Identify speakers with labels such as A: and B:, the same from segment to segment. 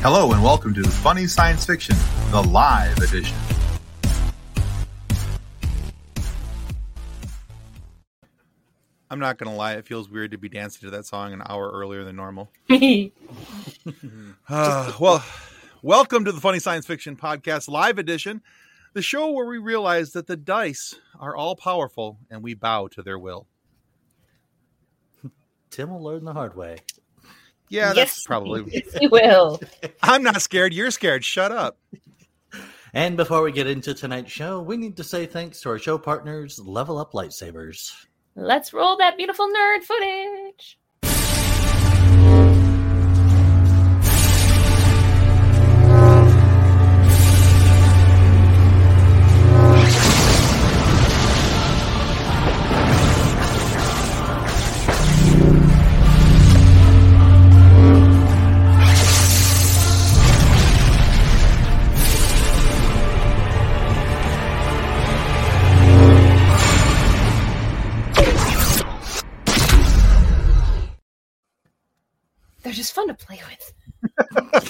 A: Hello and welcome to Funny Science Fiction, the live edition. I'm not gonna lie, it feels weird to be dancing to that song an hour earlier than normal. Uh, well, welcome to the Funny Science Fiction Podcast Live Edition, the show where we realize that the dice are all powerful and we bow to their will.
B: Tim will learn the hard way.
A: Yeah, that's probably.
C: Yes, you will.
A: I'm not scared. You're scared. Shut up.
B: And before we get into tonight's show, we need to say thanks to our show partners, Level Up Lightsabers.
C: Let's roll that beautiful nerd footage. They're just fun to play with. but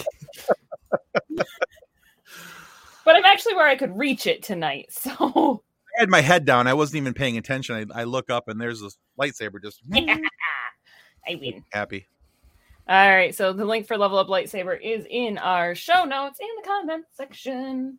C: I'm actually where I could reach it tonight, so
A: I had my head down. I wasn't even paying attention. I, I look up and there's this lightsaber just
C: I win.
A: happy.
C: All right, so the link for Level Up Lightsaber is in our show notes in the comment section.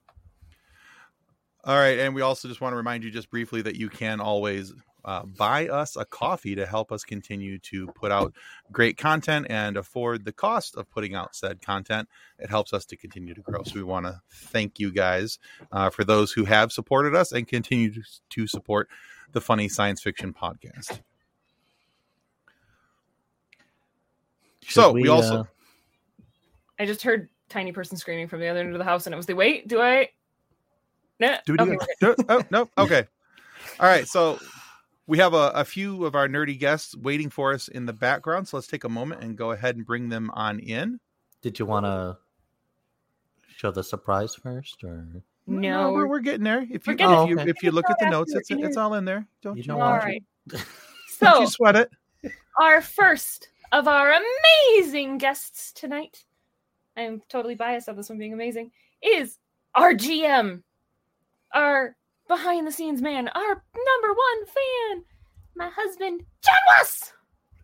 A: All right, and we also just want to remind you just briefly that you can always uh, buy us a coffee to help us continue to put out great content and afford the cost of putting out said content. It helps us to continue to grow. So we want to thank you guys uh, for those who have supported us and continue to, to support the Funny Science Fiction Podcast. So
B: Should
A: we also-
B: uh,
C: I just heard tiny person screaming from the other end of the house, and it was the wait. Do I? No.
A: Do we
C: okay,
A: do
C: we're good.
A: that? Do- oh, no. Okay. All right. So we have a, a few of our nerdy guests waiting for us in the background. So let's take a moment and go ahead and bring them on in.
B: did you want to show the surprise first, or
C: No.
A: we're, we're getting there. If you
C: We're getting
A: if you,
B: there.
A: if you look at the notes, it's
C: After-
A: it's all in there. Don't
B: You
A: you?
B: know
C: All
A: Don't
B: what?
A: you-
C: right.
A: don't
C: So
A: you sweat it?
C: our first of our amazing guests tonight. I'm totally biased on this one being amazing. Is our GM, our behind the scenes man, our number one fan, my husband, John Wass.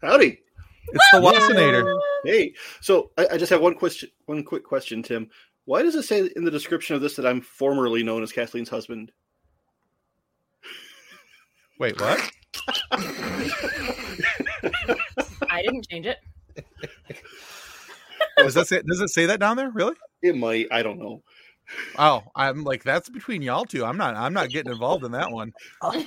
D: Howdy.
A: It's the Wassinator.
D: Hey. So I, I just have one question one quick question, Tim. Why does it say in the description of this that I'm formerly known as Kathleen's husband?
A: Wait, what?
C: I didn't change it.
A: Does that say, does it say that down there? Really?
D: It might, I don't know.
A: Oh, I'm like that's between y'all two. I'm not I'm not getting involved in that one.
B: Oh.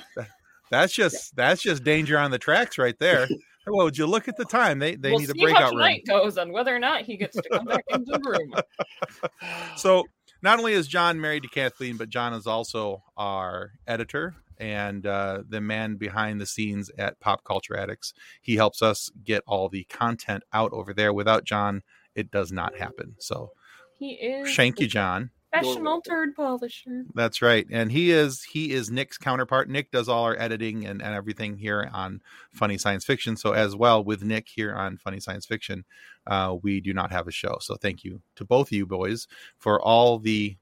A: That's just that's just danger on the tracks right there. Well, would you look at the time? They they
C: we'll
A: need a
C: see how
A: breakout room.
C: tonight goes on whether or not he gets to come back into the room.
A: so not only is John married to Kathleen, but John is also our editor and uh, the man behind the scenes at Pop Culture Addicts. He helps us get all the content out over there. Without John, it does not happen. So
C: He is
A: thank you, John.
C: professional turd polisher.
A: That's right. And he is he is Nick's counterpart. Nick does all our editing and, and everything here on Funny Science Fiction. So as well with Nick here on Funny Science Fiction, uh, we do not have a show. So thank you to both of you boys for all the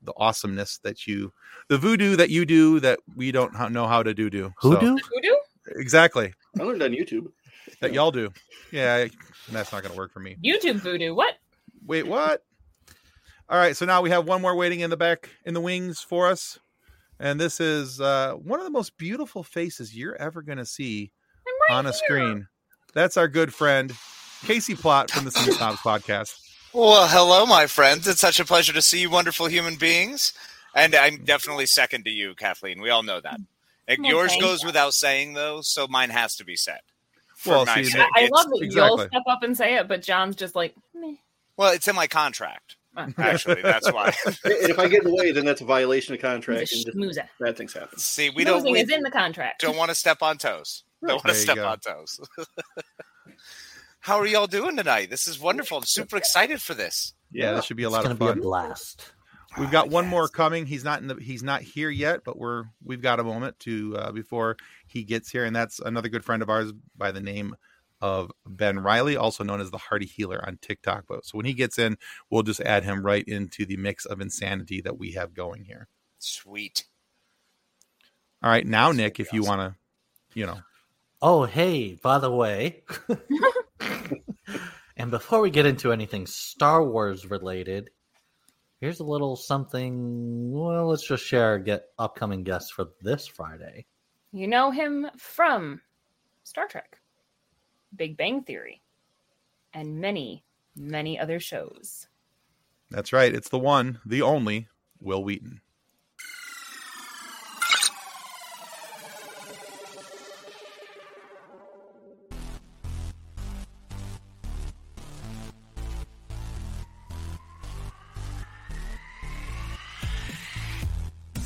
A: the awesomeness that you the voodoo that you do that we don't ho- know how to do do.
B: who do?
C: Voodoo?
A: Exactly.
D: I learned on YouTube.
A: That y'all do. Yeah, I- that's not gonna work for me.
C: YouTube voodoo. What?
A: Wait, what? All right, so now we have one more waiting in the back in the wings for us. And this is uh, one of the most beautiful faces you're ever going to see
C: I'm right
A: on a
C: here.
A: screen. That's our good friend, Casey Plot from the Cinema Snobs podcast.
E: Well, hello, my friends. It's such a pleasure to see you, wonderful human beings. And I'm definitely second to you, Kathleen. We all know that. Like,
C: Okay.
E: yours goes without saying, though, so mine has to be said. For
A: Well,
E: my
A: see,
E: sake.
A: that-
C: I
E: It's-
C: love that
A: exactly.
C: you'll step up and say it, but John's just like, meh.
E: Well, it's in my contract,
C: Ah.
E: actually. That's why.
D: And if I get in the way, then that's a violation of contract
C: He's
D: and
C: a
D: just
C: schmoozer.
D: bad things happen.
E: see, we don't
C: Schmoozing
E: we
C: is in the contract.
E: don't want to step on toes. Don't want
A: There
E: to
A: you
E: step
A: go.
E: on toes. How are y'all doing tonight? This is wonderful. I'm super excited for this.
A: Yeah, this should be a
B: It's
A: lot
B: going to
A: of
B: be
A: fun.
B: a blast.
A: We've
E: Ah,
A: got one
E: yes.
A: more coming. He's not in the. He's not here yet, but we're we've got a moment to uh, before he gets here, and that's another good friend of ours by the name of Ben Riley, also known as the Hardy Healer on TikTok. But so when he gets in, we'll just add him right into the mix of insanity that we have going here.
E: Sweet.
A: All right, now
E: That's
A: Nick,
E: gonna
A: if
E: be
A: you
E: awesome.
A: want to, you know,
B: Oh, hey, by the way. and before we get into anything Star Wars related, here's a little something. Well, let's just share our get upcoming guests for this Friday.
F: You know him from Star Trek, Big Bang Theory, and many, many other shows.
A: that's right. It's the one, the only Will Wheaton.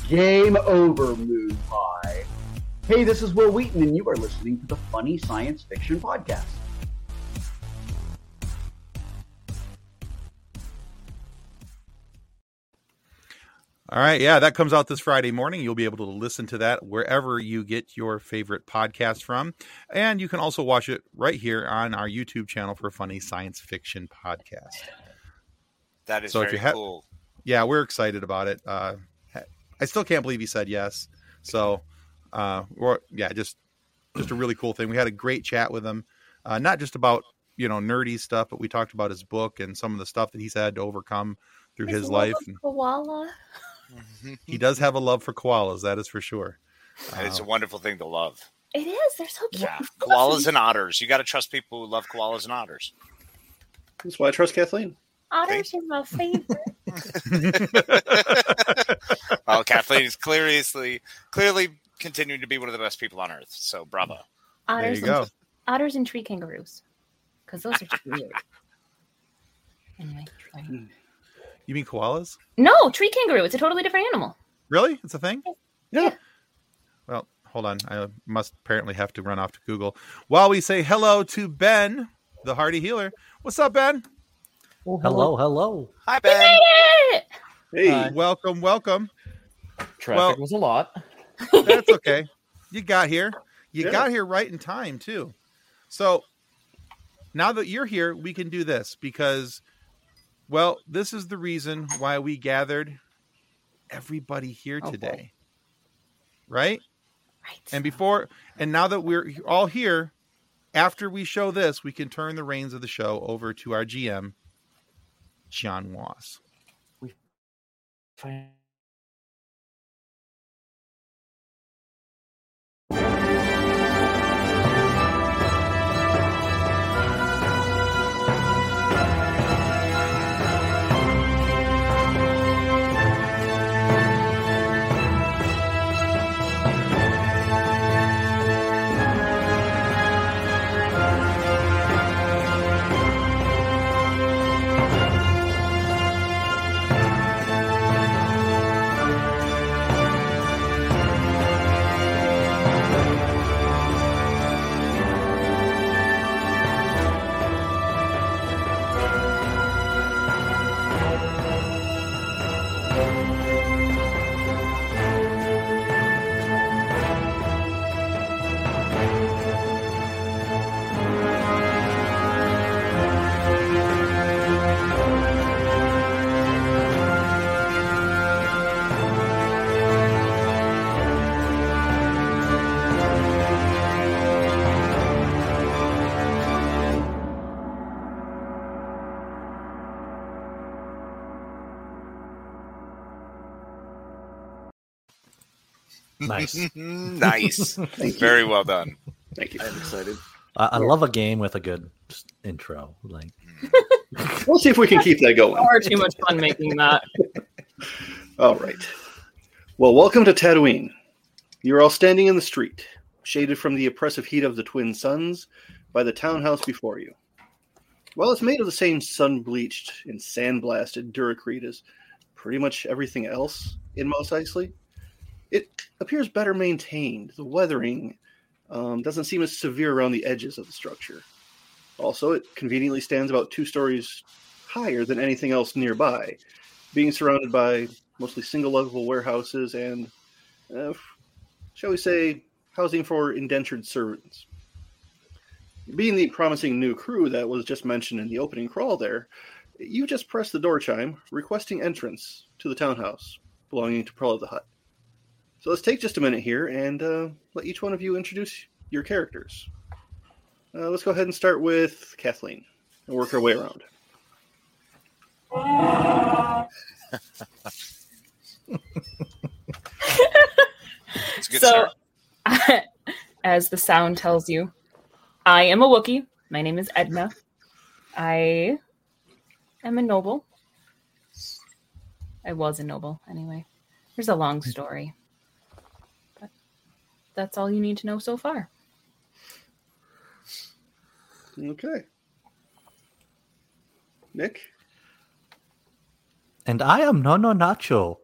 G: Game over, Moon Pie. Hey, this is Will Wheaton, and you are listening to the Funny Science Fiction Podcast.
A: All right, yeah, that comes out this Friday morning. You'll be able to listen to that wherever you get your favorite podcast from, and you can also watch it right here on our YouTube channel for Funny Science Fiction Podcast.
E: That is
A: So if
E: very
A: you have-
E: cool.
A: yeah, we're excited about it. Uh, I still can't believe he said yes. So, uh, or yeah, just just a really cool thing. We had a great chat with him, uh, not just about you know nerdy stuff, but we talked about his book and some of the stuff that he's had to overcome through his, life. And
F: Koala.
A: he does have a love for koalas, that is for sure.
E: And it's a
A: Uh,
E: wonderful thing to love.
F: It is. They're so cute.
E: Yeah. Koalas and otters. You got to trust people who love koalas and otters.
D: That's why I trust Kathleen.
F: Otters are my favorite.
E: Well, Kathleen is clearly, clearly continuing to be one of the best people on earth. So bravo.
A: there
F: otters,
A: you go.
F: And, otters and tree kangaroos, because those are just weird. Anyway, sorry.
D: Hmm.
A: You mean koalas?
F: no tree kangaroo. It's a totally different animal.
A: Really? It's a thing?
D: Yeah.
A: Well, hold on. I must apparently have to run off to Google while we say hello to Ben, the Hardy Healer. What's up, Ben?
B: hello, hello.
E: Hi, Ben.
F: Eh,
D: Hey,
H: Hi.
A: Welcome, welcome.
H: Traffic
A: Well-
H: was a lot.
A: That's okay. You got here. You
D: Yeah.
A: got here right in time too. So now that you're here, we can do this because well, this is the reason why we gathered everybody here
H: Oh, boy.
A: today. right?
F: Right.
A: And before and now that we're all here, after we show this, we can turn the reins of the show over to our GM, John Was.
H: Fine.
B: Nice. I,
E: nice.
D: Thank you.
E: Very well done.
D: thank you. I'm excited.
B: I love a game with a good s- intro. Like,
D: We'll see if we can keep that going.
F: Far too much fun making that.
D: All right. Well, welcome to Tatooine. You're all standing in the street, shaded from the oppressive heat of the twin suns by the townhouse before you. While it's made of the same sun bleached and sandblasted duracrete as pretty much everything else in Mos Eisley, it appears better maintained. The weathering um, doesn't seem as severe around the edges of the structure. Also, it conveniently stands about two stories higher than anything else nearby, being surrounded by mostly single level warehouses and, uh, shall we say, housing for indentured servants. Being the promising new crew that was just mentioned in the opening crawl there, you just press the door chime requesting entrance to the townhouse belonging to Pearl of the Hut. So let's take just a minute here and uh, let each one of you introduce your characters. Uh, let's go ahead and start with Kathleen and work our way around.
E: It's a good
F: so,
E: start.
F: as the sound tells you, I am a Wookiee. My name is Edna. I am a noble. I was a noble, anyway. There's a
D: Hmm.
F: long story. But that's all you need to know so far.
D: Okay. Nick?
B: And I am Nono Nacho.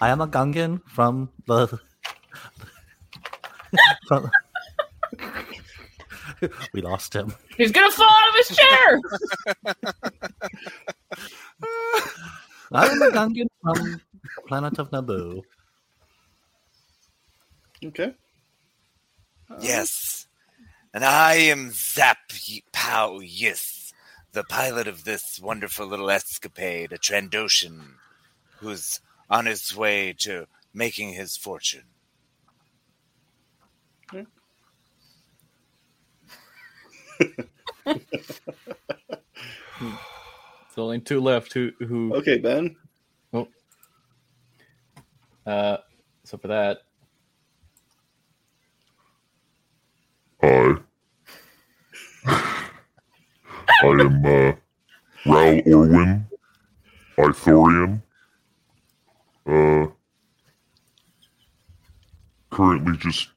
B: I am a Gungan from the. from- we lost him.
F: He's gonna fall out of his chair!
B: I am a Gungan from Planet of Naboo.
D: Okay.
E: Yes. And I am Zap Ye- Pow Yes, the pilot of this wonderful little escapade, a Trandoshan who's on his way to making his fortune.
H: There's only two left. Who? Who? Oh.
D: Okay, Ben.
H: Uh, so for that,
I: Hi. I am uh, Raoul Orwin, Ithorian. Uh, currently just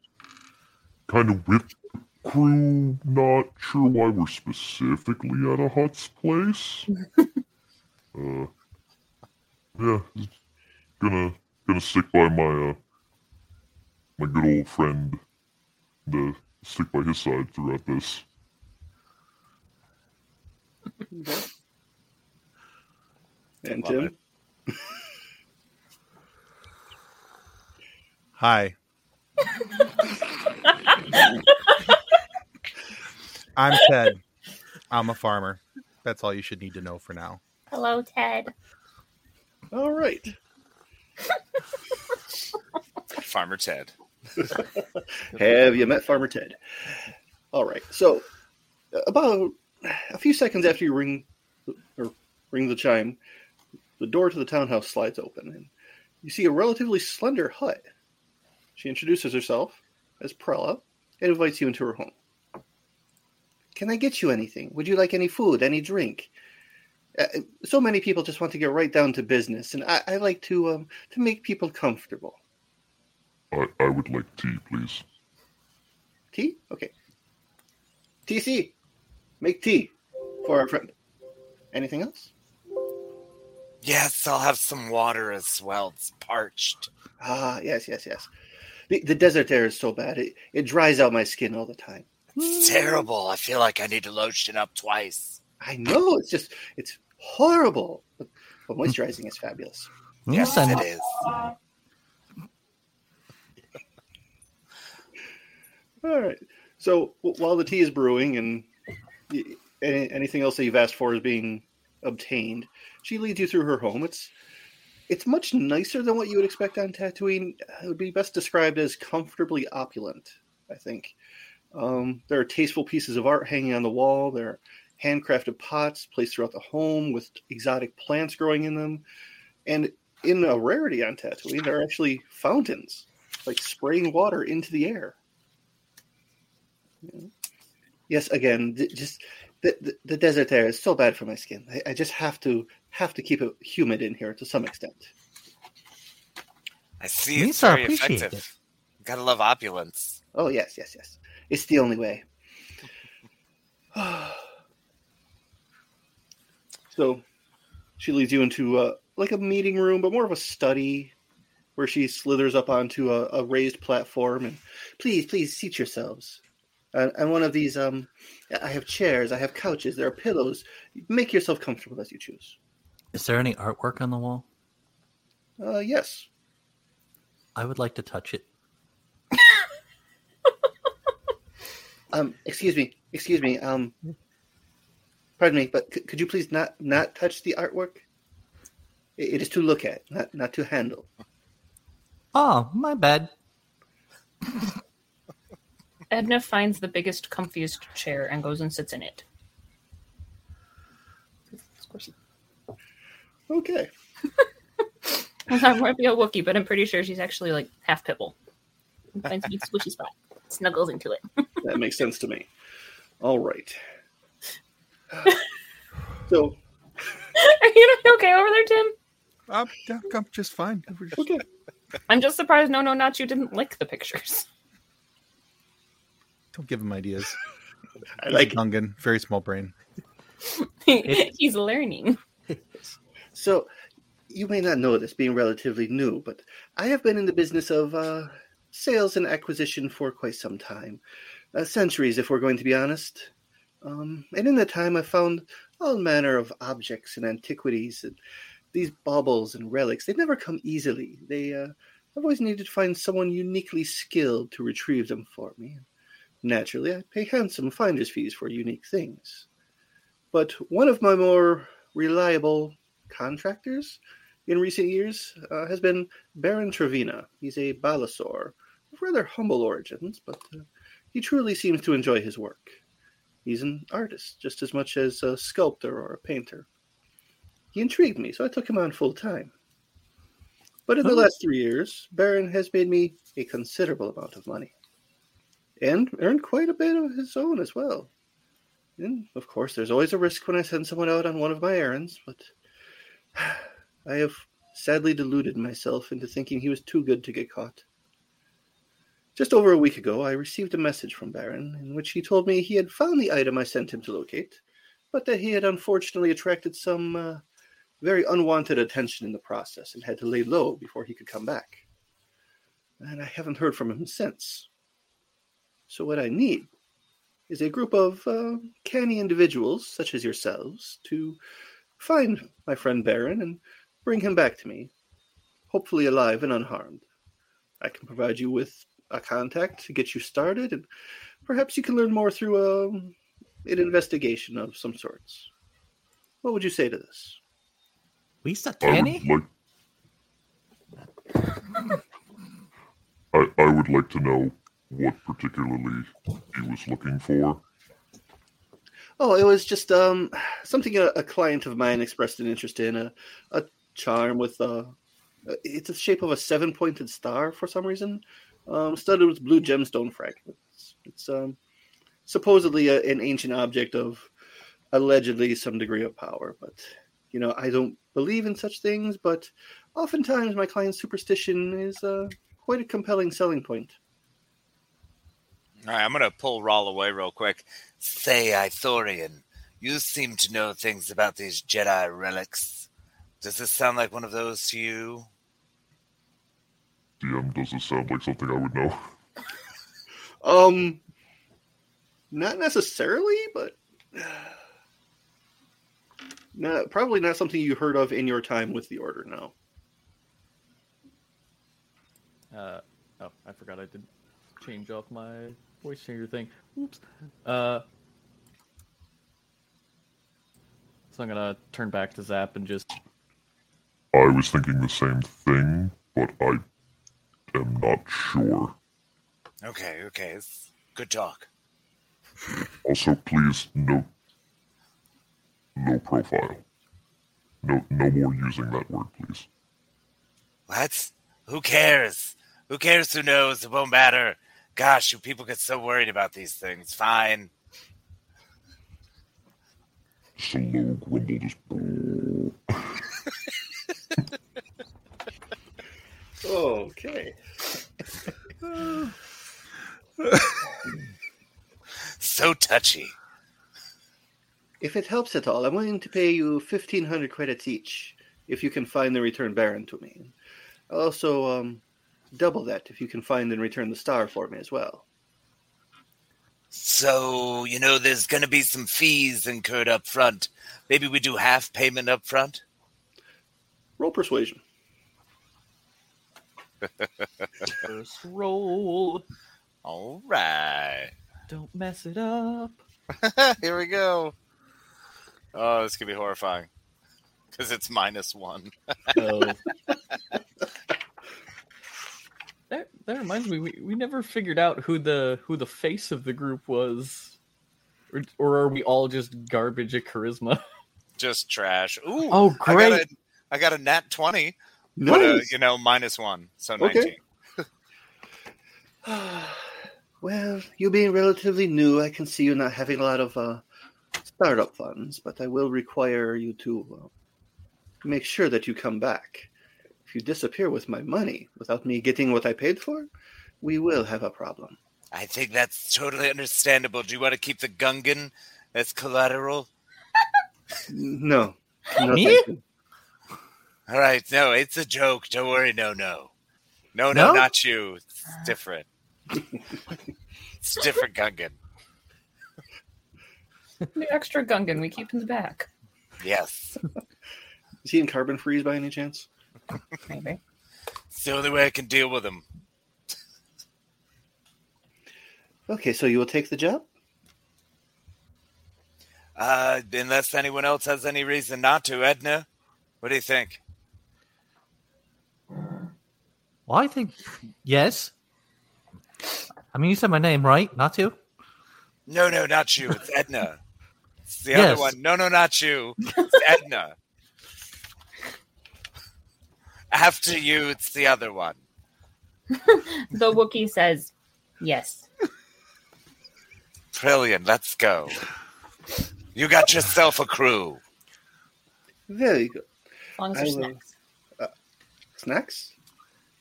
I: kind of with the crew, not sure why we're specifically at a Hut's place. uh, yeah, just gonna gonna stick by my uh, my good old friend, the stick by his side throughout this.
D: And
H: Love
D: Tim?
H: it.
A: Hi. I'm Ted. I'm a farmer. That's all you should need to know for now.
F: Hello, Ted.
D: All right.
E: Farmer Ted.
D: Have you met Farmer Ted? All right. So, about a few seconds after you ring or ring the chime, the door to the townhouse slides open, and you see a relatively slender hut. She introduces herself as Prella and invites you into her home. Can I get you anything? Would you like any food, any drink? Uh, so many people just want to get right down to business, and I, I like to um, to make people comfortable.
I: I, I would like tea, please.
D: Tea? Okay. TC, make tea for our friend. Anything else?
E: Yes, I'll have some water as well. It's parched.
D: Ah, yes, yes, yes. The, the desert air is so bad. It, it dries out my skin all the time.
A: Hmm.
E: It's terrible. I feel like I need to lotion up twice.
D: I know. It's just, it's horrible. But, but moisturizing is fabulous.
E: Yes,
B: I'm-
E: it is.
D: All right. So w- while the tea is brewing and y- any, anything else that you've asked for is being obtained, she leads you through her home. It's it's much nicer than what you would expect on Tatooine. uh, It would be best described as comfortably opulent, I think. Um, there are tasteful pieces of art hanging on the wall. There are handcrafted pots placed throughout the home with exotic plants growing in them. And in a rarity on Tatooine, there are actually fountains, like spraying water into the air. Yes, again, th- just the, the, the desert air is so bad for my skin. I, I just have to have to keep it humid in here to some extent.
E: I see
B: Me
E: it's
B: so
E: very
B: appreciate
E: effective. Gotta love opulence.
D: Oh yes, yes, yes. It's the only way. so, she leads you into uh, like a meeting room, but more of a study, where she slithers up onto a, a raised platform and, please, please seat yourselves. And, and one of these, um, I have chairs, I have couches, there are pillows. Make yourself comfortable as you choose.
B: Is there any artwork on the wall?
D: Uh, yes.
B: I would like to touch it.
J: Um, excuse me, excuse me. Um, pardon me, but c- could you please not not touch the artwork? I- It is to look at, not not to handle.
B: Oh, my bad.
C: Edna finds the biggest, comfiest chair and goes and sits in it.
J: Okay.
C: I might be a Wookiee, but I'm pretty sure she's actually like half Pibble. And Finds a big squishy spot, snuggles into it.
J: that makes sense to me. All right. So
C: Are you not okay over there, Tim?
A: I'm, Um, I'm just fine. We're just-
J: okay,
C: I'm just surprised. No, no, not you didn't like the pictures.
A: Don't give him ideas.
J: I like it.
A: Gungan, very small brain.
C: He's learning.
J: So you may not know this, being relatively new, but I have been in the business of uh, sales and acquisition for quite some time, uh, centuries, if we're going to be honest. Um, and in that time, I found all manner of objects and antiquities, and these baubles and relics. They never come easily. They uh, I've always needed to find someone uniquely skilled to retrieve them for me. Naturally, I pay handsome finder's fees for unique things. But one of my more reliable contractors in recent years uh, has been Baron Trevina. He's a Balasor of rather humble origins, but uh, he truly seems to enjoy his work. He's an artist just as much as a sculptor or a painter. He intrigued me, so I took him on full time. But in the last three years, Baron has made me a considerable amount of money and earned quite a bit of his own as well. And of course, there's always a risk when I send someone out on one of my errands, but I have sadly deluded myself into thinking he was too good to get caught. Just over a week ago, I received a message from Baron in which he told me he had found the item I sent him to locate, but that he had unfortunately attracted some uh, very unwanted attention in the process and had to lay low before he could come back. And I haven't heard from him since. So, what I need is a group of uh, canny individuals, such as yourselves, to find my friend Baron and bring him back to me, hopefully alive and unharmed. I can provide you with a contact to get you started, and perhaps you can learn more through um an investigation of some sorts. What would you say to this?
B: We said
I: I
B: Kenny?
I: would like. I, I would like to know what particularly he was looking for.
J: Oh, it was just um, something a, a client of mine expressed an interest in a, a charm with a. It's the shape of a seven-pointed star for some reason, um, studded with blue gemstone fragments. It's um, supposedly a, an ancient object of allegedly some degree of power, but you know I don't believe in such things. But oftentimes my client's superstition is uh, quite a compelling selling point.
E: All right, I'm going to pull Rawl away real quick. Say, Ithorian, you seem to know things about these Jedi relics. Does this sound like one of those to you?
I: DM doesn't sound like something I would know.
J: Um, not necessarily, but not, probably not something you heard of in your time with the order. No.
H: Uh, oh, I forgot I did change off my voice changer thing. Oops. Uh, so I'm gonna turn back to Zap and just
I: I was thinking the same thing, but I am not sure.
E: Okay, okay. It's good talk.
I: Also, please no, no profile. No, no more using that word, please.
E: What? Who cares? Who cares who knows? It won't matter. Gosh, you people get so worried about these things. Fine.
I: Just a low grumble, just.
J: Okay.
E: So touchy.
J: If it helps at all, I'm willing to pay you fifteen hundred credits each if you can find the return baron to me. I'll also um, double that if you can find and return the star for me as well.
E: So, you know, there's going to be some fees incurred up front. Maybe we do half payment up front?
J: Roll persuasion.
H: first roll.
E: All right.
H: Don't mess it up.
E: Here we go. Oh, this could be horrifying because it's minus one.
H: That that reminds me, we, we never figured out who the who the face of the group was, or, or are we all just garbage at charisma?
E: Just trash. Ooh,
H: Oh,
E: I got,
H: great!
E: a, I got a nat twenty, but uh,
J: Nice.
E: you know, minus one, so
J: Okay.
E: nineteen.
J: well, you being relatively new, I can see you not having a lot of uh, startup funds, but I will require you to uh, make sure that you come back. If you disappear with my money without me getting what I paid for, we will have a problem.
E: I think that's totally understandable. Do you want to keep the Gungan as collateral?
J: No. no
B: Me?
J: thank you.
E: All right, no, it's a joke. Don't worry. No, no, no, no,
B: No?
E: not you. It's different. it's different Gungan.
C: The extra Gungan we keep in the back.
E: Yes,
J: Is he in carbon freeze by any chance?
C: Maybe.
E: it's the only way I can deal with him.
J: Okay, so you will take the job?
E: Uh, unless anyone else has any reason not to, Edna. What do you think?
B: Well, I think yes. I mean, you said my name, right? Not to.
E: No, no, not you. It's Edna. It's the
B: Yes.
E: other one. No, no, not you. It's Edna. After you, it's the other one.
C: The Wookiee says yes.
E: Trillion, let's go. You got yourself a crew.
J: Very good.
C: As long as
J: I
C: there's
J: will. uh,
C: snacks.
J: Snacks?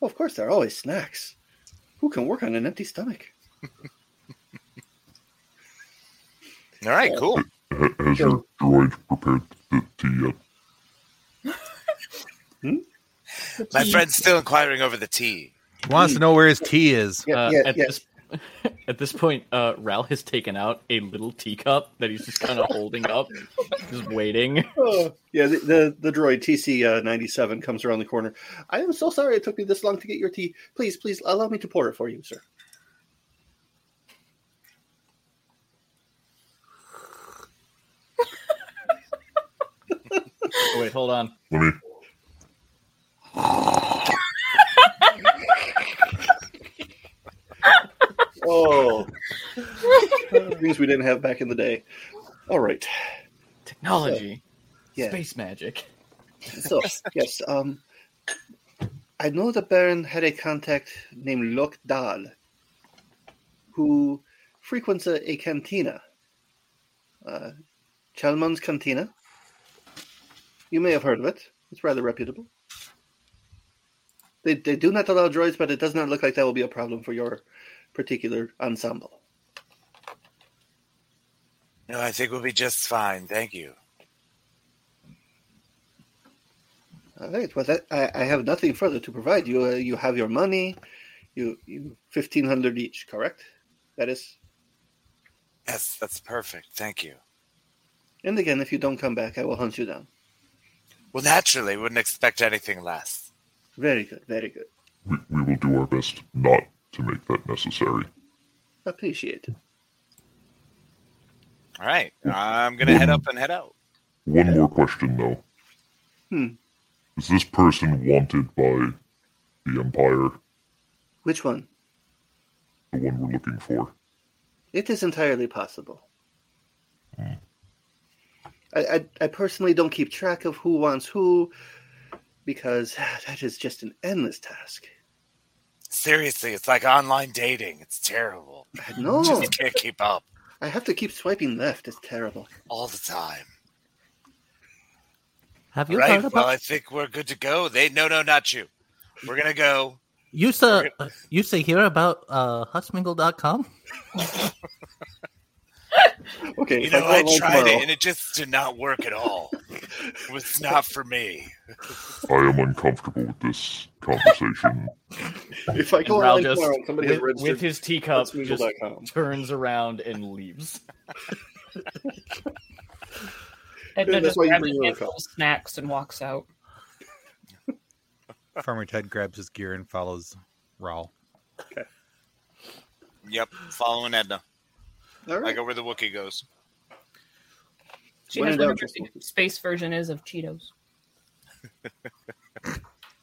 J: Well, of course, there are always snacks. Who can work on an empty stomach?
E: All right, cool.
I: Ha- Has your droid prepared the tea yet?
E: My friend's still inquiring over the tea.
A: He wants to know where his tea is.
H: Uh, at this at this point, uh, Ral has taken out a little teacup that he's just kind of holding up, just waiting.
J: Oh, yeah, the, the, the droid TC uh, 97 comes around the corner. I am so sorry it took me this long to get your tea. Please, please allow me to pour it for you, sir.
H: Oh, wait, hold on.
I: Let me.
J: Oh, things we didn't have back in the day. All right.
H: Technology,
J: Yeah.
H: space magic.
J: So, yes, um, I know the Baron had a contact named Lok Dahl who frequents a, a cantina, uh, Chalmon's Cantina. You may have heard of it. It's rather reputable. They, they do not allow droids, but it does not look like that will be a problem for your particular ensemble.
E: No, I think we'll be just fine. Thank you.
J: All right. Well, that, I, I have nothing further to provide you. Uh, you have your money. You, you fifteen hundred each, correct? That is
E: Yes, that's perfect. Thank you.
J: And again, if you don't come back, I will hunt you down.
E: Well, naturally, wouldn't expect anything less.
J: Very good, very good.
I: We, we will do our best not to make that necessary.
J: Appreciate it.
E: All right, I'm gonna head up and head out.
I: One more question, though.
J: Hmm.
I: Is this person wanted by the Empire,
J: Which one?
I: the one we're looking for?
J: It is entirely possible.
B: Hmm.
J: I, I, I personally don't keep track of who wants who because that is just an endless task.
E: Seriously, it's like online dating. It's terrible.
J: No,
E: Just can't keep up
J: I have to keep swiping left. It's terrible.
E: all the time.
B: Have
E: All
B: you
E: right.
B: heard about?
E: Well, I think we're good to go. They no, no, not you. We're gonna go.
B: you used to used to hear about uh, husmingle.com?
J: Okay,
E: You
J: if I
E: know,
J: go
E: I
J: along
E: tried
J: tomorrow-
E: it and it just did not work at all. It was not for me.
I: I am uncomfortable with this conversation.
J: If I
H: And
J: go
H: Ral
J: online
H: just
J: tomorrow, and somebody has
H: with,
J: registered.
H: with his teacup just
J: Husmingle.com.
H: turns around and leaves.
C: Edna
J: That's
C: just
J: why you
C: grabs
J: bring
C: a
J: your own
C: handful of snacks and walks out.
A: Farmer Ted grabs his gear and follows Rawl.
E: Yep, following Edna.
F: All
E: I
F: right.
E: go where the Wookiee goes.
C: She
F: When
C: knows
F: in
C: what
F: doubt,
C: her
F: just look.
C: space version is of Cheetos.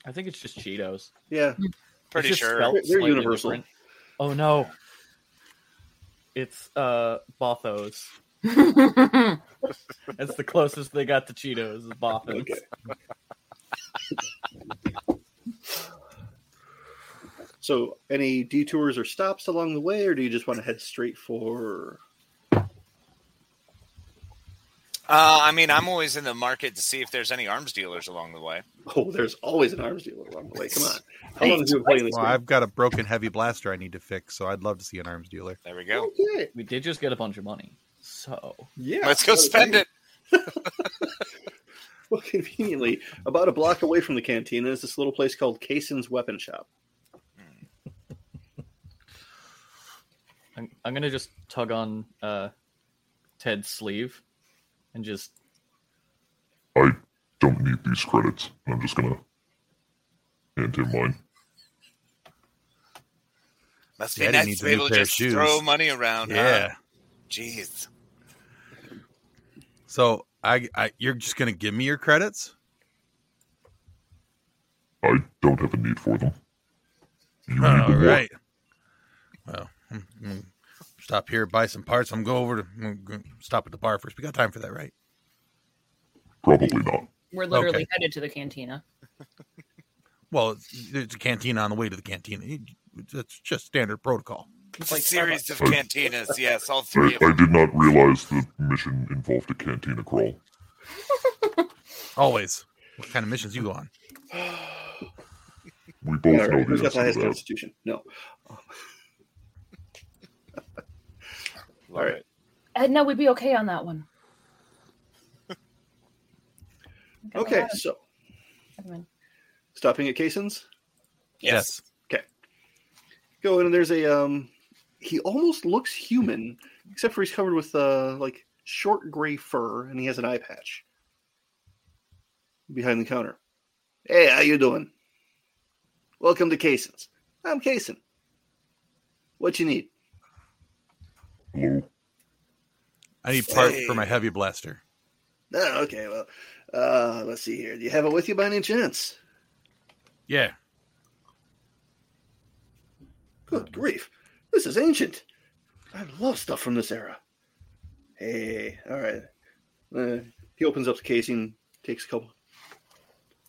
H: I think it's just Cheetos.
F: Yeah.
E: Pretty
H: It's just
E: sure.
H: spelt
F: They're
H: slightly
F: universal.
H: different. Oh no. It's uh Bothos. That's the closest they got to Cheetos is Bothos.
F: Okay. So, any detours or stops along the way, or do you just want to head straight for?
E: Uh, I mean, I'm always in the market to see if there's any arms dealers along the way.
F: Oh, there's always an arms dealer along the way. Come on. How long have you been playing this
A: Well, I've got a broken heavy blaster I need to fix, so I'd love to see an arms dealer.
E: There we
F: game?
E: go.
F: Okay.
H: We did just get a bunch of money. So
F: Yeah.
E: Let's go spend it.
F: Well, conveniently, about a block away from the canteen is this little place called Cason's Weapon Shop.
H: I'm, I'm gonna just tug on uh Ted's sleeve and just
I: I don't need these credits. I'm just gonna hand him mine.
E: Must be
A: Daddy
E: nice
A: needs
E: to
A: a
E: be
A: new
E: able to
A: pair of
E: just
A: shoes.
E: throw money around. huh?
A: Yeah.
E: Jeez.
A: So I, I you're just gonna give me your credits?
I: I don't have a need for them. You need
A: All
I: them more.
A: right. Well, I'm- I'm stop here, buy some parts. I'm go over to I'm gonna stop at the bar first. We got time for that, right?
I: Probably not.
C: We're literally
A: Okay.
C: headed to the cantina.
A: Well, it's, it's a canteen on the way to the canteen. That's just standard protocol.
E: It's
H: like
E: a series of
I: Starbucks.
E: cantinas. Yes, all
I: I,
E: three of
I: I
E: them.
I: did not realize the mission involved a cantina crawl.
A: Always. What kind of missions you go on?
I: We both
F: All
I: know
F: right, Who's
I: the
F: got the
I: answer
F: highest
I: to that.
F: constitution? No.
E: Love
F: All right.
E: it.
C: Uh, no, we'd be okay on that one. Got a
F: Okay,
C: lot of-
F: so
C: never mind.
F: stopping at Cason's.
E: Yes.
F: Go in and there's a um. He almost looks human, except for he's covered with uh like short gray fur, and he has an eye patch behind the counter. Hey, how you doing? Welcome to Cason's. I'm Cason. What you need?
I: Hello.
A: I need part for my heavy blaster.
F: Oh, okay. Well, uh, let's see here. Do you have it with you by any chance?
A: Yeah.
F: Good grief. This is ancient. I love stuff from this era. Hey, all right. Uh, he opens up the casing, takes a couple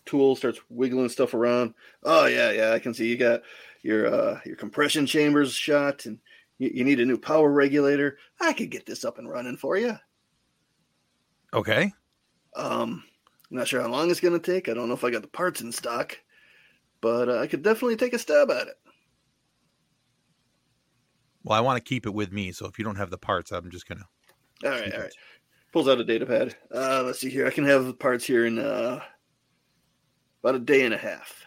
F: tools, starts wiggling stuff around. Oh yeah, yeah, I can see you got your uh, your compression chambers shot, and you, you need a new power regulator. I could get this up and running for you.
A: Okay.
F: Um, I'm not sure how long it's going to take. I don't know if I got the parts in stock, but uh, I could definitely take a stab at it.
A: Well, I want to keep it with me, so if you don't have the parts, I'm just gonna.
F: All right, all right. Pulls out a data pad. Uh, let's see here. I can have the parts here in uh, about a day and a half.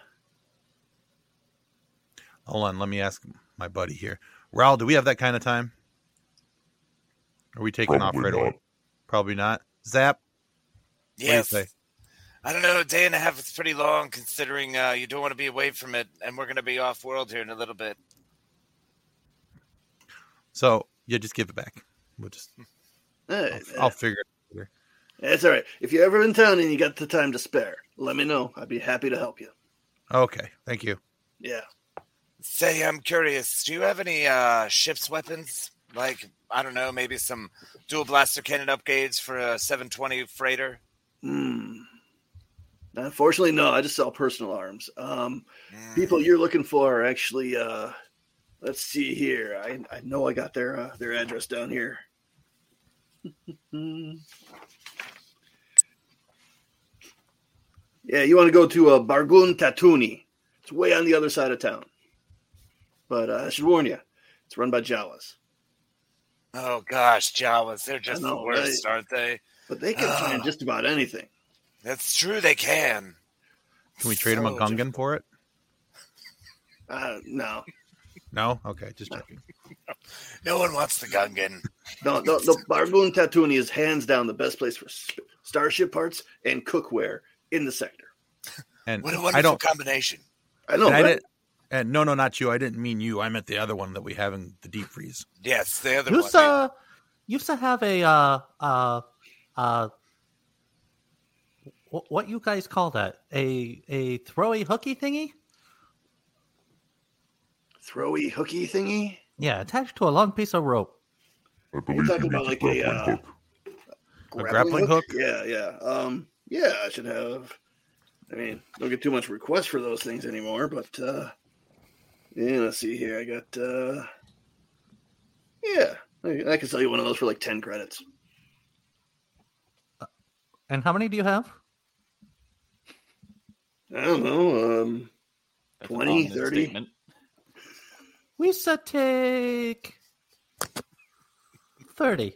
A: Hold on, let me ask my buddy here. Raul, do we have that kind of time? Are we taking off
I: Probably
A: right away?
I: not.
A: Probably not. Zap. do you
E: Yes.
A: say?
E: I don't know. A day and a half is pretty long considering uh, you don't want to be away from it, and we're going to be off world here in a little bit.
A: So yeah, just give it back. We'll just
F: All
A: I'll,
F: right,
A: I'll figure it.
F: that's all right. If you're ever in town and you got the time to spare, let me know. I'd be happy to help you.
A: Okay, thank you.
F: Yeah.
E: Say, I'm curious. Do you have any uh, ship's weapons? Like, I don't know, maybe some dual blaster cannon upgrades for a 720 freighter?
F: Hmm. Unfortunately, no. I just sell personal arms. Um,
E: Mm.
F: people you're looking for are actually. Uh, let's see here. I, I know I got their uh, their address down here. yeah, you want to go to uh, Bargun Tatuni? It's way on the other side of town. But uh, I should warn you, it's run by Jawas.
E: Oh, gosh, Jawas. They're just
F: know,
E: the worst,
F: right?
E: aren't they?
F: But they can find just about anything.
E: That's true, they can.
A: Can we trade him a
E: So
A: Gungan for it?
F: Uh, no,
A: No. Okay, just checking.
E: diff- No one wants the Gungan.
F: No, no, the Bargoon Tatooine is hands down the best place for s- starship parts and cookware in the sector.
A: And
E: What a
A: I
E: wonderful
A: don't.
E: combination.
F: I know.
A: and I
F: right?
A: didn't- and no, no, not you. I didn't mean you. I meant the other one that we have in the deep freeze.
E: Yes, the other one.
B: Yusa, used to have a uh uh uh wh- what you guys call that? A a throwy hooky thingy?
F: Throwy hooky thingy?
B: Yeah, attached to a long piece of rope.
K: I believe
F: talking
K: you
F: about
K: mean
F: like
K: like
F: a,
K: grappling
F: uh,
K: hook.
A: grappling hook?
F: Yeah, yeah. Um, yeah, I should have. I mean, don't get too much requests for those things anymore, but uh, yeah, let's see here. I got uh, yeah, I, I can sell you one of those for like ten credits.
B: And how many do you have?
F: I don't know. Um,
H: That's an
F: 20,
H: ominous
F: 30.
H: statement.
B: We used to take thirty.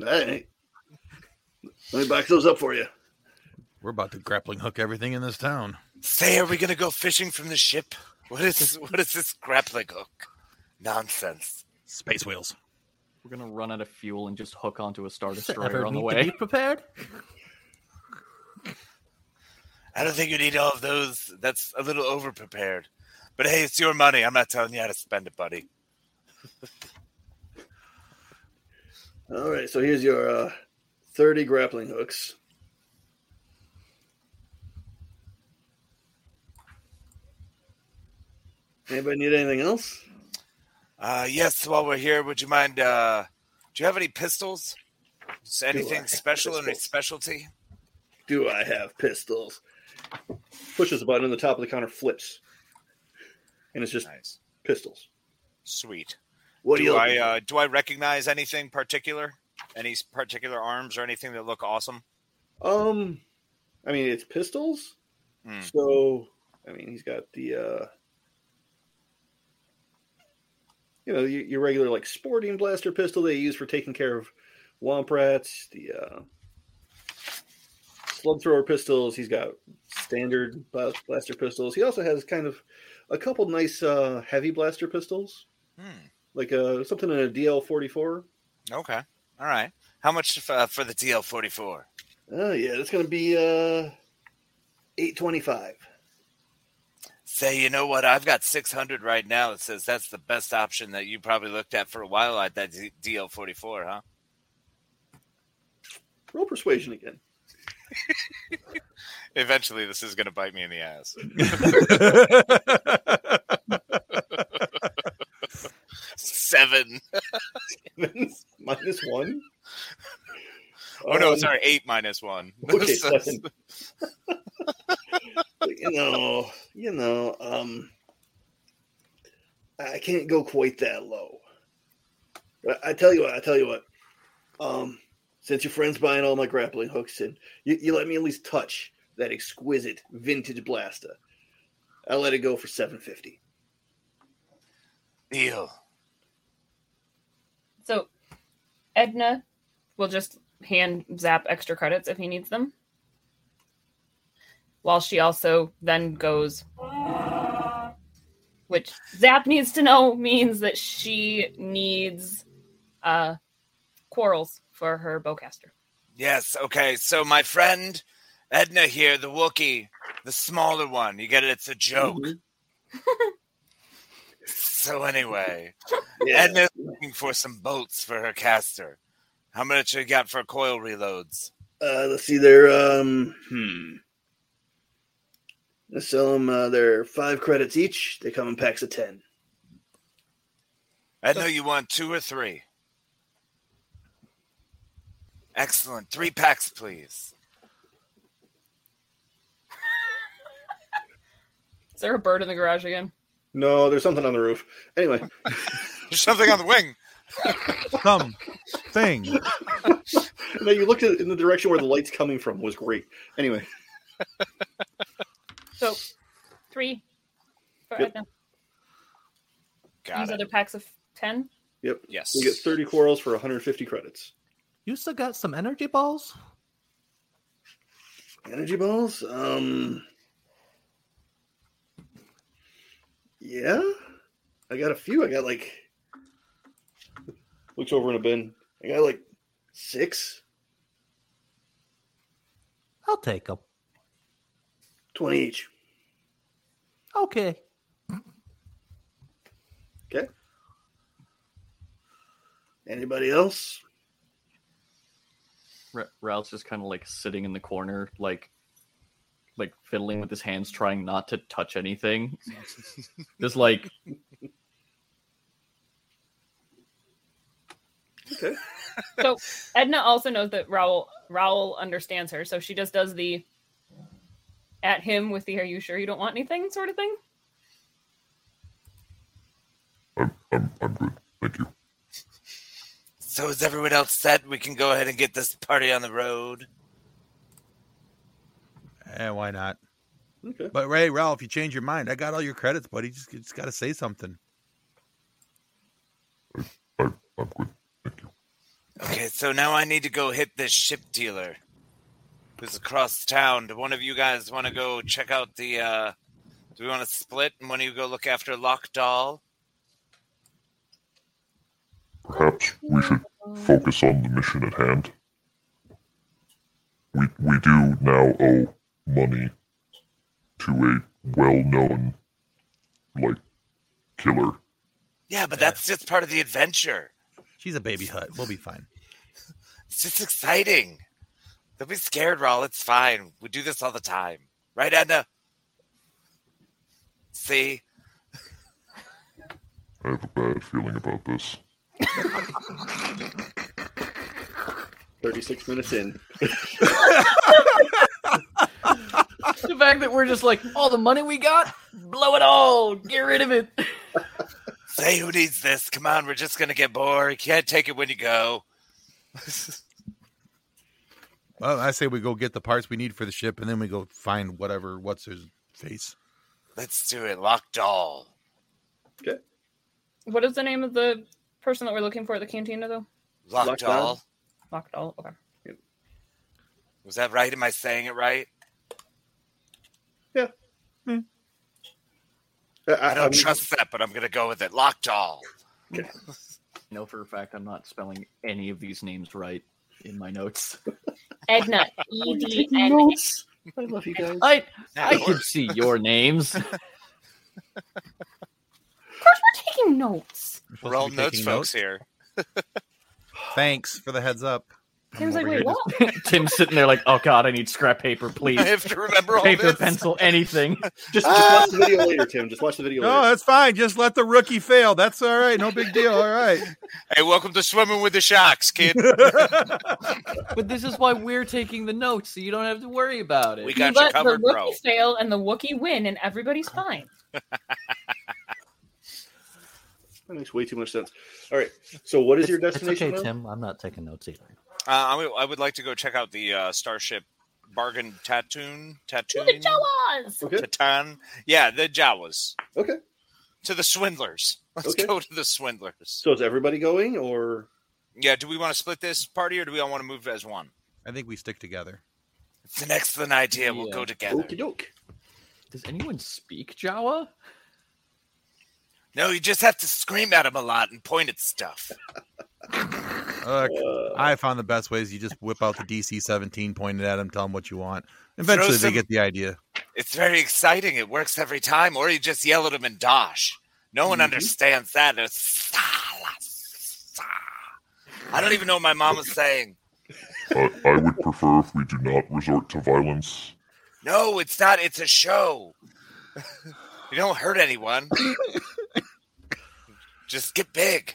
F: all right. Let me back those up for you.
A: We're about to grappling hook everything in this town.
E: Say, are we gonna go fishing from the ship? What is what is this grappling hook? Nonsense.
A: Space whales.
H: We're gonna run out of fuel and just hook onto a star
B: Ever
H: destroyer on the
B: need
H: way.
B: To be prepared.
E: I don't think you need all of those. That's a little overprepared. But hey, it's your money. I'm not telling you how to spend it, buddy.
F: All right, so here's your uh, thirty grappling hooks. Anybody need anything else?
E: Uh, yes, while we're here, would you mind? Uh, do you have any pistols? Is
F: I
E: anything
F: have
E: special? Any
F: pistols?
E: specialty?
F: Do I have pistols? Pushes a button and the top of the counter flips. And it's just
E: Nice,
F: pistols.
E: sweet.
F: What do,
E: do
F: you
E: I uh, do I recognize anything particular? Any s- particular arms or anything that look awesome?
F: um I mean it's pistols.
E: Hmm.
F: So I mean he's got the uh you know, your, your regular like sporting blaster pistol they use for taking care of womp rats, the uh slug thrower pistols, he's got standard blas- blaster pistols. He also has kind of a couple nice uh heavy blaster pistols.
E: Hmm.
F: like uh something in a DL forty four.
E: Okay. All right. How much f- uh, for the DL forty four?
F: Oh yeah, that's gonna be uh eight twenty five.
E: Say, you know what? I've got six hundred right now. It says that's the best option that you probably looked at for a while at that D- DL forty four, huh?
F: Roll persuasion again.
E: Eventually, this is going to bite me in the ass. Seven.
F: Minus one.
E: Oh no,
F: Um,
E: sorry, eight minus one.
F: Okay,
E: So-
F: seven. you know, you know, um I can't go quite that low. But I I tell you what, I tell you what. Um since your friend's buying all my grappling hooks and you, you let me at least touch that exquisite vintage blaster. I let it go for seven fifty.
E: deal.
C: So Edna will just hand Zap extra credits if he needs them. While she also then goes, which Zap needs to know means that she needs uh, quarrels for her bowcaster.
E: Yes. Okay. So my friend Edna here, the Wookiee, the smaller one. You get it? It's a joke.
F: Mm-hmm.
E: so anyway,
F: Yeah.
E: Edna's looking for some bolts for her caster. How much you got for coil reloads?
F: Uh, let's see, they're um, hmm. They sell them. Uh, they're five credits each. They come in packs of ten.
E: I know you want two or three. Excellent. Three packs, please.
C: Is there a bird in the garage again?
F: No, there's something on the roof. Anyway,
E: There's something on the wing.
A: Some thing.
F: no, you looked at, in the direction where the light's coming from was great. Anyway,
C: So three for
F: Yep.
C: Edna.
E: Got
C: Use
E: it.
C: other packs of 10.
F: yep,
E: Yes.
F: you get thirty quarrels for 150 credits.
B: You still got some energy balls?
F: Energy balls. Um, yeah, I got a few. I got like looks over in a bin. I got like six.
B: I'll take them.
F: 20 each.
B: Okay.
F: Okay.
D: Anybody else?
H: R- Ralph's just kind of like sitting in the corner, like like fiddling with his hands, trying not to touch anything. just like
D: Okay.
F: Edna also knows that Raoul Raoul understands her, so she just does the at him with the "Are you sure you don't want anything?" sort of thing.
I: I'm, I'm, I'm good. Thank you.
E: So is everyone else set? We can go ahead and get this party on the road.
A: Eh, why not?
D: Okay.
A: But Ray, Ralph, you change your mind. I got all your credits, buddy. Just, just got to say something.
I: I, I'm good. Thank you.
E: Okay, so now I need to go hit this ship dealer who's across town. Do one of you guys want to go check out the. uh Do we want to split and one of you go look after Lock Doll?
I: Perhaps we should focus on the mission at hand. We, we do now owe money to a well known, like, killer.
E: Yeah, but that's just part of the adventure.
A: She's a baby hut. We'll be fine.
E: It's just exciting. Don't be scared, Raul. It's fine. We do this all the time. Right, Edna? See?
I: I have a bad feeling about this.
D: 36 minutes in.
H: the fact that we're just like all the money we got, blow it all, get rid of it.
E: Say who needs this. Come on, we're just going to get bored. You can't take it when you go.
A: Well, I say we go get the parts we need for the ship, and then we go find whatever what's his face.
E: Let's do it. Lock Doll.
F: What is the name of the person that we're looking for at the cantina, though?
E: Lock,
D: Lock
E: Doll.
D: Doll?
F: Locked all. Okay.
E: Was that right? Am I saying it right? I don't trust that, but I'm going to go with it. Lock Doll.
H: No, for a fact, I'm not spelling any of these names right in my notes.
F: Edna. E D N.
D: I love you guys.
H: I
E: That
H: I
E: works.
H: can see your names.
F: Of course, we're taking notes.
A: We're supposed to
E: We're all
A: be
E: notes
A: taking
E: folks here.
A: Thanks for the heads up. I'm
F: Tim's like,
A: over
F: wait,
A: here just-
F: what?
H: Tim's sitting there like, oh god, I need scrap paper,
E: I
H: please.
E: have to remember all
H: Paper,
E: this.
H: pencil, anything.
D: Just, just watch the video later, Tim. Just watch the video
A: No,
D: later.
A: that's fine. Just let the rookie fail. That's all right. No big deal. All right.
E: Hey, welcome to swimming with the sharks, kid.
H: But this is why we're taking the notes, so you don't have to worry about it.
E: We
F: You
E: got you
F: let
E: covered,
F: the Wookiee
E: bro.
F: fail and the Wookiee win, and everybody's fine.
D: That makes way too much sense. All right. So, what is your
B: It's- it's
D: destination?
B: okay,
D: now?
B: Tim. I'm not taking notes either.
E: Uh, I, would, I would like to go check out the uh, starship bargain Tatoon
F: To
E: Tatoon
F: the Jawas!
D: Okay.
E: Tatan. Yeah, the Jawas
D: Okay.
E: to the swindlers. Let's
D: Okay.
E: go to the swindlers.
D: So, is everybody going, or
E: Yeah, do we want to split this party or do we all want to move as one?
A: I think we stick together.
E: It's an excellent idea. We'll
H: Yeah.
E: go together.
D: okey doke?
H: Does anyone speak Jawa?
E: No, you just have to scream at them a lot and point at stuff.
A: Look,
D: Uh,
A: I found the best ways. You just whip out the DC 17, point it at them, tell them what you want. Eventually,
E: some-
A: they get the idea.
E: It's very exciting. It works every time. Or you just yell at them and dosh. No one
D: Mhm.
E: understands that. It's "Sa, la, sa." I don't even know what my mom was saying.
I: I, I would prefer if we do not resort to violence.
E: No, it's not. It's a show. You don't hurt anyone. Just get big.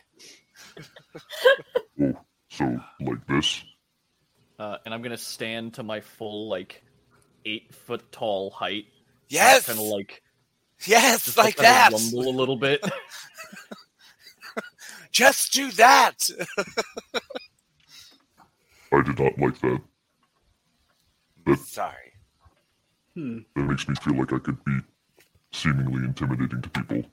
I: Oh, so like this.
H: Uh, and I'm gonna stand to my full like eight foot tall height.
E: Yes.
H: kind of like
E: yes,
H: just
E: like
H: kinda
E: that.
H: Rumble a little bit.
E: Just do that.
I: I did not like that.
E: Sorry.
D: hmm.
I: That makes me feel like I could be seemingly intimidating to people.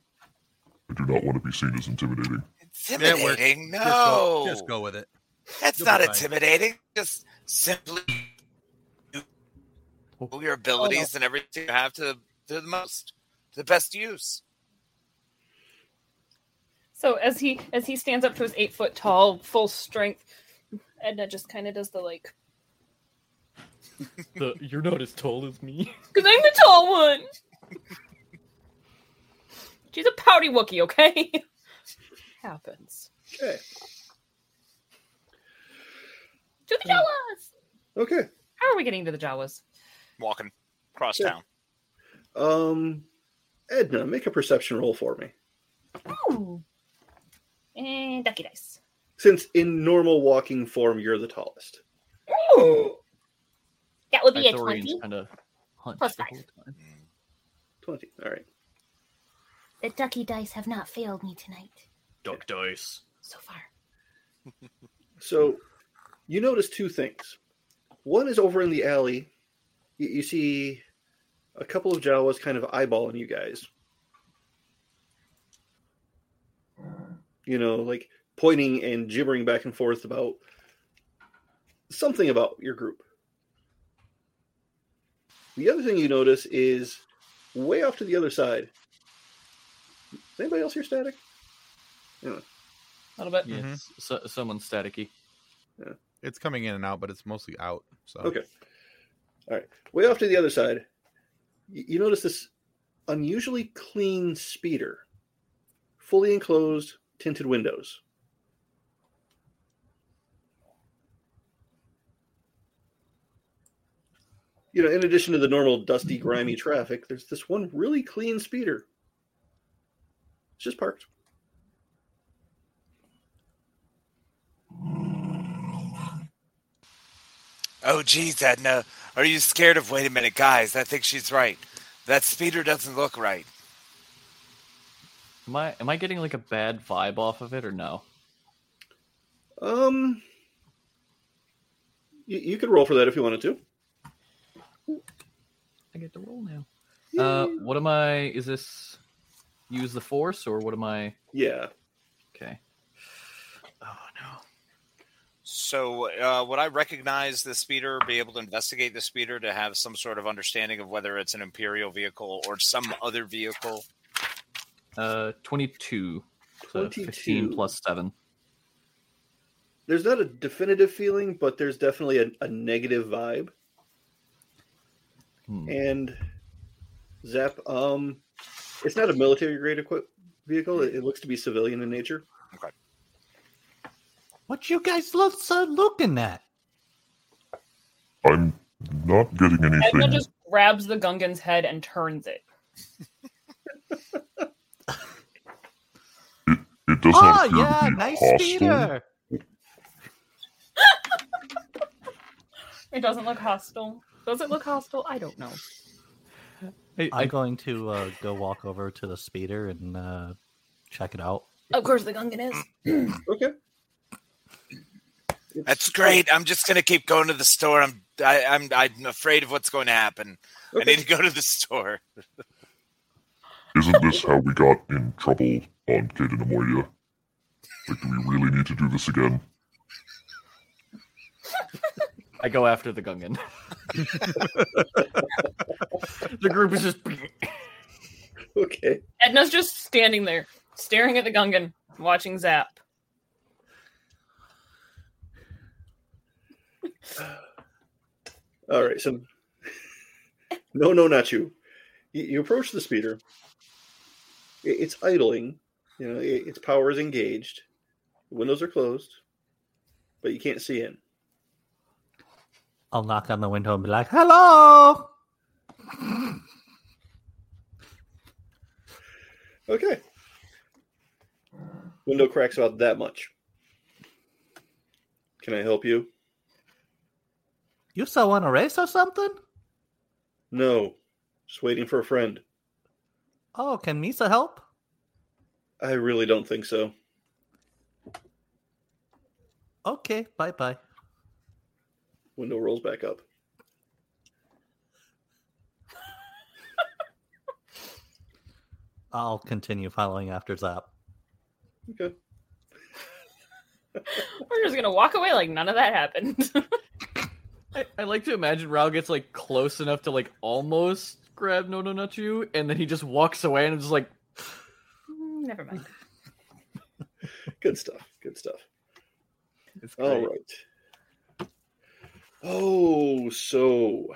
I: I do not want to be seen as intimidating.
A: it worked.
E: Intimidating?
A: Just go-
E: No.
A: Just go with it.
E: That's
A: You'll
E: not
A: be fine.
E: intimidating. Just simply do your abilities and everything you have to, to the most, to the best use.
F: So as he as he stands up to his eight foot tall, full strength, Edna just kind of does the like,
H: The- you're not as tall as me.
F: "Cause I'm the tall one." She's a pouty Wookie, okay? Happens.
D: Okay.
F: To the Jawas!
D: Okay.
F: How are we getting to the Jawas?
E: Walking across
D: Yeah.
E: town.
D: Um, Edna, make a perception roll for me.
F: Ooh. And ducky dice.
D: Since in normal walking form, you're the tallest.
F: Ooh. That would be a
H: Ithorian's
F: 20.
H: kind of hunched
F: Plus
H: the
F: five.
H: whole time.
D: 20. All right.
F: The ducky dice have not failed me tonight
H: Duck dice.
F: so far.
D: So you notice two things. One is over in the alley. You, you see a couple of Jawas kind of eyeballing you guys. You know, like pointing and gibbering back and forth about something about your group. The other thing you notice is way off to the other side. Is anybody else here static?
F: A little bit.
H: Yeah,
E: Mm-hmm.
A: Mhm.
H: s- so, someone staticky.
A: It's coming in and out, but it's mostly out. So
D: Okay. way off to the other side, y- you notice this unusually clean speeder, fully enclosed, tinted windows. You know, in addition to the normal dusty, grimy traffic, there's this one really clean speeder. It's just parked.
E: Oh, geez, Edna. Are you scared of. Wait a minute, guys. I think she's right. That speeder doesn't look right.
H: Am I am I getting like a bad vibe off of it or no?
D: Um, you, you could roll for that if you wanted to.
H: I get to roll now. Uh, what am I? Is this use the force or what am I?
D: Yeah.
H: Okay. Oh no.
E: So, uh, would I recognize the speeder, be able to investigate the speeder to have some sort of understanding of whether it's an Imperial vehicle or some other vehicle?
H: Uh, twenty-two. So fifteen
D: 22.
H: plus seven.
D: there's not a definitive feeling, but there's definitely a, a negative vibe.
H: Hmm.
D: And Zep, um, it's not a military grade equip vehicle. It, it looks to be civilian in nature.
B: What you guys look so looking at?
I: I'm not getting
C: Edna
I: anything.
C: just grabs the Gungan's head and turns it.
I: It does not
B: Oh
I: appear
B: yeah,
I: to be
B: nice
I: hostile.
B: speeder.
C: It doesn't look hostile. Does it look hostile? I don't know.
H: Hey, I,
B: I'm going to uh, go walk over to the speeder and uh, check it out.
F: Of course, the Gungan is.
D: Okay.
E: That's great. I'm just gonna keep going to the store. I'm I, I'm I'm afraid of what's going to happen. I
D: Okay.
E: need to go to the store.
I: Isn't this how we got in trouble on Kate and Amoya? Like, do we really need to do this again?
H: I go after the Gungan. the group is just
D: Okay.
C: Edna's just standing there, staring at the Gungan, watching Zap.
D: All right. So, no, no, not you. You, you approach the speeder. It, it's idling. You know, it, its power is engaged. Windows are closed, but you can't see in.
B: I'll knock on the window and be like, "Hello."
D: Okay. Window cracks about that much. Can I help you?
B: You still want a race or something?
D: No. Just waiting for a friend.
B: Oh, can Misa help?
D: I really don't think so.
B: Okay, bye bye.
D: Window rolls back up.
B: I'll continue following after Zap.
D: Okay.
C: We're just gonna walk away like none of that happened.
H: I, I like to imagine Rao gets like close enough to like almost grab No No Not You, and then he just walks away and I'm just like,
C: Mm, Never mind.
D: Good stuff. Good stuff.
H: it's great.
D: All right. Oh, so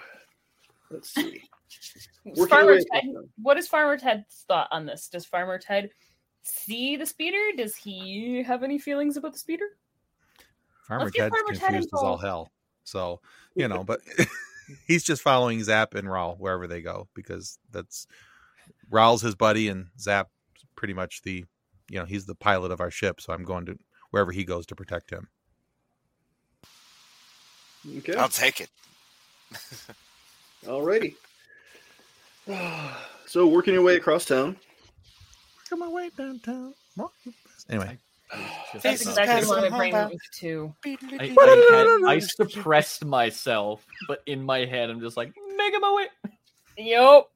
D: let's see. Working
C: Farmer
D: away-
C: Ted, what is Farmer Ted's thought on this? Does Farmer Ted see the speeder? Does he have any feelings about the speeder?
A: Farmer
F: Let's get
A: Ted's
F: Farmer Ted
A: confused as all
F: involved.
A: hell. So, you know, but he's just following Zap and Raul wherever they go because that's Raul's his buddy and Zap's pretty much the, you know, he's the pilot of our ship. So I'm going to wherever he goes to protect him.
D: Okay.
E: I'll take it.
D: Alrighty. So working your way across town.
A: Come away downtown. Anyway,
H: Just-
F: That's
E: This is
F: exactly
E: kinda
F: what my
E: some
F: brain
E: hot-
F: moved to.
H: I, I, had, I suppressed myself, but in my head, I'm just like, make him away.
F: Yup.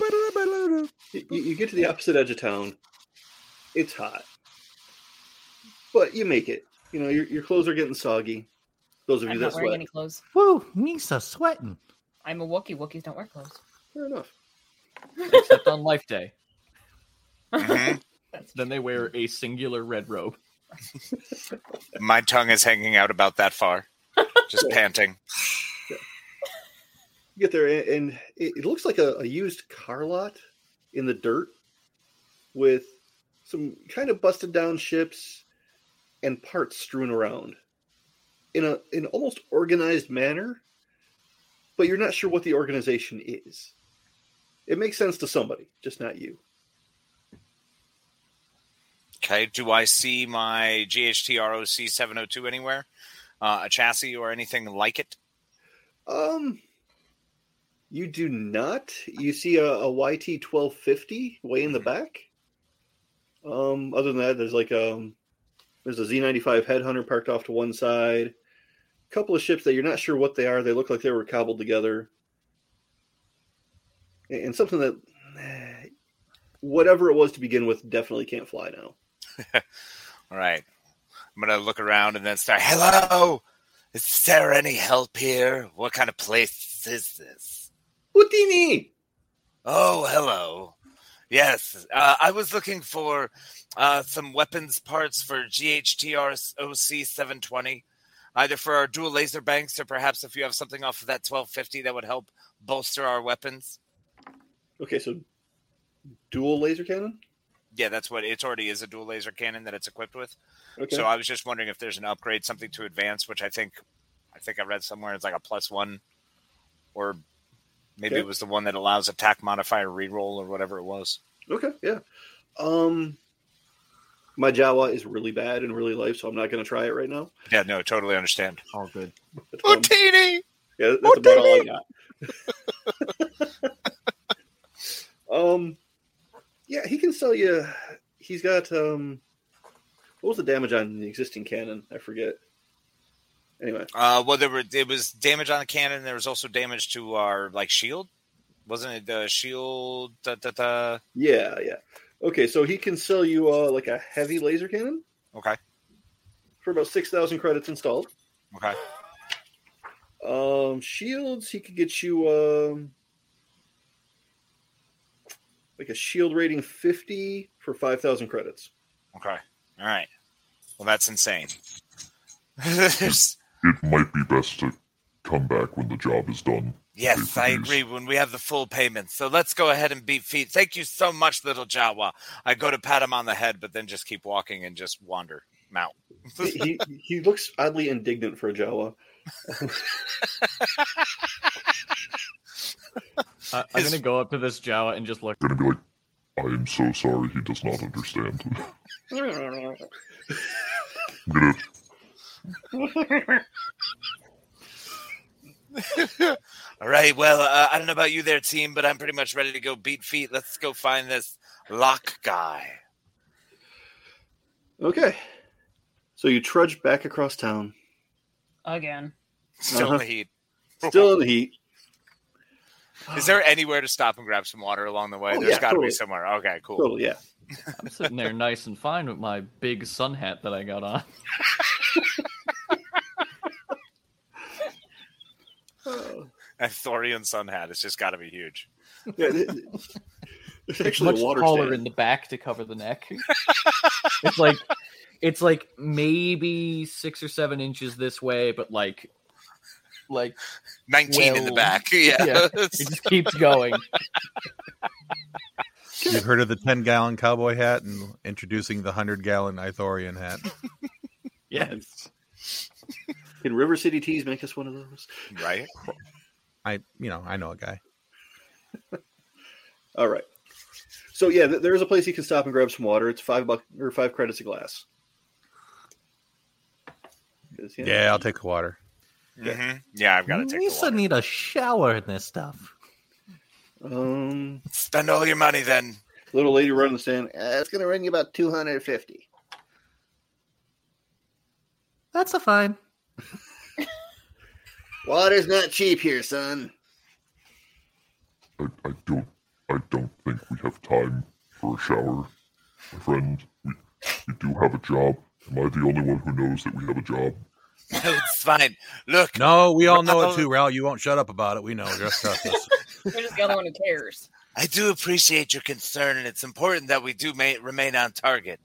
D: You, you get to the opposite edge of town. It's hot, but you make it. You know your, your clothes are getting soggy. Those of you
F: I'm
D: that
F: not wearing
D: sweat,
F: any clothes.
B: Woo, Misa sweating.
F: I'm a Wookiee. Wookiees don't wear clothes.
D: fair enough.
H: Except on Life Day.
E: Mhm.
H: Then they wear a singular red robe.
E: My tongue is hanging out about that far, just panting.
D: You get there, and, and it, it looks like a, a used car lot in the dirt with some kind of busted down ships and parts strewn around in a in almost organized manner. But you're not sure what the organization is. It makes sense to somebody, just not you.
E: Okay, do I see my GHTROC 702 anywhere? Uh, a chassis or anything like it?
D: Um, you do not. You see a, a YT twelve fifty way in the back. Um, other than that, there's like um, there's a Z ninety five headhunter parked off to one side. A couple of ships that you're not sure what they are. They look like they were cobbled together. And, and something that, eh, whatever it was to begin with, definitely can't fly now.
E: All right. I'm going to look around and then start, hello! Is there any help here? What kind of place is this?
D: What do you mean?
E: Oh, hello. Yes, uh, I was looking for uh, some weapons parts for GHTROC 720, either for our dual laser banks or perhaps if you have something off of that 1250 that would help bolster our weapons.
D: Okay, so dual laser cannon.
E: Yeah, that's what it already is a dual laser cannon that it's equipped with.
D: Okay.
E: So I was just wondering if there's an upgrade, something to advance, which I think I think I read somewhere it's like a plus one, or maybe
D: Okay.
E: it was the one that allows attack modifier reroll or whatever it was.
D: Okay, yeah. Um, my Jawa is really bad and really light, so I'm not going to try it right now.
E: Yeah, no, totally understand.
H: All good.
D: That's all-
E: Utini!
D: yeah, that's about all I got. um, yeah, he can sell you. He's got um, what was the damage on the existing cannon? I forget. Anyway,
E: Uh, well, there were it was damage on the cannon. There was also damage to our like shield, wasn't it? The shield. Da, da, da.
D: yeah, yeah. Okay, so he can sell you uh, like a heavy laser cannon
E: Okay,
D: for about six thousand credits installed.
E: okay.
D: Um, shields, he could get you um like a shield rating fifty for five thousand credits.
E: Okay. All right. Well, that's insane. There's-
I: It might be best to come back when the job is done.
E: yes, I
I: Please.
E: agree. When we have the full payment, so let's go ahead and beat feet. Thank you so much, little Jawa. I go to pat him on the head, but then just keep walking and just wander mount.
D: He- he he looks oddly indignant for a Jawa.
H: I, I'm going to go up to this Jawa and just look.
I: Gonna be like, I am so sorry he does not understand. I'm gonna
E: All right. Well, uh, I don't know about you there, team, but I'm pretty much ready to go beat feet. Let's go find this lock guy.
D: Okay, so you trudge back across town,
F: Again.
E: Still in the heat.
D: Uh-huh. still in the heat.
E: Is there anywhere to stop and grab some water along the way?
D: Oh,
E: There's
D: yeah,
E: got to
D: totally.
E: be somewhere. Okay, cool.
D: Totally, yeah.
H: I'm sitting there nice and fine with my big sun hat that I got on.
E: And Thorian Sun Hat. It's just got to be huge.
D: yeah th- th- there's actually
H: much
D: a water
H: taller
D: stand.
H: in the back to cover the neck. it's like it's like maybe six or seven inches this way, but like like
E: 19 in the
H: Well,
E: back. Yeah.
H: yeah. it just keeps going.
A: You've heard of the 10 gallon cowboy hat and, and introducing the hundred gallon Ithorian hat.
H: Yes.
D: Can River City Teas make us one of those?
E: right?
A: I you know I know a guy.
D: All right. So yeah, th- there is a place you can stop and grab some water. It's five buck or five credits a glass. 'Cause,
A: Yeah, I'll take the water.
E: hmm Yeah, I've got to take
B: You
E: the water.
B: still need a shower in this stuff.
D: Um,
E: Spend all your money then.
D: little lady running the stand. Uh, it's going to run you about two hundred and fifty.
B: That's a fine.
D: Water's not cheap here, son.
I: I, I don't I don't think we have time for a shower. My friend, we, we do have a job. Am I the only one who knows that we have a job?
E: No, it's fine. Look,
A: No, we all know
E: Raoul.
A: it too, Ral. You won't shut up about it. We know. Just trust us.
C: You're just the only one who cares.
E: I do appreciate your concern, and it's important that we do ma- remain on target.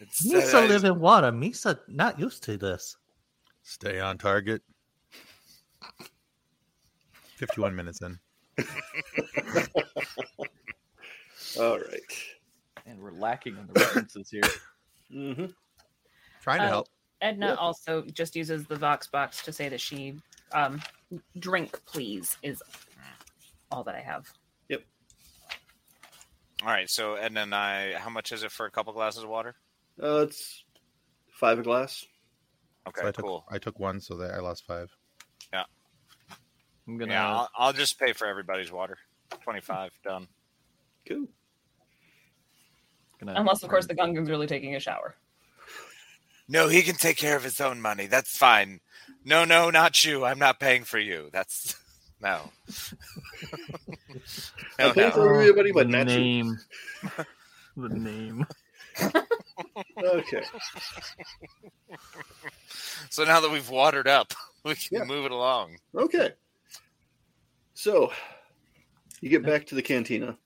E: It's,
B: Misa
E: uh,
B: live in water. Misa not used to this.
A: Stay on target. Fifty-one minutes in.
D: All right.
H: And we're lacking on the references here.
D: Mm-hmm.
A: Trying to
C: Uh,
A: help.
C: Edna also just uses the Vox box to say that she um drink please is all that I have.
E: all right, so Edna and I, how much is it for a couple glasses of water?
D: Uh, it's five a glass.
E: Okay,
A: So I took
E: cool.
A: I took one, so that I lost five.
H: I'm gonna
E: Yeah, I'll, I'll just pay for everybody's water. Twenty-five done.
D: Cool.
H: gonna
C: Unless of course the Gungan's really taking a shower.
E: No, he can take care of his own money. That's fine. No, no, not you. I'm not paying for you. That's no. no,
D: I think
E: no.
D: for everybody, but not you.
H: name. the name.
D: Okay.
E: So now that we've watered up, we can
D: Yeah.
E: move it along.
D: Okay. So you get back to the cantina,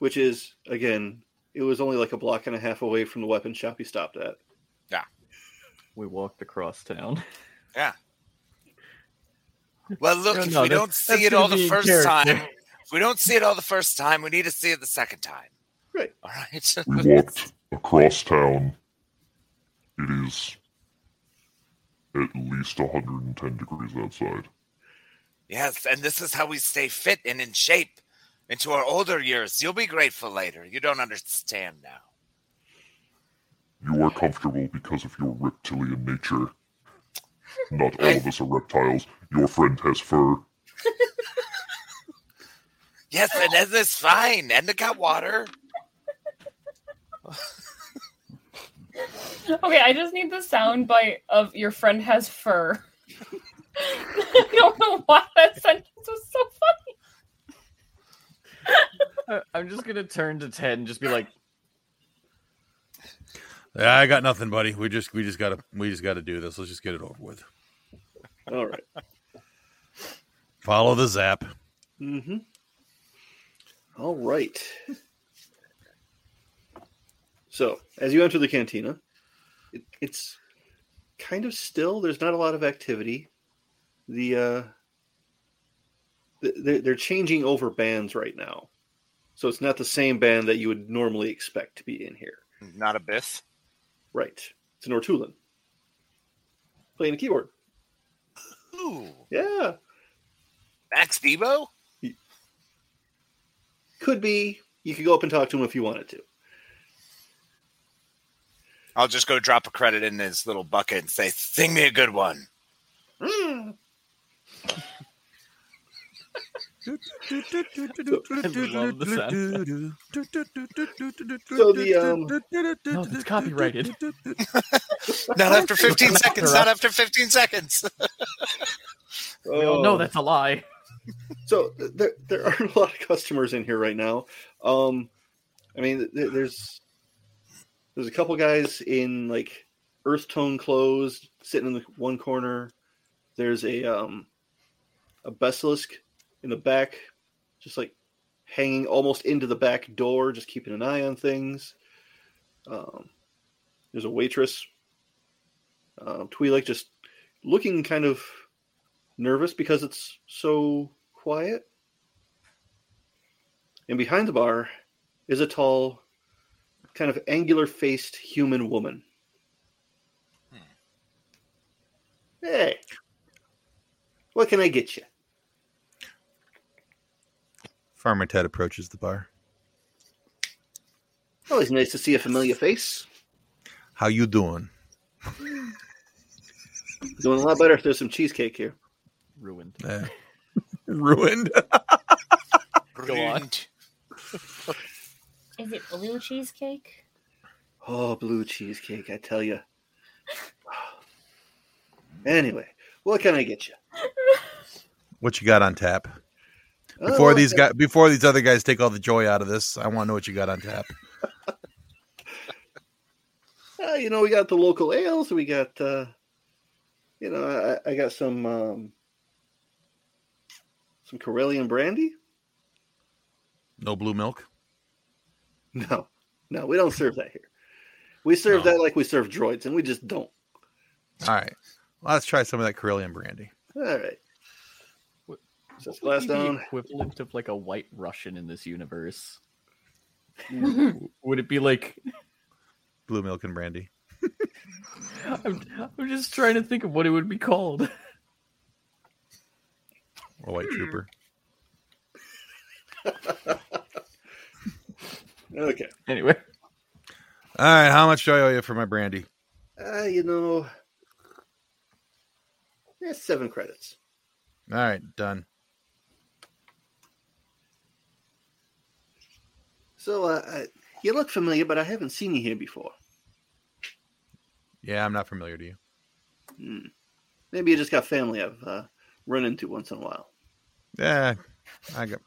D: which is again, it was only like a block and a half away from the weapon shop you stopped at.
H: We walked across town.
E: Well, look,
H: No,
E: if
H: no,
E: we
H: that's-
E: don't
H: that's
E: see it
H: gonna
E: all
H: be
E: the
H: in
E: first
H: character.
E: time, if we don't see it all the first time, we need to see it the second time.
D: Right.
E: All right.
I: We walked across town. It is at least 110 degrees outside.
E: yes, and this is how we stay fit and in shape into our older years. You'll be grateful later. You don't understand now.
I: You are comfortable because of your reptilian nature. Not all of us are reptiles. Your friend has fur.
E: Yes, and Edna's fine. Edna got water.
C: Okay, I just need the sound bite of your friend has fur. I don't know why that sentence was so funny.
H: I- Uh, I'm just gonna turn to Ted and just be like,
A: Yeah, I got nothing, buddy. We just we just gotta we just gotta do this. Let's just get it over with.
D: All right.
A: Follow the zap.
D: Mm-hmm. All right. So, as you enter the cantina, it, it's kind of still. There's not a lot of activity. The uh, th- they're, they're changing over bands right now, so it's not the same band that you would normally expect to be in here.
E: Not Abyss.
D: Right? It's an Ortulan playing a keyboard.
E: Ooh,
D: Yeah,
E: Max Debo?
D: could be. You could go up and talk to him if you wanted to.
E: I'll just go drop a credit in his little bucket and say, "Sing me a good one."
A: Mm.
H: love the sound
A: So
D: the, um,
H: No, it's copyrighted.
D: Oh,
E: Not after 15 seconds. Not after 15 seconds.
H: "We all know that's a lie."
D: Oh. so th- there there are a lot of customers in here right now. Um, I mean, th- there's there's a couple guys in like earth tone clothes sitting in the one corner. There's a um a basilisk in the back, just like hanging almost into the back door, just keeping an eye on things. Um, there's a waitress, um, Twi'lek, just looking kind of nervous because it's so quiet. And behind the bar is a tall, kind of angular faced human woman. Hey, what can I get you?
A: Farmer Ted approaches the bar.
D: Always nice to see a familiar face.
A: How you doing?
D: Doing a lot better if there's some cheesecake here.
H: ruined.
A: Eh. Ruined.
H: Go on.
E: Ruined.
F: Is it blue cheesecake?
D: Oh, blue cheesecake, I tell you. Anyway, what can I get you?
A: What you got on tap? Before
D: Oh,
A: these guys, before these other guys take all the joy out of this, I want to know what you got on tap.
D: Uh, you know, we got the local ales. We got, uh, you know, I, I got some um, some Karelian brandy.
A: No blue milk.
D: No, no, we don't serve that here. We serve that like we serve droids, and we just don't.
A: All right, let's try some of that Karelian brandy.
D: All right.
H: What-
D: So it's
H: Would
D: glass
H: he be
D: down.
H: equivalent of like a white Russian in this universe?
D: Mm.
H: Would it be like?
A: Blue milk and brandy.
H: I'm, I'm just trying to think of what it would be called.
A: A white trooper.
D: Okay.
H: Anyway,
A: All right, how much do I owe you for my brandy?
D: Uh, you know, yeah, seven credits.
A: All right, done.
D: So uh, I, you look familiar, but I haven't seen you here before.
A: Yeah, I'm not familiar to you.
D: Hmm. Maybe you just got family I've uh, run into once in a while.
A: Yeah, I got,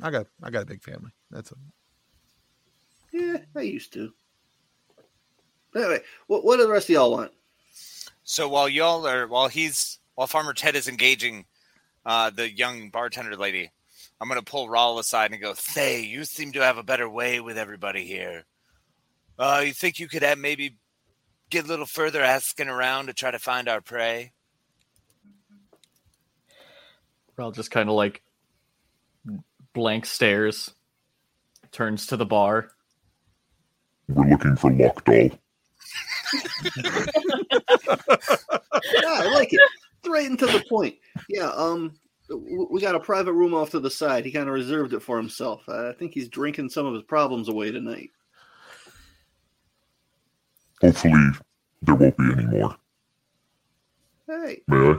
A: I got, I got a big family. That's a,
D: Yeah, I used to. Anyway, what, what do the rest of y'all want?
E: So while y'all are while he's while Farmer Ted is engaging uh, the young bartender lady, I'm gonna pull Rawl aside and go, Say, you seem to have a better way with everybody here. Uh, you think you could have maybe get a little further asking around to try to find our prey?
H: Ral just kind of like blank stares, turns to the bar.
I: We're looking for Lockdoll.
D: Yeah, I like it. Straight and to the point. Yeah, um, w- we got a private room off to the side. He kind of reserved it for himself. I think he's drinking some of his problems away tonight.
I: Hopefully, there won't be any more.
D: Hey,
I: May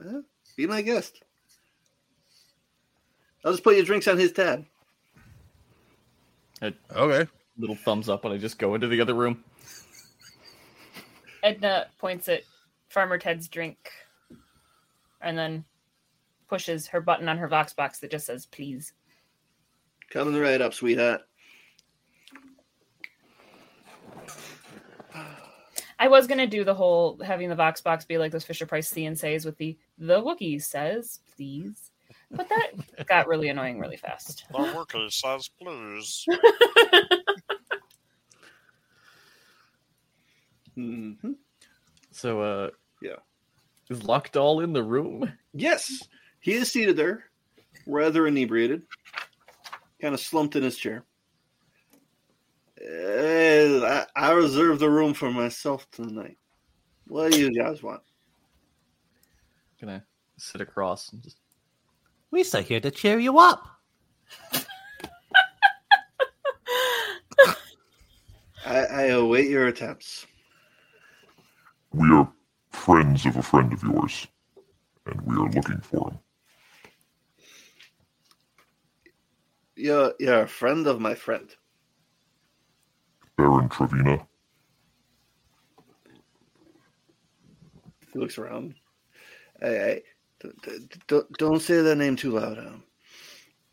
I: I?
D: be my guest. I'll just put your drinks on his tab.
A: okay.
H: Little thumbs up when I just go into the other room.
C: Edna points at Farmer Ted's drink and then pushes her button on her Vox box that just says please.
D: Coming right up, sweetheart.
C: I was gonna do the whole having the Vox box be like those Fisher Price C and says with the the Wookiee says please. But that got really annoying really fast.
L: The worker says, please.
D: hmm
F: Mm-hmm.
H: So, uh,
D: Yeah.
H: is Lockdoll in the room?
D: Yes, he is seated there, rather inebriated, kind of slumped in his chair. Eh, I, I reserve the room for myself tonight. What do you guys want?
H: Gonna sit across and just
B: We stay here to cheer you up.
D: I, I await your attempts.
I: We are friends of a friend of yours, and we are looking for him.
D: You're, you're a friend of my friend.
I: Baron Trevina.
D: He looks around. Hey, hey, d- d- d- don't, don't say that name too loud. Um,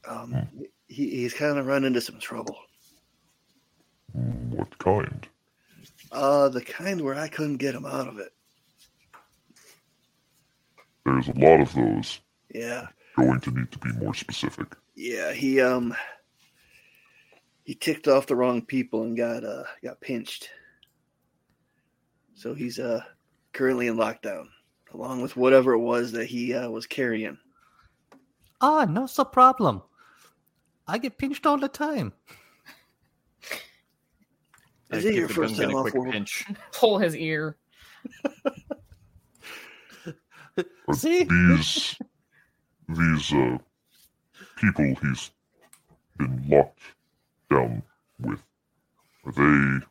D: um, he, he's kind of run into some trouble.
I: Hmm, What kind?
D: Uh, the kind where I couldn't get him out of it.
I: There's a lot of those.
D: Yeah.
I: Going to need to be more specific.
D: Yeah, he um he ticked off the wrong people and got uh got pinched. So he's uh currently in lockdown along with whatever it was that he uh, was carrying.
B: Ah, no so problem. I get pinched all the time.
F: Is
H: I
F: it
H: give
F: your
H: the
F: first
H: Gungan
F: time
H: a
F: off
H: quick
F: world?
H: pinch.
D: Pull his ear.
B: See?
I: These these uh people he's been locked down with are they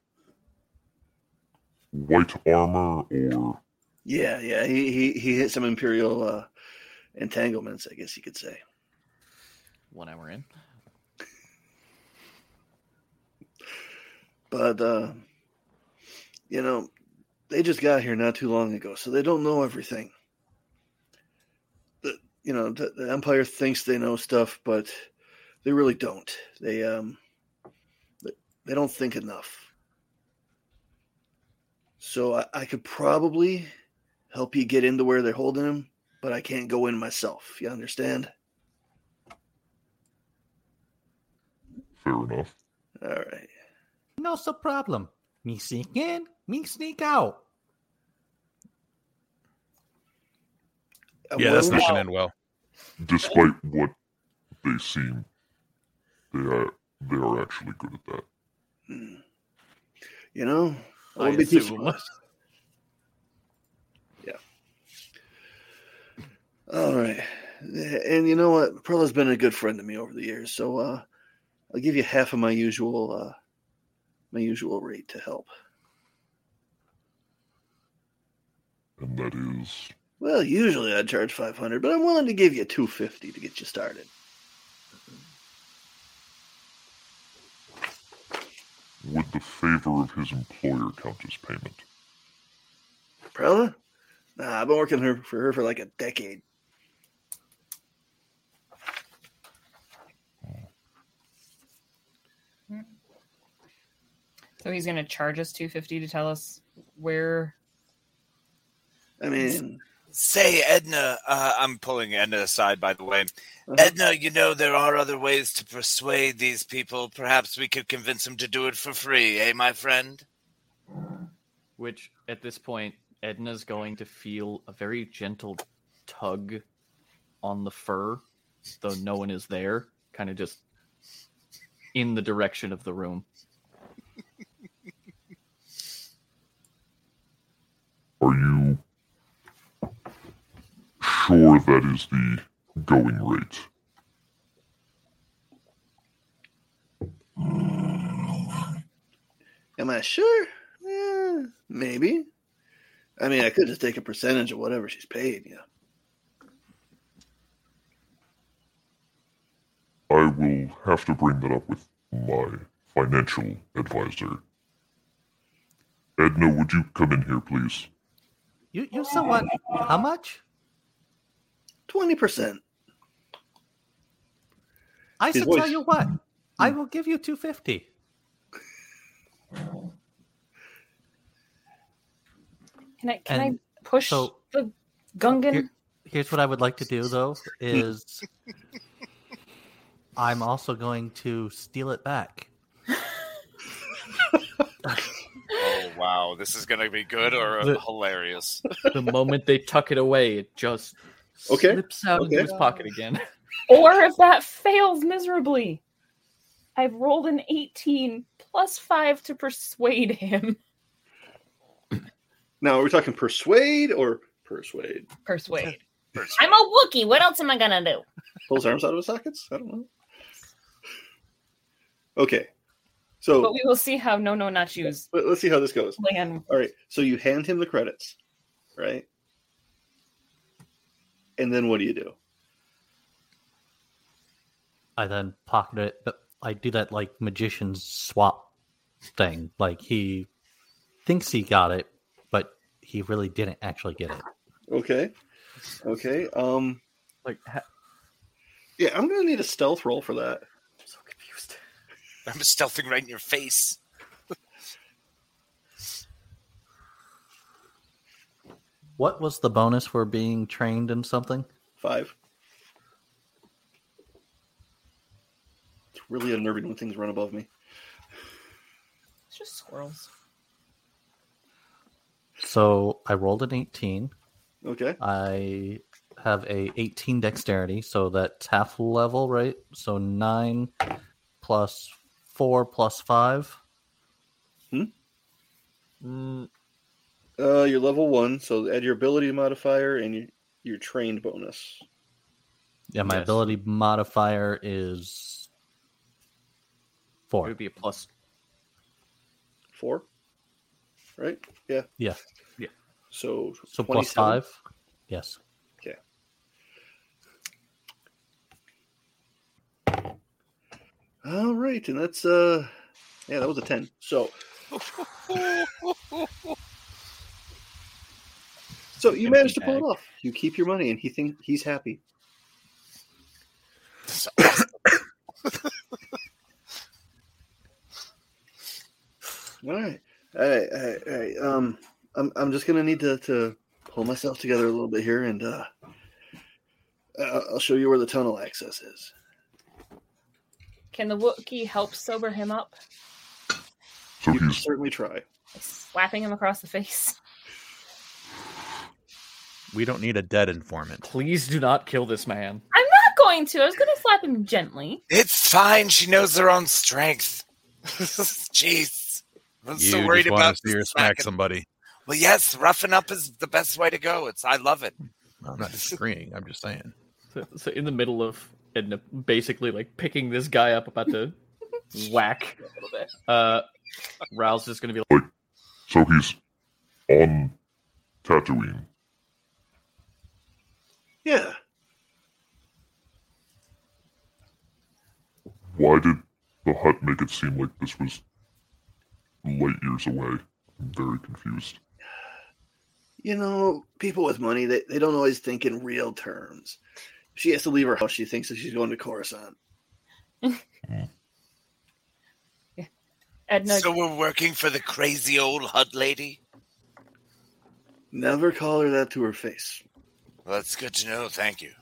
I: white armor or
F: Yeah, yeah. He he, he hit some imperial uh, entanglements, I guess you could say.
H: One hour in.
F: But uh, you know, they just got here not too long ago, so they don't know everything. The, you know, the, the empire thinks they know stuff, but they really don't. They um, they, they don't think enough. So I, I could probably help you get into where they're holding him, but I can't go in myself. You understand?
I: fair enough?
F: All right.
B: No, so problem. Me sneak in, me sneak out.
E: Uh,
A: Yeah, that's
F: Well,
A: not going to end well.
I: Despite what they seem, they are they are actually good at that.
F: You know, I
H: I
F: wouldn't be too
H: assume.
F: surprised. Yeah. All right. And you know what? Perla's been a good friend to me over the years, so uh, I'll give you half of my usual uh, my usual rate to help.
I: And that is
F: Well, usually I charge five hundred, but I'm willing to give you two fifty to get you started.
I: would the favor of his employer count as payment?
F: Perla? Nah, I've been working her for her for like a decade.
D: So he's gonna charge us two fifty to tell us where.
F: I mean,
E: Say, Edna, uh, I'm pulling Edna aside, by the way.
F: Uh-huh.
E: Edna, you know, there are other ways to persuade these people. Perhaps we could convince them to do it for free, eh, my friend?
H: Which at this point, Edna's going to feel a very gentle tug on the fur, though no one is there, kind of just in the direction of the room.
I: Are you sure that is the going rate?
F: am I sure? Eh, maybe. I mean, I could just take a percentage of whatever she's paid. You know.
I: I will have to bring that up with my financial advisor. Edna, would you come in here, please?
B: You you said what? How much?
F: Twenty percent.
B: I
F: His
B: said
F: voice.
B: tell you what. I will give you two fifty.
C: Can I can
B: And
C: I push
B: so-
C: the Gungan?
B: Here- here's what I would like to do though is I'm also going to steal it back.
E: Oh, wow. This is going to be good or
H: The-
E: hilarious.
H: The moment they tuck it away, it just
F: Okay,
H: slips out
F: okay.
H: into his pocket again.
C: Or if that fails miserably, I've rolled an 18 plus 5 to persuade him.
F: Now, are we talking persuade or persuade?
D: Persuade.
C: I'm a Wookiee. What else am I going to do?
F: Pull his arms out of his sockets? I don't know. Okay. So
D: But we will see how no, no, not yous
F: let- let's see how this goes.
D: plan.
F: All right. So you hand him the credits, right? And then what do you do?
B: I then pocket it, but I do that like magician's swap thing. Like he thinks he got it, but he really didn't actually get it.
F: Okay. Okay. Um
H: Like, ha-
F: yeah, I'm gonna need a stealth roll for that.
H: I'm so confused.
E: I'm stealthing right in your face.
B: What was the bonus for being trained in something?
F: Five. It's really unnerving when things run above me.
D: It's just squirrels.
B: So I rolled an eighteen.
F: Okay.
B: I have a 18 dexterity, so that's half level, right? So nine plus four plus five.
F: Hmm?
H: Mm,
D: Uh, you're level one, so add your ability modifier and your, your trained bonus.
B: Yeah, my
H: Yes.
B: ability modifier is
H: it
B: four.
H: would be a plus.
D: Four, right? Yeah.
B: Yeah.
D: So,
B: So plus
D: 27.
B: five. Yes.
D: All right, and that's uh, yeah, that was a ten. So, so you
H: Empty
D: managed to pull it
H: bag.
D: off. You keep your money, and he think he's happy. All right, all right, all right. All right. Um, I'm I'm just gonna need to to pull myself together a little bit here, and uh, I- I'll show you where the tunnel access is.
C: Can the Wookiee help sober him up
I: So
D: You can
I: he's
D: certainly try.
C: by slapping him across the face?
A: We don't need a dead informant.
H: Please do not kill this man.
C: I'm not going to. I was going to slap him gently.
E: It's fine. She knows her own strength. Jeez. I'm so worried
A: wanna
E: about
A: see her
E: this
A: smack
E: slacking.
A: somebody.
E: Well, yes, roughing up is the best way to go. It's I love it.
A: I'm not disagreeing. I'm just saying.
H: So, so in the middle of Edna basically like picking this guy up, about to whack. Uh, Raoul's just gonna be like,
I: so he's on Tatooine.
D: Yeah.
I: Why did the hut make it seem like this was light years away? I'm very confused.
D: you know, people with money, they, they don't always think in real terms. She has to leave her house. She thinks that she's going to Coruscant.
C: Edna,
E: So we're working for the crazy old HUD lady.
D: Never call her that to her face.
E: Well, that's good to know. Thank you.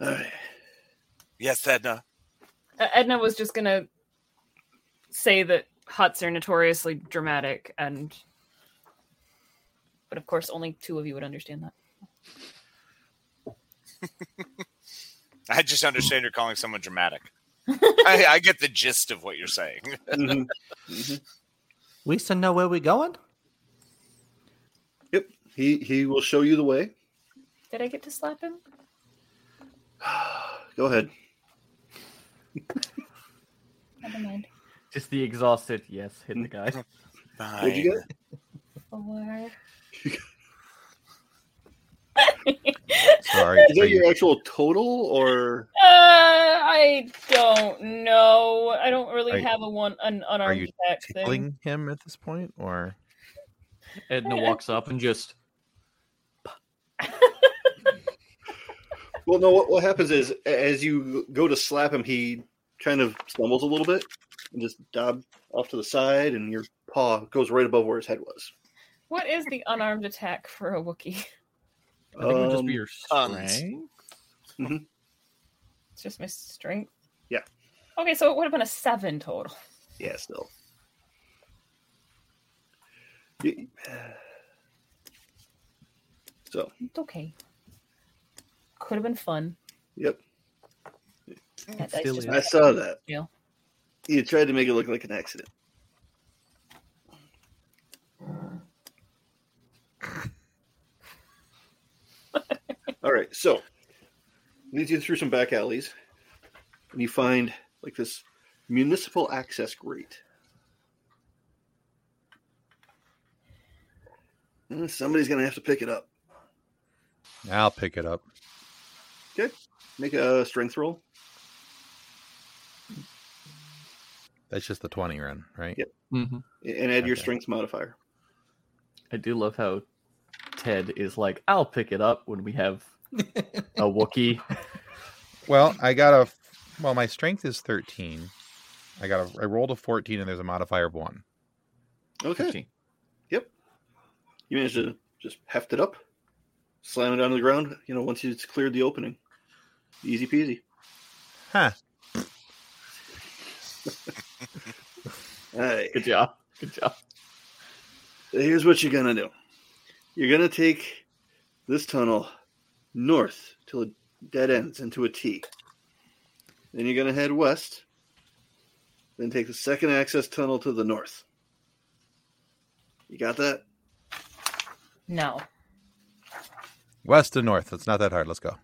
D: All right.
E: Yes, Edna.
C: uh, Edna was just going to say that huts are notoriously dramatic, and but of course, only two of you would understand that.
E: I just understand you're calling someone dramatic. I, I get the gist of what you're saying.
D: Mhm. Mhm.
B: We still know where we're going.
D: Yep. He he will show you the way.
C: Did I get to slap him?
D: Go ahead.
C: Never mind.
H: just the exhausted. Yes, hit the guy.
D: What'd you get?
C: Four.
A: Sorry.
D: Is that your actual total or
C: Uh, I don't know. I don't really
A: Are you-
C: have a one an
A: are
C: unarmed
A: you
C: attack thing.
A: tickling him at this point, or
H: Edna walks up and just
D: well no what, what happens is a- as you go to slap him he kind of stumbles a little bit and just dob off to the side and your paw goes right above where his head was.
C: What is the unarmed attack for a Wookiee?
H: I think it would just be
D: Um, Mm-hmm.
H: your
E: tons.
H: strength.
C: It's just my strength.
D: Yeah.
C: Okay, so it would have been a seven total.
D: Yeah, still. You- So,
C: It's okay. Could have been fun.
D: yep,
C: That dice
B: Still
C: just
B: is.
D: I saw that.
C: Yeah.
D: You tried to make it look like an accident. All right, so leads you through some back alleys, and you find like this municipal access grate. Mm, Somebody's gonna have to pick it up.
A: I'll pick it up.
D: Make a strength roll.
A: That's just the twenty run, right?
D: Yep.
A: Mm-hmm.
H: Mhm.
D: and add your
A: Okay.
D: strength modifier.
H: I do love how Ted is like, I'll pick it up when we have a Wookiee.
A: Well, I got a. Well, my strength is thirteen. I got a. I rolled a fourteen, and there's a modifier of one.
D: Okay.
H: 15.
D: You managed to just heft it up, slam it onto the ground. You know, once it's cleared the opening, easy peasy.
A: Huh.
D: All right.
H: Good job. Good job.
D: Here's what you're gonna do. You're gonna take this tunnel north till it dead ends into a T. Then you're gonna head west. Then take the second access tunnel to the north. You got that?
C: No.
A: West and north. It's not that hard. Let's go.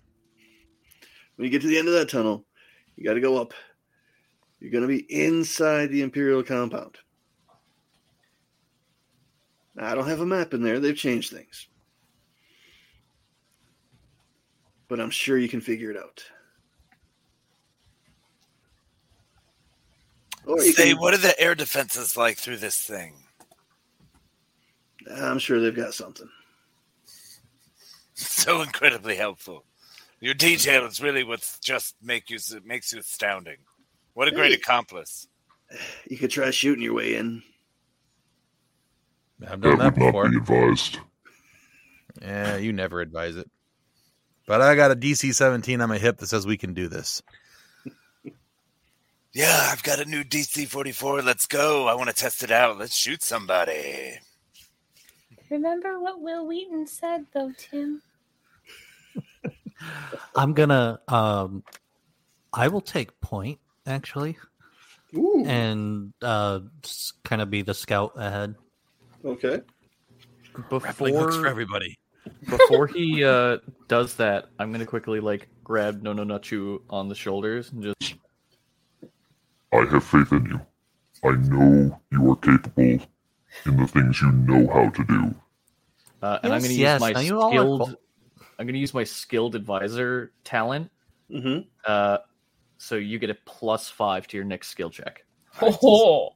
D: When you get to the end of that tunnel, you got to go up. You're going to be inside the Imperial compound. Now, I don't have a map in there. They've changed things. But I'm sure you can figure it out. Or you
E: Say,
D: can-
E: what are the air defenses like through this thing?
D: I'm sure they've got something.
E: So incredibly helpful. Your detail is really what's just make you makes you astounding. What a great
D: Hey.
E: accomplice!
D: You could try shooting your way in.
A: I've done
I: That
A: that
I: would
A: before.
I: not be advised.
A: Yeah, you never advise it. But I got a DC 17 on my hip that says we can do this.
E: Yeah, I've got a new DC forty four. Let's go. I want to test it out. Let's shoot somebody.
F: Remember what Will Wheaton said, though, Tim?
B: I'm gonna um I will take point actually
D: Ooh.
B: and uh kind of be the scout ahead.
D: Okay.
H: Before
A: everybody.
H: before he uh, does that, I'm gonna quickly like grab No No Nachu on the shoulders and just
I: I have faith in you. I know you are capable in the things you know how to do.
H: uh, and I'm
B: Yes,
H: gonna
B: yes,
H: use my
B: now you all are
H: skilled.
B: qual-
H: I'm gonna use my skilled advisor talent.
D: hmm
H: Uh, so you get a plus five to your next skill check.
C: Oh,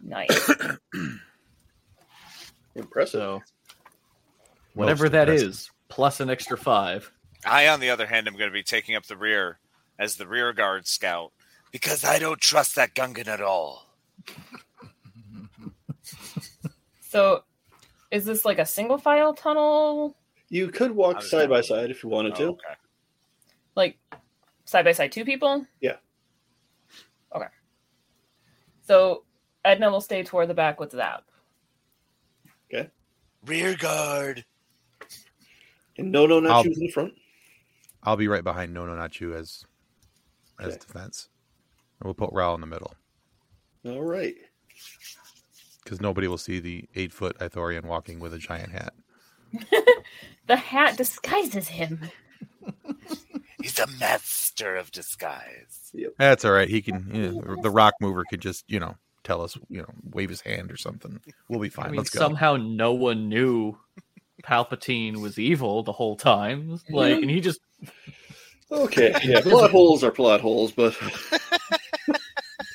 C: nice.
D: Impressive.
H: So whatever
A: Most
H: that
A: impressive.
H: is, plus an extra five.
E: I, on the other hand, am going to be taking up the rear as the rear guard scout because I don't trust that Gungan at all.
C: So, is this like a single file tunnel,
D: You could walk
E: How's
D: side
E: that?
D: by side if you wanted
E: Oh,
D: to.
E: okay.
C: like side by side, two people?
D: Yeah.
C: Okay. So Edna will stay toward the back with Zap.
E: Rear guard.
D: And no, no, not
A: I'll-
D: you in the front.
A: I'll be right behind No No Not You as as
D: Okay.
A: defense. And we'll put Ral in the middle
D: All right.
A: because nobody will see the eight foot Ithorian walking with a giant hat.
F: The hat disguises him.
E: He's a master of disguise.
A: That's all right. He can, you know, the rock mover could just, you know, tell us, you know, wave his hand or something. We'll be fine.
H: I mean,
A: Let's go.
H: somehow no one knew Palpatine was evil the whole time. Like, and he just
D: Okay. Yeah. plot holes are plot holes, but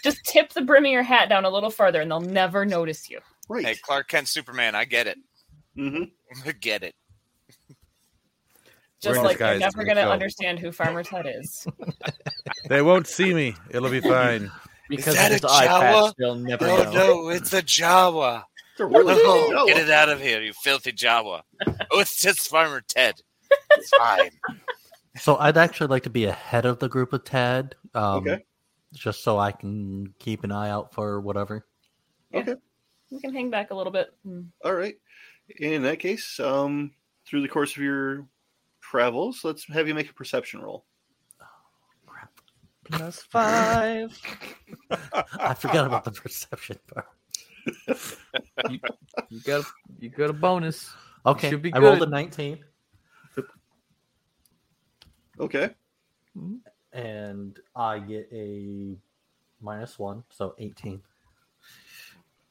C: Just tip the brim of your hat down a little further, and they'll never notice you.
D: right.
E: Hey, Clark Kent, Superman. I get it.
D: hmm
H: Mm-hmm.
E: I get it.
A: We're
C: Just
A: in
C: like they're
A: disguise,
C: never
A: it's
C: going to
A: gonna show.
C: understand who Farmer's Head is.
A: They won't see me. It'll be fine.
H: because
E: that
H: of his
E: a
H: eye
E: Jawa?
H: patch, they'll never
E: Oh
H: know.
E: no, it's a Jawa.
D: It's a really
E: Oh,
D: good
E: get
D: dialogue.
E: it out of here, you filthy Jawa. Oh, it's just Farmer Ted. It's fine.
B: So I'd actually like to be ahead of the group of Tad um
D: Okay.
B: just so I can keep an eye out for whatever.
C: We can hang back a little bit. Mm.
D: All right. In that case, um, through the course of your travels, let's have you make a perception roll.
H: Plus five.
B: I forgot about the perception part.
H: you, you got you got a bonus.
B: Okay.
H: Should be
B: I rolled a
H: good.
B: 19
D: Okay.
B: and I get a minus 1, so 18.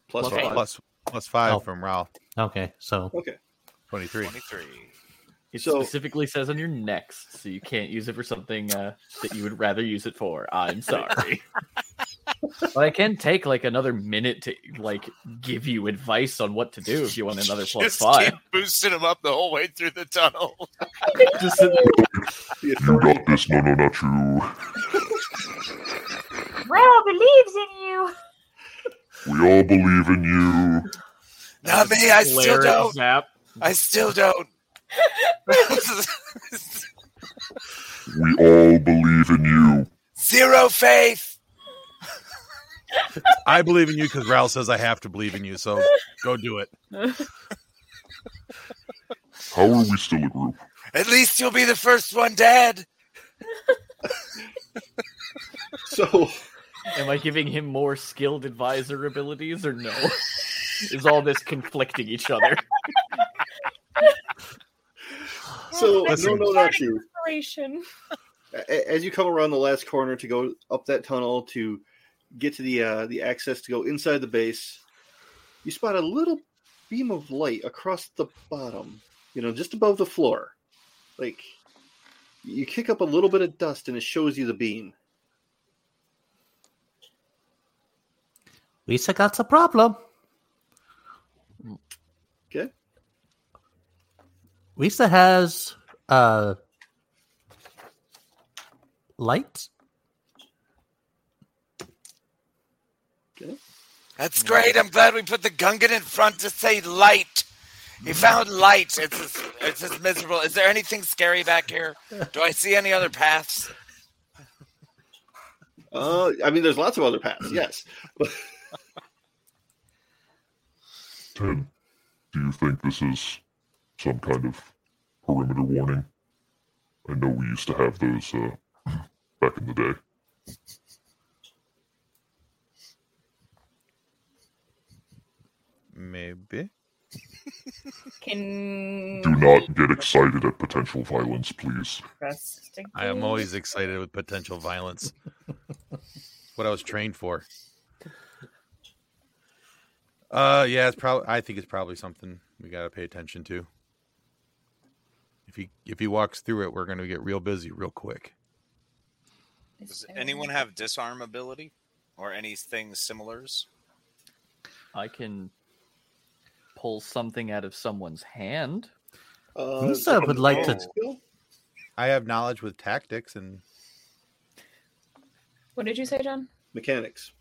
D: Plus
H: Plus
D: five.
A: Plus, plus five
B: Oh.
A: from Ral.
B: Okay, so
D: Okay.
A: 23.
E: Twenty-three.
H: It
D: So-
H: specifically says on your next, so you can't use it for something uh, that you would rather use it for. I'm sorry, but I can take like another minute to like give you advice on what to do if you want another plus
E: Just
H: five.
E: keep boosting him up the whole way through the tunnel.
H: Just sit there.
D: The
I: You
D: authority-
I: got this, no, no, not you.
F: Ral believes in you.
I: We all believe in you.
E: Not me. I
H: Glare
E: still
H: at
E: don't.
H: Zap.
E: I still don't.
I: We all believe in you.
E: Zero faith.
A: I believe in you because Ral says I have to believe in you. So go do it.
I: How are we still a group?
E: At least you'll be the first one dead.
D: So
H: Am I giving him more skilled advisor abilities or no? is all this conflicting each other.
D: So,
A: Listen.
D: no, no, not you.
F: Inspiration.
D: A- as you come around the last corner to go up that tunnel to get to the uh, the access to go inside the base, you spot a little beam of light across the bottom. You know, just above the floor. Like you kick up a little bit of dust, and it shows you the beam.
B: Lisa got a problem.
D: Okay.
B: Lisa has uh light.
E: That's great. I'm glad we put the Gungan in front to say light.
A: Mm-hmm.
E: He found light. It's just, it's just miserable. Is there anything scary back here? Do I see any other paths?
D: Uh, I mean, there's lots of other paths. Yes,
I: Ted, do you think this is some kind of perimeter warning? I know we used to have those uh, back in the day.
A: Maybe.
C: Can
I: Do not get excited at potential violence, please.
A: I am always excited with potential violence. what I was trained for. Uh yeah, it's probably I think it's probably something we gotta pay attention to. If he if he walks through it, we're gonna get real busy real quick.
E: Does anyone have disarm ability or anything similars?
H: I can pull something out of someone's hand.
D: uh,
B: Lisa would like to.
D: skill?
A: I have knowledge with tactics and
C: What did you say, John?
D: mechanics.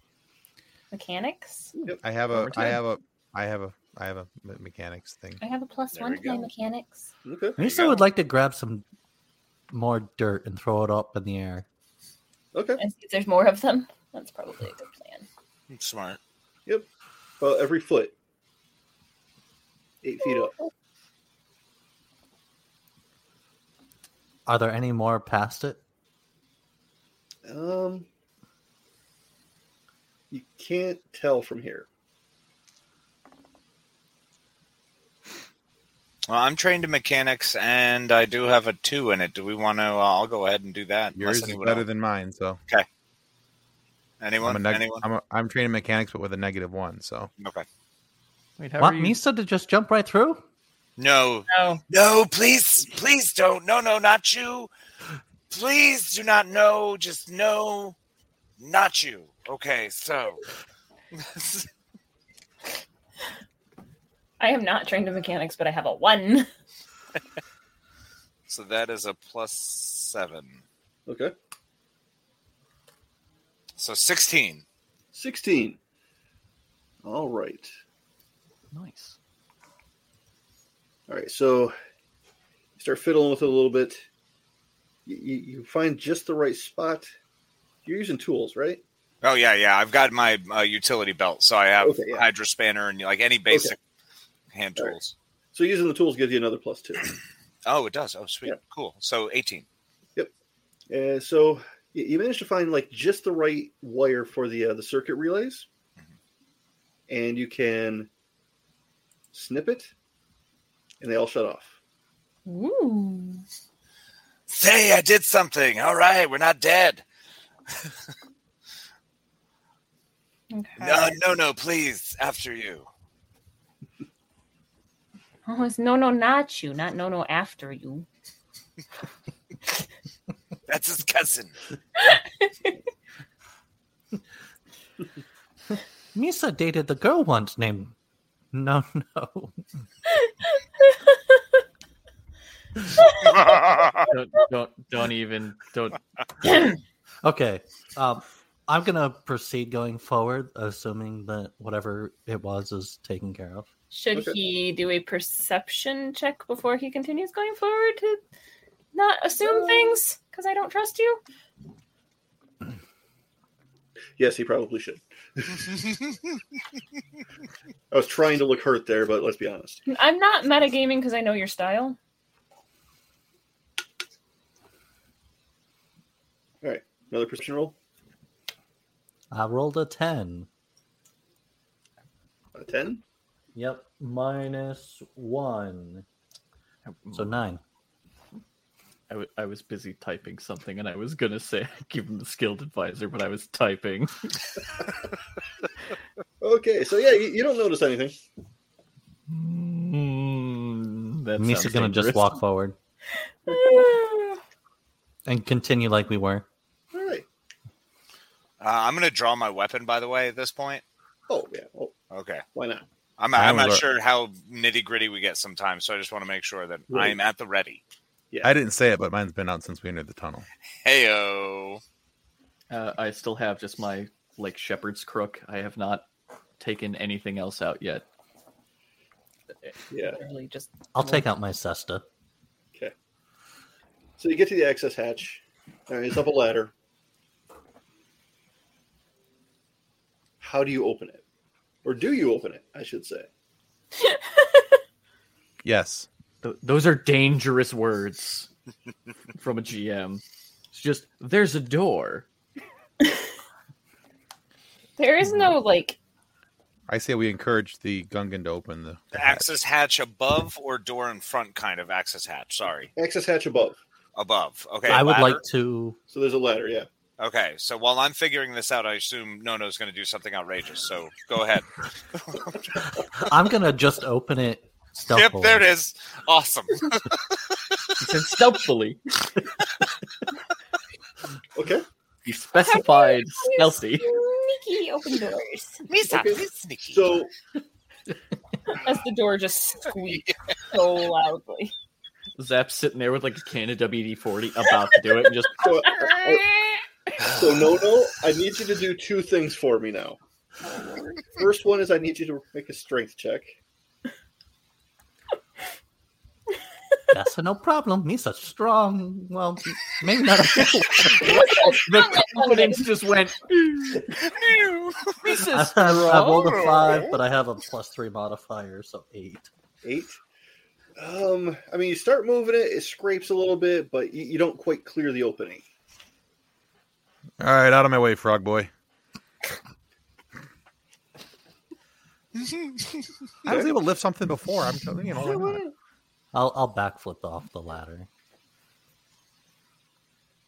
C: Mechanics?
A: I have a
H: Number
A: I
H: 10.
A: have a I have a I have a me- mechanics thing.
C: I have a plus
E: There
C: one
E: we
C: to my
E: go.
C: mechanics.
D: Okay.
B: Lisa would like to grab some more dirt and throw it up in the air.
D: Okay.
C: And see if there's more of them. That's probably a good plan.
E: Smart.
D: Well, every foot, eight feet up.
B: Are there any more past it?
D: Um, you can't tell from here.
E: Well, I'm trained in mechanics, and I do have a two in it. Do we want to? Uh, I'll go ahead and do that. unless
A: Yours is
E: anyone
A: better
E: else-
A: than mine, so
E: anyone.
A: I'm a neg-
E: anyone?
A: I'm a, I'm training mechanics but with a negative one, so
E: Okay.
H: Wait, how
B: Want
H: are you?
B: Lisa to just jump right through?
E: Mm. No,
C: No.
E: no, please, please don't. No, no, not you. Please do not know. Just no, not you. Okay, so
C: I am not trained in mechanics, but I have a one.
E: so that is a plus seven.
D: Okay.
E: So sixteen.
D: 16. All right.
H: Nice.
D: All right. So you start fiddling with it a little bit. You, you, you find just the right spot. You're using tools, right?
E: Oh yeah, yeah. I've got my uh, utility belt, so I have
D: Okay, yeah.
E: hydro spanner and like any basic hand
D: All right.
E: tools.
D: So using the tools gives you another plus two.
E: Oh, it does. Oh, sweet,
D: Yeah.
E: cool. So eighteen.
D: Uh, so you, you managed to find like just the right wire for the uh, the circuit relays, and you can snip it, and they all shut off.
C: Ooh.
E: Say I did something. All right, we're not dead.
C: Okay.
E: No,
D: Uh,
E: no, no. Please, after you.
C: Oh, it's no, no, not you, not no, no, after you.
E: That's his cousin.
B: Misa dated the girl once named. No, no.
H: Don't don't don't even don't.
B: Okay. Um, I'm going to proceed going forward, assuming that whatever it was is taken care of.
C: Should
D: Okay.
C: he do a perception check before he continues going forward to not assume things? Because I don't trust you.
D: Yes, he probably should. I was trying to look hurt there, but let's be honest.
C: I'm not metagaming because I know your style.
D: Another perception roll,
B: I rolled a 10.
D: a ten.
B: Yep, minus one. So nine.
H: Mm. I, w- I was busy typing something and I was going to say give him the skilled advisor, but I was typing.
D: Okay, so yeah, you, you don't notice anything.
H: Mm, that
B: Misa
H: sounds
B: gonna just
H: dangerous.
B: walk forward and continue like we were.
D: All right.
E: Uh, I'm going to draw my weapon, by the way, at this point.
D: Oh yeah. Oh,
E: Okay.
D: why not?
E: I'm,
A: I
E: I'm
A: will-
E: not sure how nitty gritty we get sometimes, so I just want to make sure that
D: Right.
E: I'm at the ready.
A: I didn't say it, but mine's been out since we entered the tunnel.
E: Heyo.
H: Uh, I still have just my like shepherd's crook. I have not taken anything else out yet.
D: Yeah.
C: Literally just
B: I'll take out my cesta.
D: Okay. So you get to the access hatch. All right, it's up a ladder. How do you open it? Or do you open it, I should say.
A: Yes.
H: Th- those are dangerous words from a GM. It's just there's a door.
F: There is no like
A: I say we encourage the Gungan to open the,
E: The access hatch above or door in front kind of access hatch. Sorry.
D: Access hatch above.
E: Above. Okay.
B: I would
E: ladder.
B: like to.
D: So there's a ladder, yeah.
E: Okay, so while I'm figuring this out, I assume Nono's going to do something outrageous. So go ahead.
B: I'm gonna just open it
E: Yep,
B: stealthily.
E: there it is. Awesome.
H: And stealthily,
D: Okay.
H: he specified stealthy.
F: sneaky open doors.
E: Misa,
D: Okay.
E: please sneaky.
D: So
C: as the door just squeaked so loudly.
H: Zap's sitting there with like a can of WD-40, about to do it, and just
D: so, so no no, I need you to do two things for me now. First one is I need you to make a strength check.
B: That's a no problem. Misa strong. Well, maybe not.
H: the confidence just went.
C: This
B: I,
C: is
B: I rolled a five, but I have a plus three modifier, so eight.
D: Eight. Um, I mean you start moving it, it scrapes a little bit, but you, you don't quite clear the opening.
A: All right, out of my way, frog boy. I was able to lift something before. I'm telling you, know, why not?
B: I'll I'll backflip off the ladder.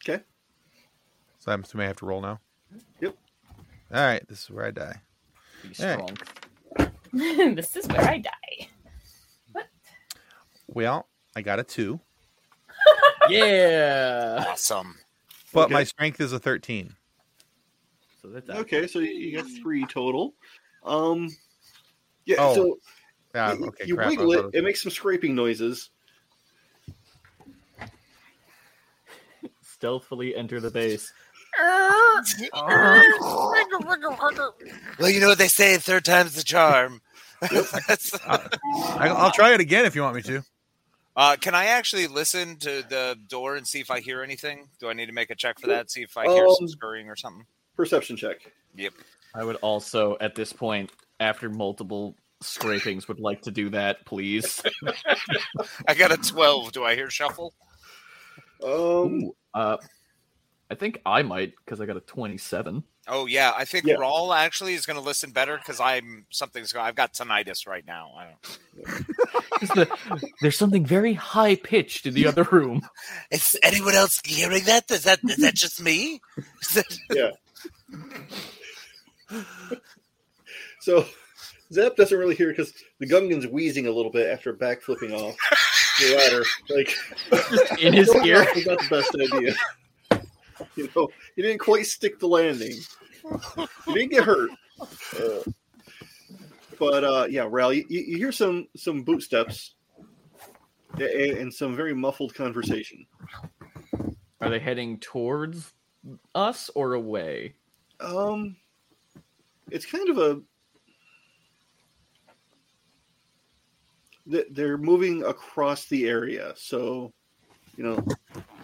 D: Okay.
A: so I'm assuming I have to roll now.
D: Yep.
A: All right, this is where I die.
H: Be
A: All
H: strong.
C: this is where I die.
A: Well, I got a two,
H: Yeah.
E: Awesome.
A: but
D: Okay.
A: my strength is a thirteen.
H: So that's
D: Okay, so you- you got three total. Um, yeah.
A: Oh,
D: so
A: Ah,
D: you-
A: okay,
D: you
A: crap. I
D: wiggle
A: thought it
D: it; it makes some scraping noises.
H: stealthily enter the base.
E: Well, you know what they say, third time's the charm. That's-
A: was- I, I'll try it again if you want me to.
E: uh, can I actually listen to the door and see if I hear anything? Do I need to make a check for that? See if I hear some
D: Um,
E: scurrying or something?
D: Perception check.
H: I would also, at this point, after multiple scrapings, would like to do that, please.
E: I got a 12. Do I hear shuffle?
D: Um,
H: Ooh, uh, I think I might because I got a twenty-seven.
E: Oh, yeah. I think
D: Yeah.
E: Rawl actually is going to listen better because I'm something's going I've got tinnitus right now. I don't.
H: there's something very high pitched in the other room.
E: Is anyone else hearing that? Is that is that just me?
D: so Zep doesn't really hear because the Gungan's wheezing a little bit after backflipping off the ladder. Like
H: In his
D: I don't know
H: ear.
D: if that's the best idea. You know, he didn't quite stick the landing. He didn't get hurt. Uh, but uh, yeah, Ral, you, you you hear some some boot steps a- a- and some very muffled conversation.
H: Are they heading towards us or away?
D: Um, it's kind of a. Th- They're moving across the area, so you know,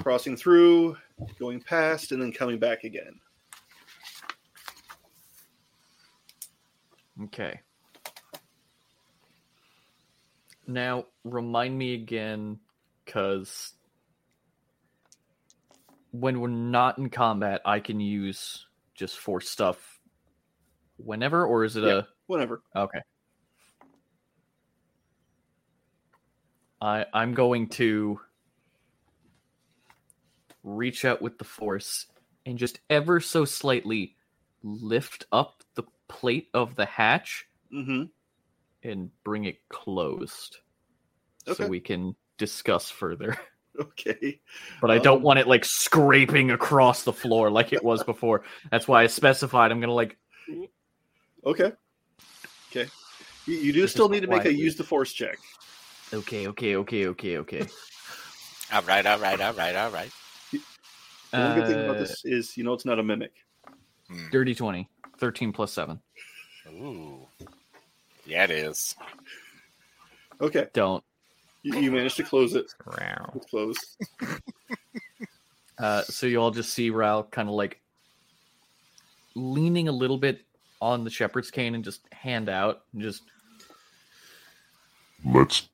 D: crossing through, going past, and then coming back again.
H: Okay. Now remind me again, because when we're not in combat, I can use just force stuff whenever, or is it
D: Yeah. Whatever.
H: a okay? I I'm going to reach out with the force and just ever so slightly lift up the plate of the hatch
D: Mm-hmm.
H: and bring it closed
D: Okay.
H: so we can discuss further.
D: Okay.
H: But I
D: Um,
H: don't want it like scraping across the floor like it was before. That's why I specified I'm going to like
D: Okay. Okay. You, you do
H: This is
D: still need to make a
H: quietly.
D: use the force check.
H: okay, okay, okay, okay, okay.
E: All right, all right, all right, all right.
D: The one good thing about
H: Uh,
D: this is you know it's not a mimic.
H: Dirty 20. 13 plus 7.
E: Ooh. Yeah, it is.
D: Okay.
H: Don't.
D: You, you managed to close it.
A: Wow.
D: It's closed.
H: Uh, so you all just see Ral kind of like leaning a little bit on the shepherd's cane and just hand out and just
I: Let's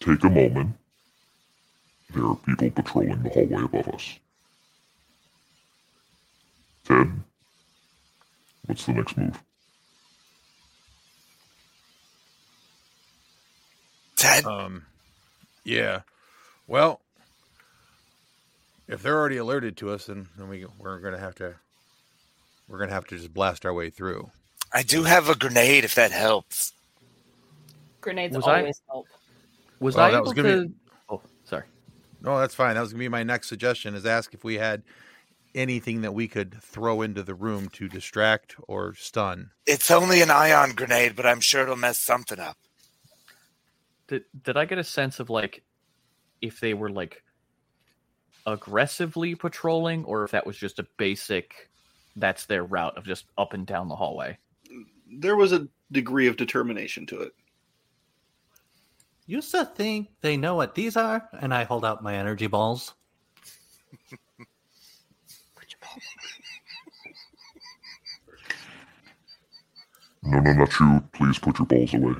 I: take a moment. There are people patrolling the hallway above us. Ted, what's the next move?
E: Ted,
A: Um, yeah. Well, if they're already alerted to us, then, then we we're gonna have to we're gonna have to just blast our way through.
E: I do have a grenade if that helps.
C: Grenades
H: Was I-
C: always help.
H: was
A: Well,
H: I
A: that
H: able
A: was
H: to
A: gonna
H: Oh, sorry.
A: No, that's fine. That was gonna be my next suggestion: is ask if we had anything that we could throw into the room to distract or stun.
E: It's only an ion grenade, but I'm sure it'll mess something up.
H: Did did I get a sense of like if they were like aggressively patrolling or if that was just a basic that's their route of just up and down the hallway?
D: There was a degree of determination to it.
B: You still think they know what these are? And I hold out my energy balls.
I: No, no, not you. Please put your balls away.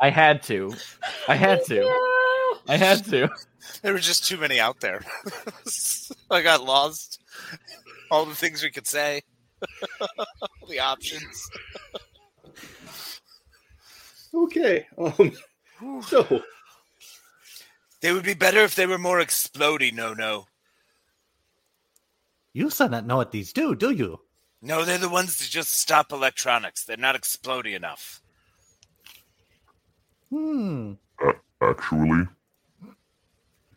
H: I had to. I had to. I had to.
E: There were just too many out there. I got lost. All the things we could say, all the options.
D: Okay. Um, so
E: They would be better if they were more explodey, no, no.
B: You still not know what these do, do you?
E: No, they're the ones that just stop electronics. They're not explodey enough.
B: Hmm.
I: Actually,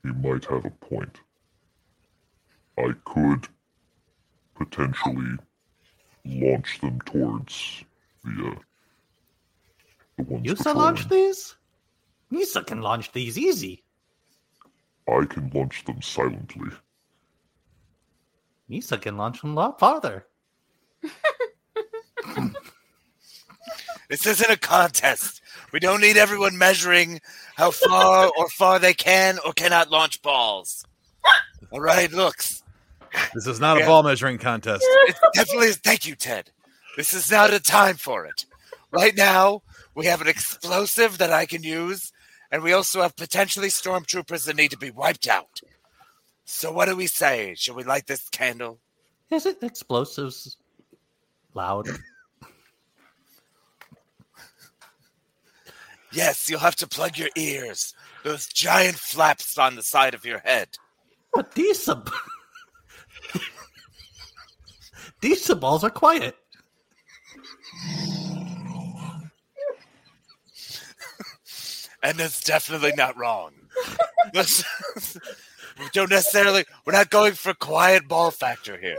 I: he might have a point. I could potentially launch them towards the uh, the ones.
B: You still
I: patrolling.
B: launch these? You still can launch these easy.
I: I can launch them silently.
B: Misa can launch them a lot farther.
E: This isn't a contest. We don't need everyone measuring how far or far they can or cannot launch balls. All right, looks.
A: This is not
E: Yeah.
A: a ball measuring contest.
E: It's definitely thank you, Ted. This is not a time for it. Right now, we have an explosive that I can use, and we also have potentially stormtroopers that need to be wiped out. So what do we say? Should we light this candle?
B: Isn't explosives loud?
E: Yes, you'll have to plug your ears. Those giant flaps on the side of your head.
B: But these sub- these sub balls are quiet.
E: and that's definitely not wrong. Let's- we don't necessarily. We're not going for quiet ball factor here.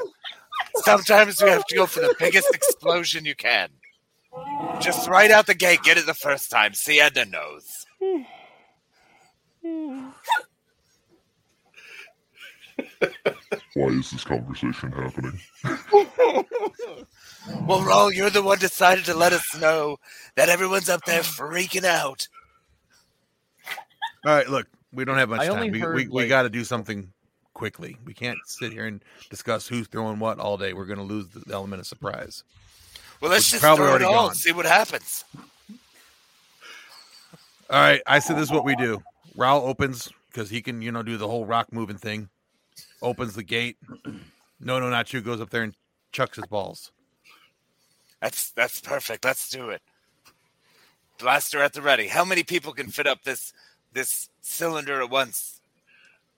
E: Sometimes we have to go for the biggest explosion you can. Just right out the gate, get it the first time. See Edna knows.
I: Why is this conversation happening?
E: Well, Raul, you're the one decided to let us know that everyone's up there freaking out.
A: All right, look, we don't have much
H: I
A: time.
H: only
A: We,
H: heard,
A: we, we
H: like-
A: got to do something quickly. We can't sit here and discuss who's throwing what all day. We're going to lose the element of surprise.
E: Well, let's
A: It's
E: just
A: probably
E: throw it
A: already
E: all
A: gone.
E: and see what happens.
A: All right, I said this is what we do. Raul opens because he can, you know, do the whole rock moving thing. Opens the gate. No, no, not you. Goes up there and chucks his balls.
E: That's that's perfect. Let's do it. blaster at the ready. How many people can fit up this this cylinder at once?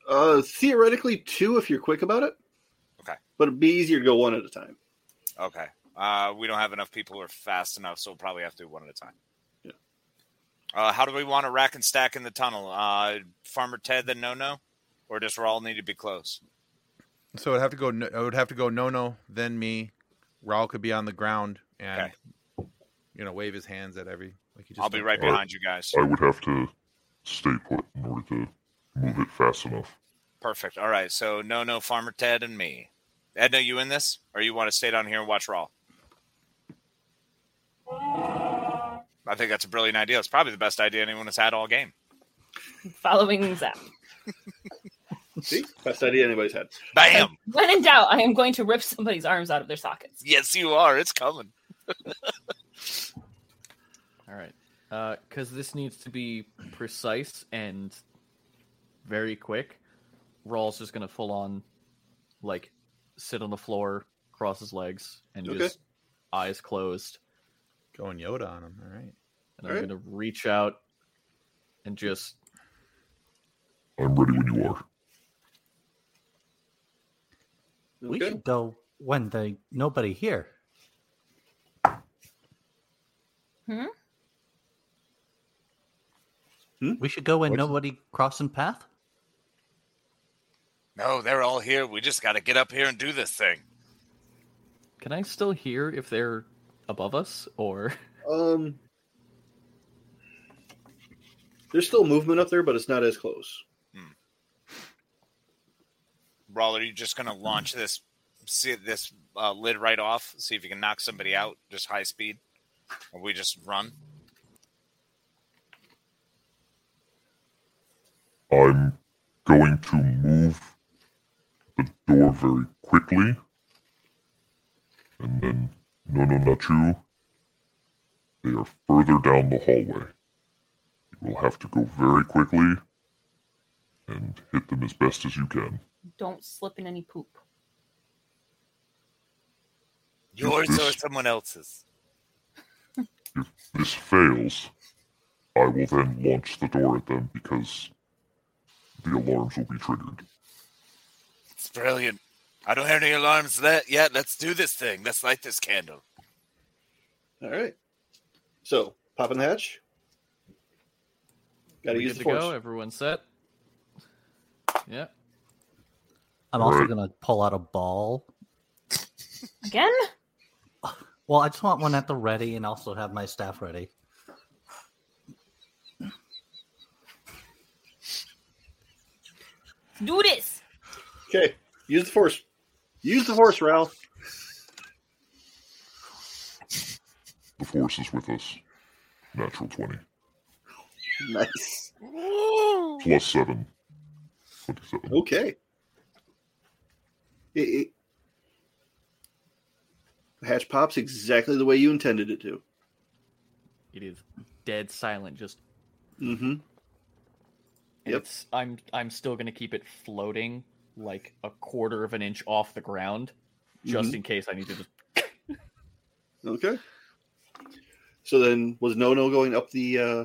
D: Uh, theoretically, two if you're quick about it.
E: Okay.
D: But it'd be easier to go one at a time.
E: Okay. Uh, we don't have enough people who are fast enough, so we'll probably have to do one at a time.
D: Yeah.
E: Uh, how do we want to rack and stack in the tunnel? Uh, Farmer Ted, the no no, or does Rawl need to be close?
A: So it would have to go. No, it would have to go. No, no. Then me. Raul could be on the ground and
E: Okay.
A: you know wave his hands at every. Like he just
E: I'll be
A: did.
E: right behind you guys.
I: I would have to stay put in order to move it fast enough.
E: Perfect. All right. So no no, Farmer Ted and me. Edna, you in this, or you want to stay down here and watch Rawl? I think that's a brilliant idea. It's probably the best idea anyone has had all game.
C: Following Zap.
D: See, best idea anybody's had.
E: Bam!
C: When in doubt, I am going to rip somebody's arms out of their sockets.
E: Yes, you are. It's coming.
H: All right. Because this needs to be precise and very quick. Rawls is going to full on, like, sit on the floor, cross his legs, and
D: Okay.
H: just eyes closed.
A: Going Yoda on him. All right.
H: And I'm
D: Alright.
H: going to reach out and just.
I: I'm ready when you are.
B: We
D: Okay.
B: should go when they nobody here.
C: Hmm?
D: Hmm?
B: We should go when
A: What's-
B: nobody crossing path.
E: No, they're all here. We just got to get up here and do this thing.
H: Can I still hear if they're above us? Or.
D: Um, there's still movement up there, but it's not as close.
E: Rawl, are you just going to launch this see this uh, lid right off? See if you can knock somebody out, just high speed. Or we just run.
I: I'm going to move the door very quickly. And then, no, no, not you. They are further down the hallway. You will have to go very quickly and hit them as best as you can.
C: Don't slip in any poop.
E: Yours or someone else's.
I: This fails. I will then launch the door at them because the alarms will be triggered.
E: It's brilliant. I don't hear any alarms let- yet. Let's do this thing. Let's light this candle.
D: All right. So, popping the hatch. Got to
H: we
D: use
H: good
D: the
H: to
D: force.
H: go? Everyone set? Yeah.
B: I'm also
I: Right.
B: gonna pull out a ball.
C: Again?
B: Well, I just want one at the ready, and also have my staff ready.
C: Do this!
D: Okay. Use the force. Use the force, Ralph.
I: The force is with us. Natural 20.
D: Nice.
I: Plus 7. 27.
D: Okay. It, it, the hatch pops exactly the way you intended it to.
H: It is dead silent. Just
D: Mm-hmm.
H: And
D: Yep.
H: It's, I'm I'm still gonna keep it floating like a quarter of an inch off the ground,
D: Mm-hmm.
H: just in case I need to. Just,
D: Okay. So then, was No No going up the? uh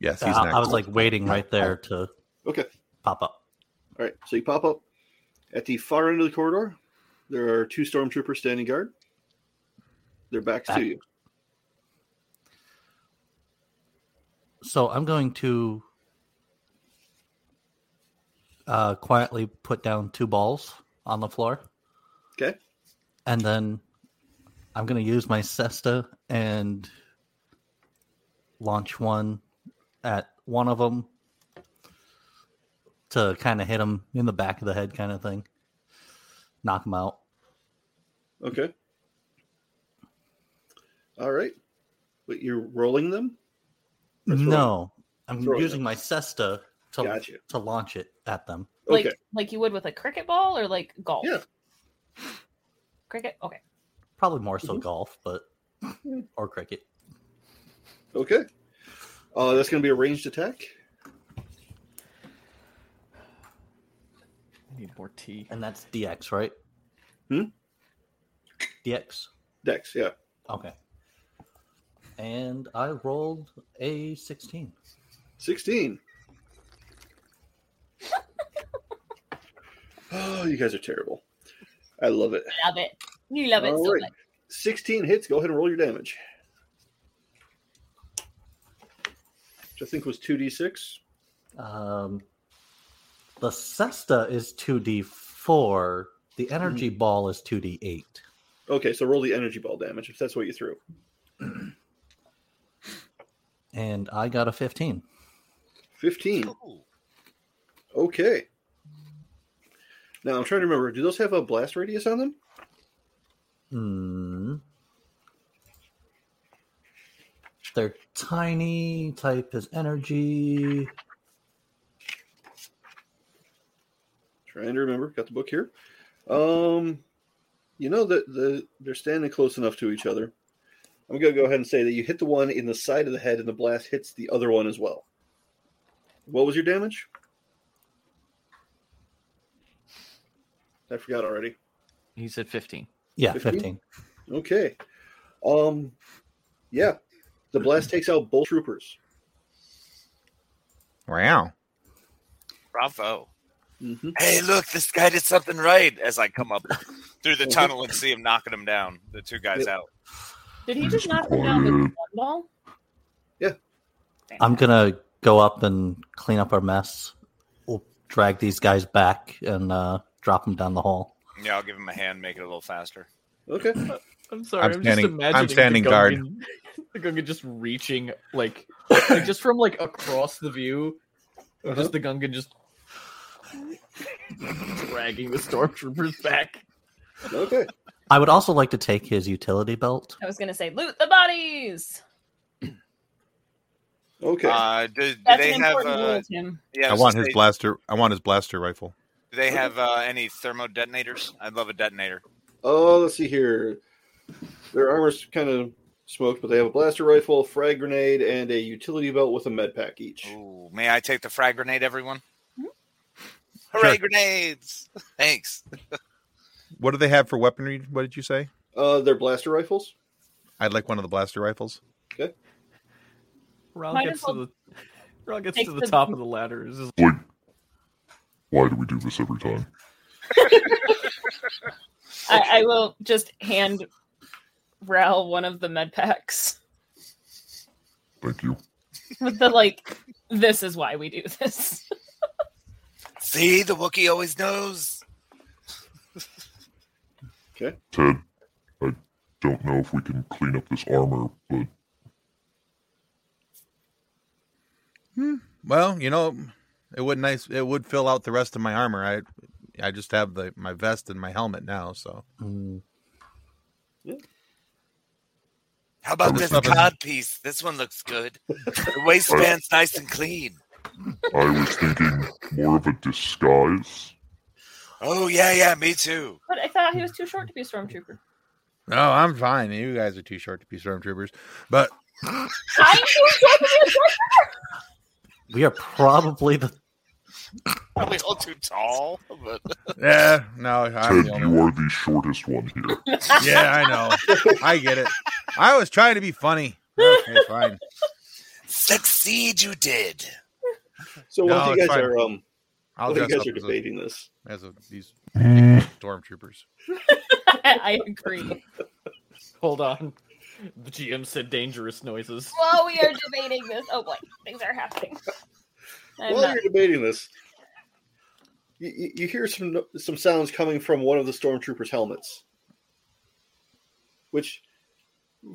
A: Yes,
B: So
A: he's
B: I,
A: next.
B: I was like waiting right there to
D: Okay.
B: pop up.
D: All right, so you pop up at the far end of the corridor. There are two stormtroopers standing guard. Their backs to
B: Back.
D: you.
B: So I'm going to uh, quietly put down two balls on the floor.
D: Okay.
B: And then I'm going to use my cesta and launch one at one of them to kind of hit him in the back of the head, kind of thing. Knock him out.
D: Okay. All right. But you're rolling them? Or throwing-
B: No, I'm
D: Throw it.
B: using my cesta to
D: Gotcha.
B: to launch it at them.
D: Okay.
C: Like like you would with a cricket ball or like golf?
D: Yeah.
C: Cricket? Okay.
B: Probably more so golf, but or cricket.
D: Okay. Uh, that's going to be a ranged attack.
H: I need more tea.
B: And that's DX, right?
D: Hmm?
B: DX.
D: Dex, yeah.
B: Okay. and I rolled a 16.
D: 16. oh, you guys are terrible. I love it.
F: Love it. You love it
D: All
F: so
D: right.
F: much.
D: 16 hits. Go ahead and roll your damage. Which I think was 2d6.
B: Um, the cesta is 2d4. The
H: Hmm.
B: energy ball is 2d8.
D: Okay, so roll the energy ball damage if that's what you threw.
B: And I got a 15.
D: 15. Okay. Now I'm trying to remember do those have a blast radius on them?
B: Hmm. They're tiny. Type is energy.
D: Trying to remember. Got the book here. Um, you know that the they're standing close enough to each other. I'm gonna go ahead and say that you hit the one in the side of the head, and the blast hits the other one as well. What was your damage? I forgot already.
H: He said 15.
B: Yeah,
D: 15?
B: 15.
D: Okay. Um, yeah, the blast takes out both troopers.
A: Wow.
E: Bravo.
D: Mm-hmm.
E: Hey, look, this guy did something right as I come up through the tunnel and see him knocking him down, the two guys out.
F: Did he just knock him down with one ball?
B: I'm gonna go up and clean up our mess. We'll drag these guys back and uh, drop them down the hall.
E: Yeah, I'll give him a hand, make it a little faster. Uh,
D: Okay.
H: I'm sorry.
A: I'm
H: I'm,
A: standing- I'm
H: just imagining
A: standing
H: the
A: guard.
H: Gungan, the Gungan just reaching like, like just from like across the view,
D: Uh-huh.
H: just the Gungan just dragging the stormtroopers back.
D: Okay.
B: I would also like to take his utility belt.
F: I was gonna say loot the bodies.
D: Okay.
E: Uh, do, do
F: That's
E: they
F: an
E: have?
F: important
E: Uh,
F: rule, Tim.
E: yeah,
A: I
E: was
A: want
E: gonna
A: his
E: say,
A: blaster. I want his blaster rifle.
E: Do they have uh, any thermo detonators? I'd love a detonator.
D: Oh, let's see here. Their armor's kind of smoked, but they have a blaster rifle, frag grenade, and a utility belt with a med pack each.
E: Ooh, may I take the frag grenade, everyone? Hooray,
A: Sure.
E: grenades! Thanks.
A: What do they have for weaponry? What did you say?
D: Uh, their blaster rifles.
A: I'd like one of the blaster rifles.
H: Ral
F: Might
H: gets
F: as well
H: to the Ral gets
F: take
H: to the
F: the-
H: top of the ladder. It's just
I: Like, why do we do this every time?
F: I, I will just hand Ral one of the med packs
I: Thank you.
F: with the like. This is why we do this.
E: See, the Wookiee always knows.
I: Ted, I don't know if we can clean up this armor, but
A: Well, you know, it would nice. It would fill out the rest of my armor. I, I just have the my vest and my helmet now. So
B: Mm,
E: How about
I: Other
E: this
A: stuff is-
E: cod piece? This one looks good. The waistband's nice and clean.
I: I was thinking more of a disguise.
E: Oh yeah, yeah, me too.
F: But I thought he was too short to be a stormtrooper.
A: no, I'm fine. You guys are too short to be stormtroopers. But
F: I'm too short to be a stormtrooper.
B: we are probably the
E: Probably all too tall, but
A: yeah, no, I'm
I: Ted,
A: the only
I: you
A: one.
I: are the shortest one here.
A: Yeah, I know. I get it. I was trying to be funny. Okay, fine.
E: succeed you did.
D: So
A: No,
D: while you
A: it's
D: guys
A: fine.
D: are um,
A: I'll
D: while you
A: dress
D: guys
A: up
D: are
A: as a-
D: debating this,
A: as a, these
I: Mm,
A: stormtroopers.
F: I agree.
H: hold on. The GM said dangerous noises.
F: While we are debating this, oh boy, things are happening. I'm
D: while
F: not,
D: you're debating this, you, you, you hear some no- some sounds coming from one of the stormtroopers' helmets, which,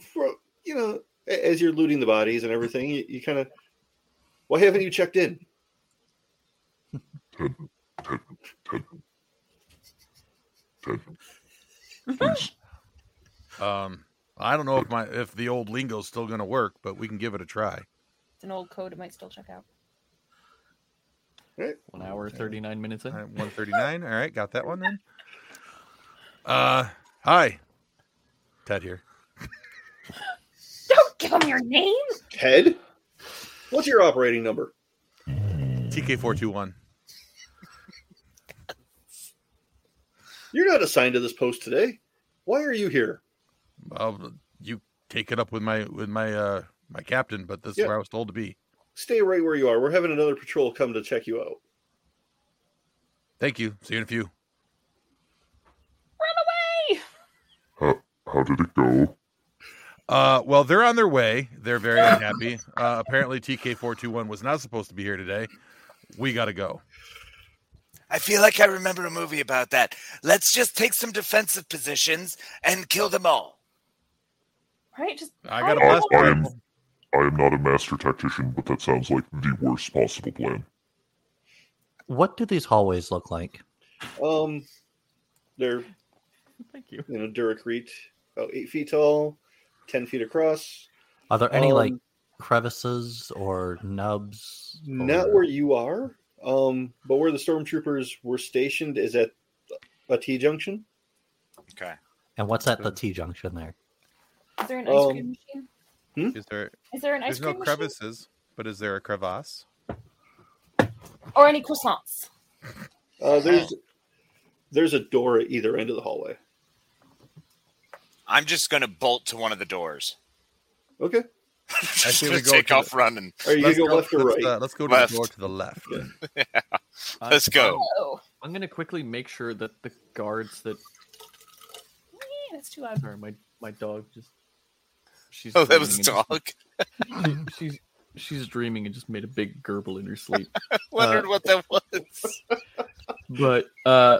D: for, you know, a- as you're looting the bodies and everything, you, you kind of, why haven't you checked in?
I: Ted, Ted, Ted. Ted, please.
A: Um, I don't know if my if the old lingo's still going to work, but we can give it a try.
F: it's an old code. It might still check out.
H: One hour, thirty nine minutes in.
A: All right, 139. All right, got that one then. Uh, hi. Ted here.
F: Don't give him your name.
D: Ted, what's your operating number?
A: TK421.
D: You're not assigned to this post today. Why are you here?
A: Um, you take it up with my with my uh my captain, but this
D: Yeah.
A: is where I was told to be.
D: Stay right where you are. We're having another patrol come to check you out.
A: Thank you. See you in a few.
I: How, how did it go?
A: Uh, well, they're on their way. They're very unhappy. Uh, apparently, TK421 was not supposed to be here today. We got to go.
E: I feel like I remember a movie about that. Let's just take some defensive positions and kill them all.
F: Right? Just
A: I got a
I: I,
A: blast.
I: I am I am not a master tactician, but that sounds like the worst possible plan.
B: What do these hallways look like?
D: Um, they're
H: Thank you.
D: you know Duracrete, about eight feet tall, ten feet across.
B: Are there any like
D: Um,
B: crevices or nubs?
A: Oh,
D: Not
B: or-
D: where you are, um, but where the stormtroopers were stationed is at a T junction.
E: Okay.
B: And what's at the T junction there?
F: Is there an ice
D: Um,
F: cream machine?
E: hmm?
A: Is there?
F: Is there an ice
A: There's no
F: cream machine?
A: crevices, but is there a crevasse?
F: Or any croissants?
D: Uh, there's there's a door at either end of the hallway.
E: I'm just going to bolt to one of the doors.
D: Okay,
A: I
E: just
A: say we
E: going to
A: go
E: take
A: to
E: off running.
D: are you gonna
A: Let's
D: go left or
A: let's,
D: right?
A: uh, let's go to
E: Left.
A: the door to the left.
H: I-
E: Let's go.
F: Oh,
H: Uh, I'm gonna quickly make sure that the guards that
F: eh, that's too loud.
H: sorry, my my dog just she's
E: Oh, that was a
H: dreaming and
E: dog.
H: just- she's she's dreaming and just made a big gurgle in her sleep.
E: Wondered
A: Uh,
F: Uh,
E: what that was.
H: but uh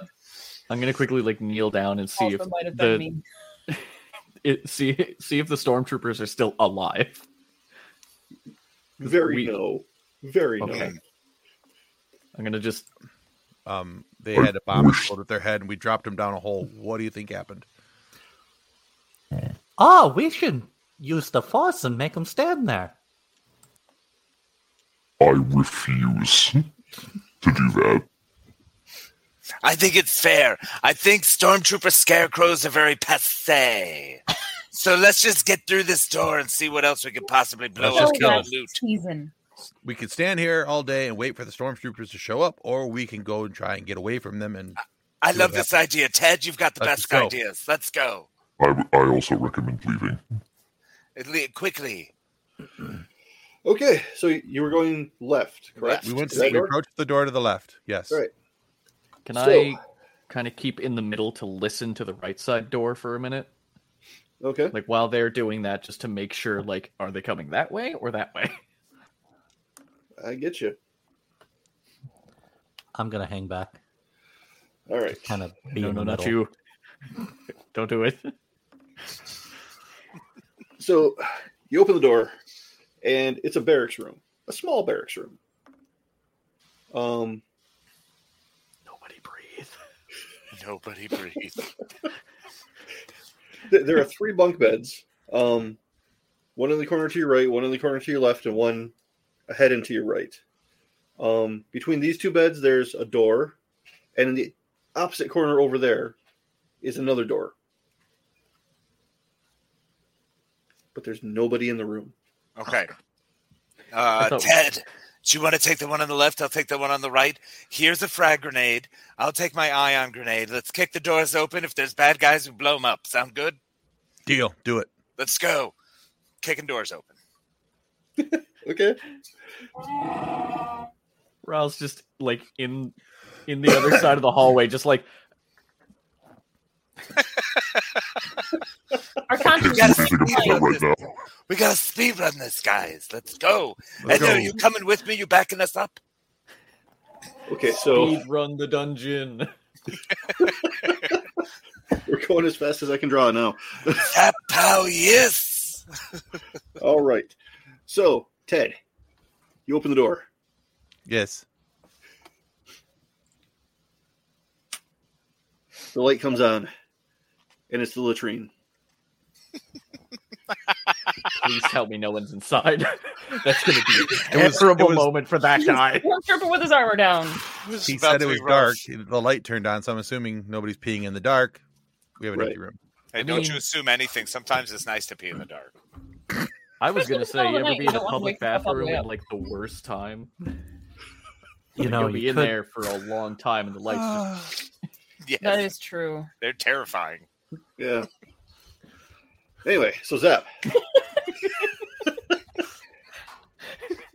H: I'm gonna quickly like kneel down and see
F: Also
H: if
F: might have been
H: the-
F: me.
H: it, see see if the stormtroopers are still alive.
D: Very
H: we-
D: no, very
H: Okay.
D: no.
H: I'm gonna just
A: Um, they had a bomb explode with their head, and we dropped them down a hole. What do you think happened?
B: Oh, we should use the force and make them stand there.
I: I refuse to do that.
E: I think it's fair. I think stormtrooper scarecrows are very passe. So let's just get through this door and see what else we could possibly blow
A: Let's
E: up
A: just
E: and
A: kill
F: last
E: loot.
F: season.
A: We could stand here all day and wait for the stormtroopers to show up, or we can go and try and get away from them. And
E: I
A: See
E: love
A: what
E: this idea, Ted. You've got the
A: Let's
E: best
A: go.
E: ideas. Let's go.
I: I, I also recommend leaving.
E: At le- quickly.
D: Okay, so you were going left, correct?
A: we went.
D: Is
A: To,
D: that
A: we
D: door?
A: approached the door to the left. Yes.
D: Right.
H: can
D: So-
H: I kind of keep in the middle to listen to the right side door for a minute.
D: Okay,
H: Like while they're doing that just to make sure like are they coming that way or that way?
D: I get you.
B: I'm gonna hang back,
D: All right.
B: kind of be
H: no,
B: in
H: no,
B: the
H: not
B: middle.
H: you. Don't do it.
D: So you open the door, and it's a barracks room, a small barracks room. Um,
H: Nobody breathe.
E: Nobody breathe.
D: th- there are three bunk beds. Um, one in the corner to your right, one in the corner to your left, and one ahead and to your right. Um, between these two beds, there's a door, and in the opposite corner over there is another door. But there's nobody in the room.
E: Okay. Uh,
H: thought-
E: Ted, do you want to take the one on the left? I'll take the one on the right. Here's a frag grenade. I'll take my ion grenade. Let's kick the doors open. If there's bad guys, we blow them up. Sound good?
A: Deal. Do it.
E: Let's go. Kicking doors open.
D: Okay.
H: Raul's just like in in the other side of the hallway, just like
F: Our
I: Can't
F: conscience
I: do
E: gotta
F: is
E: see
I: anything about
E: how
I: that right
E: this-
I: now.
E: We got to speed run this, guys. Let's go.
A: Let's
E: and
A: go.
E: are you coming with me? You backing us up?
D: Okay, so
H: "Speed run the dungeon.
D: we're going as fast as I can draw now.
E: That pow, yes.
D: All right. So, Ted, you open the door.
A: Yes.
D: The light comes on, and it's the latrine.
H: Please tell me no one's inside. That's gonna be a
A: It was- it
H: terrible
A: was-
H: moment for that guy.
F: Stormtrooper with his armor down.
A: He said it was dark. The light turned on, so I'm assuming nobody's peeing in the dark. We have an
D: Right.
A: empty room.
E: Hey,
H: I don't you mean-
E: assume anything. Sometimes it's nice to pee in the dark.
H: I was gonna
F: Especially
H: say
F: in
H: you
F: the middle of
H: ever
F: the night,
H: be in
F: you
H: a
F: don't wanna
H: public
F: wake up all the
H: bathroom
F: way
H: at
F: up.
H: like the worst time.
B: You
H: Like,
B: know,
H: you'll be
B: you
H: in
B: could
H: there for a long time and the lights just
E: Yes,
F: That is true.
E: they're terrifying.
D: Yeah. Anyway, so Zap.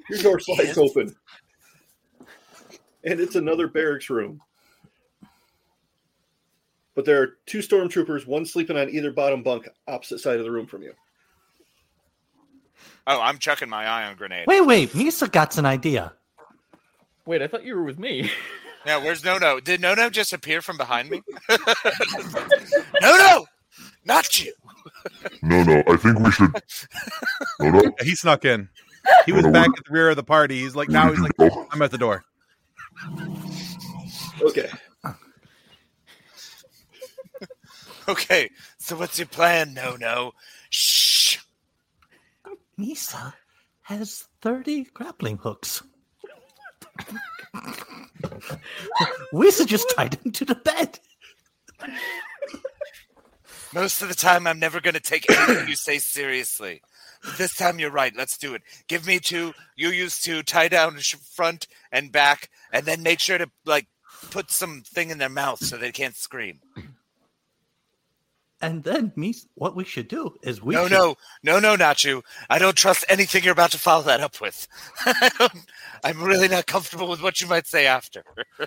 D: Your door slides open. And it's another barracks room. But there are two stormtroopers, one sleeping on either bottom bunk, opposite side of the room from you.
E: Oh, I'm chucking my ion grenade.
B: Wait, wait, Misa got an idea.
H: Wait, I thought you were with me.
E: Yeah, where's No No? Did No No just appear from behind me? no No! Not you!
I: No, no. I think we should. No, no.
A: He snuck in. He was back at the rear of the party. He's like, now he's like, I'm at the door.
D: Okay.
E: Okay, so what's your plan, No No? Shh!
B: Misa has 30 grappling hooks. we should just tie them to the bed.
E: Most of the time, I'm never going to take anything you say seriously. But This time, you're right. Let's do it. Give me two. You used to tie down sh- front and back, and then make sure to like put something in their mouth so they can't scream.
B: And then, Misa, what we should do is we
E: no,
B: should
E: no, no, no, not you. I don't trust anything you're about to follow that up with. I don't- I'm really not comfortable with what you might say after.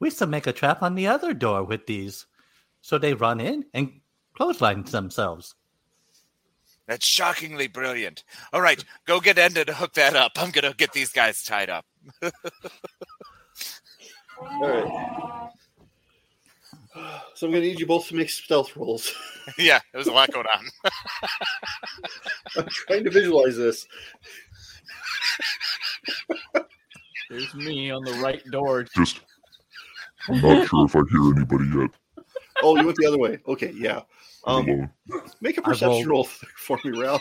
B: we should make a trap on the other door with these, so they run in and clothesline themselves.
E: That's shockingly brilliant. All right, go get Enda to hook that up. I'm gonna get these guys tied up.
D: All right. So I'm going to need you both to make stealth rolls.
E: yeah, there was a lot going on.
D: I'm trying to visualize this.
H: There's me on the right door.
I: Just. I'm not sure if I hear anybody yet.
D: Oh, you went the other way. Okay, yeah.
I: I'm
D: Um,
I: alone.
D: make a
B: I
D: perception
B: rolled-
D: roll for me, Ralph.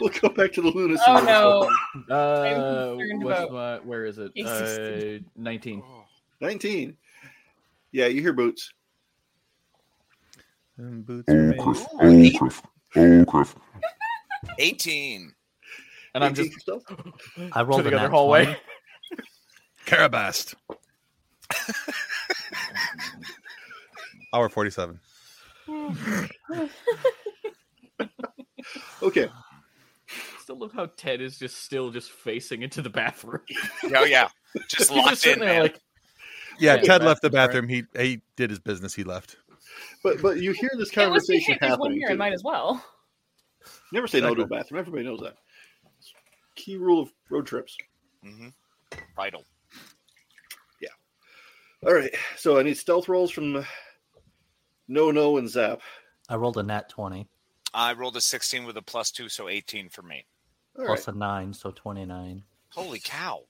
D: We'll go back to the lunacy.
C: Oh no.
H: Uh,
C: concerned
H: what's
C: about
H: my, where is it? Uh,
C: existence.
H: 19.
E: Oh.
D: 19. Yeah, you hear boots.
A: And boots are
I: Oh,
A: made.
I: Griff. Oh, Griff. Oh, Griff.
E: Eighteen.
H: And I'm
D: 18
H: just
D: for stealth?
B: I
H: to
B: rolled
H: the
B: an
H: other
B: at
H: hallway.
B: 20.
A: Carabast. Hour 47.
D: Okay.
H: Still love how Ted is just still just facing into the bathroom.
E: Oh yeah, just
H: He's
E: locked
H: just
E: in,
H: sitting there
E: man.
H: like,
A: Yeah,
H: Yeah,
A: Ted left the
H: bathroom,
A: bathroom. He he did his business. He left.
D: But but you hear this
C: It was
D: conversation
C: there's one
D: happening.
C: here. I
D: too.
C: might as well.
D: Never say no to a bathroom. Everybody knows that. It's key rule of road trips.
E: hmm Vital.
D: All right. So I need stealth rolls from No No and Zap.
B: I rolled a nat 20
E: I rolled a sixteen with a plus two, so eighteen for me.
D: All right.
B: plus a 9, so 29.
E: Holy cow!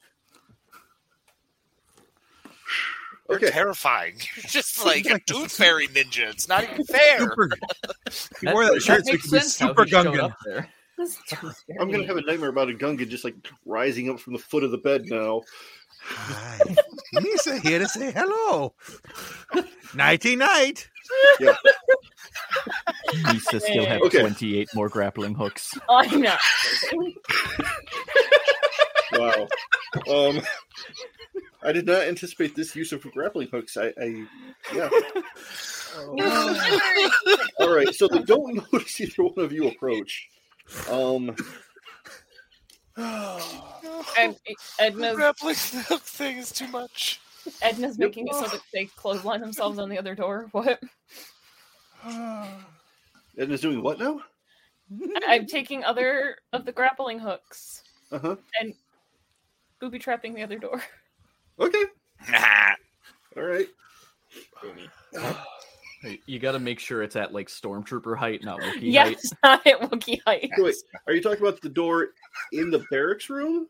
E: You're
D: Okay.
E: terrifying. You're just like a tooth fairy ninja. It's not even fair.
A: Super. He wore that shirt so he
H: makes
A: could be
H: sense how
A: super
H: he showed
A: Gungan.
H: up there.
C: This
D: I'm going to have a nightmare about a Gungan just like rising up from the foot of the bed now.
A: Hi. Misa here to say hello. Nighty night.
H: Lisa still had
D: Okay.
H: 28 more grappling hooks.
C: I'm not.
D: Wow. um, I did not anticipate this use of grappling hooks. I, I yeah. Oh, All right, so they don't notice either one of you approach. Um,
C: And E, Edna's
E: grappling hook thing is too much.
C: Edna's making it so that they clothesline themselves on the other door. What?
D: Edna's doing what now?
C: I'm taking other of the grappling hooks,
D: Uh huh.
C: booby trapping the other door.
D: Okay.
E: Nah.
D: All right.
H: You got to make sure it's at like stormtrooper height, not Wookiee height.
C: Yes, not at Wookiee Height.
D: Wait, are you talking about the door in the barracks room?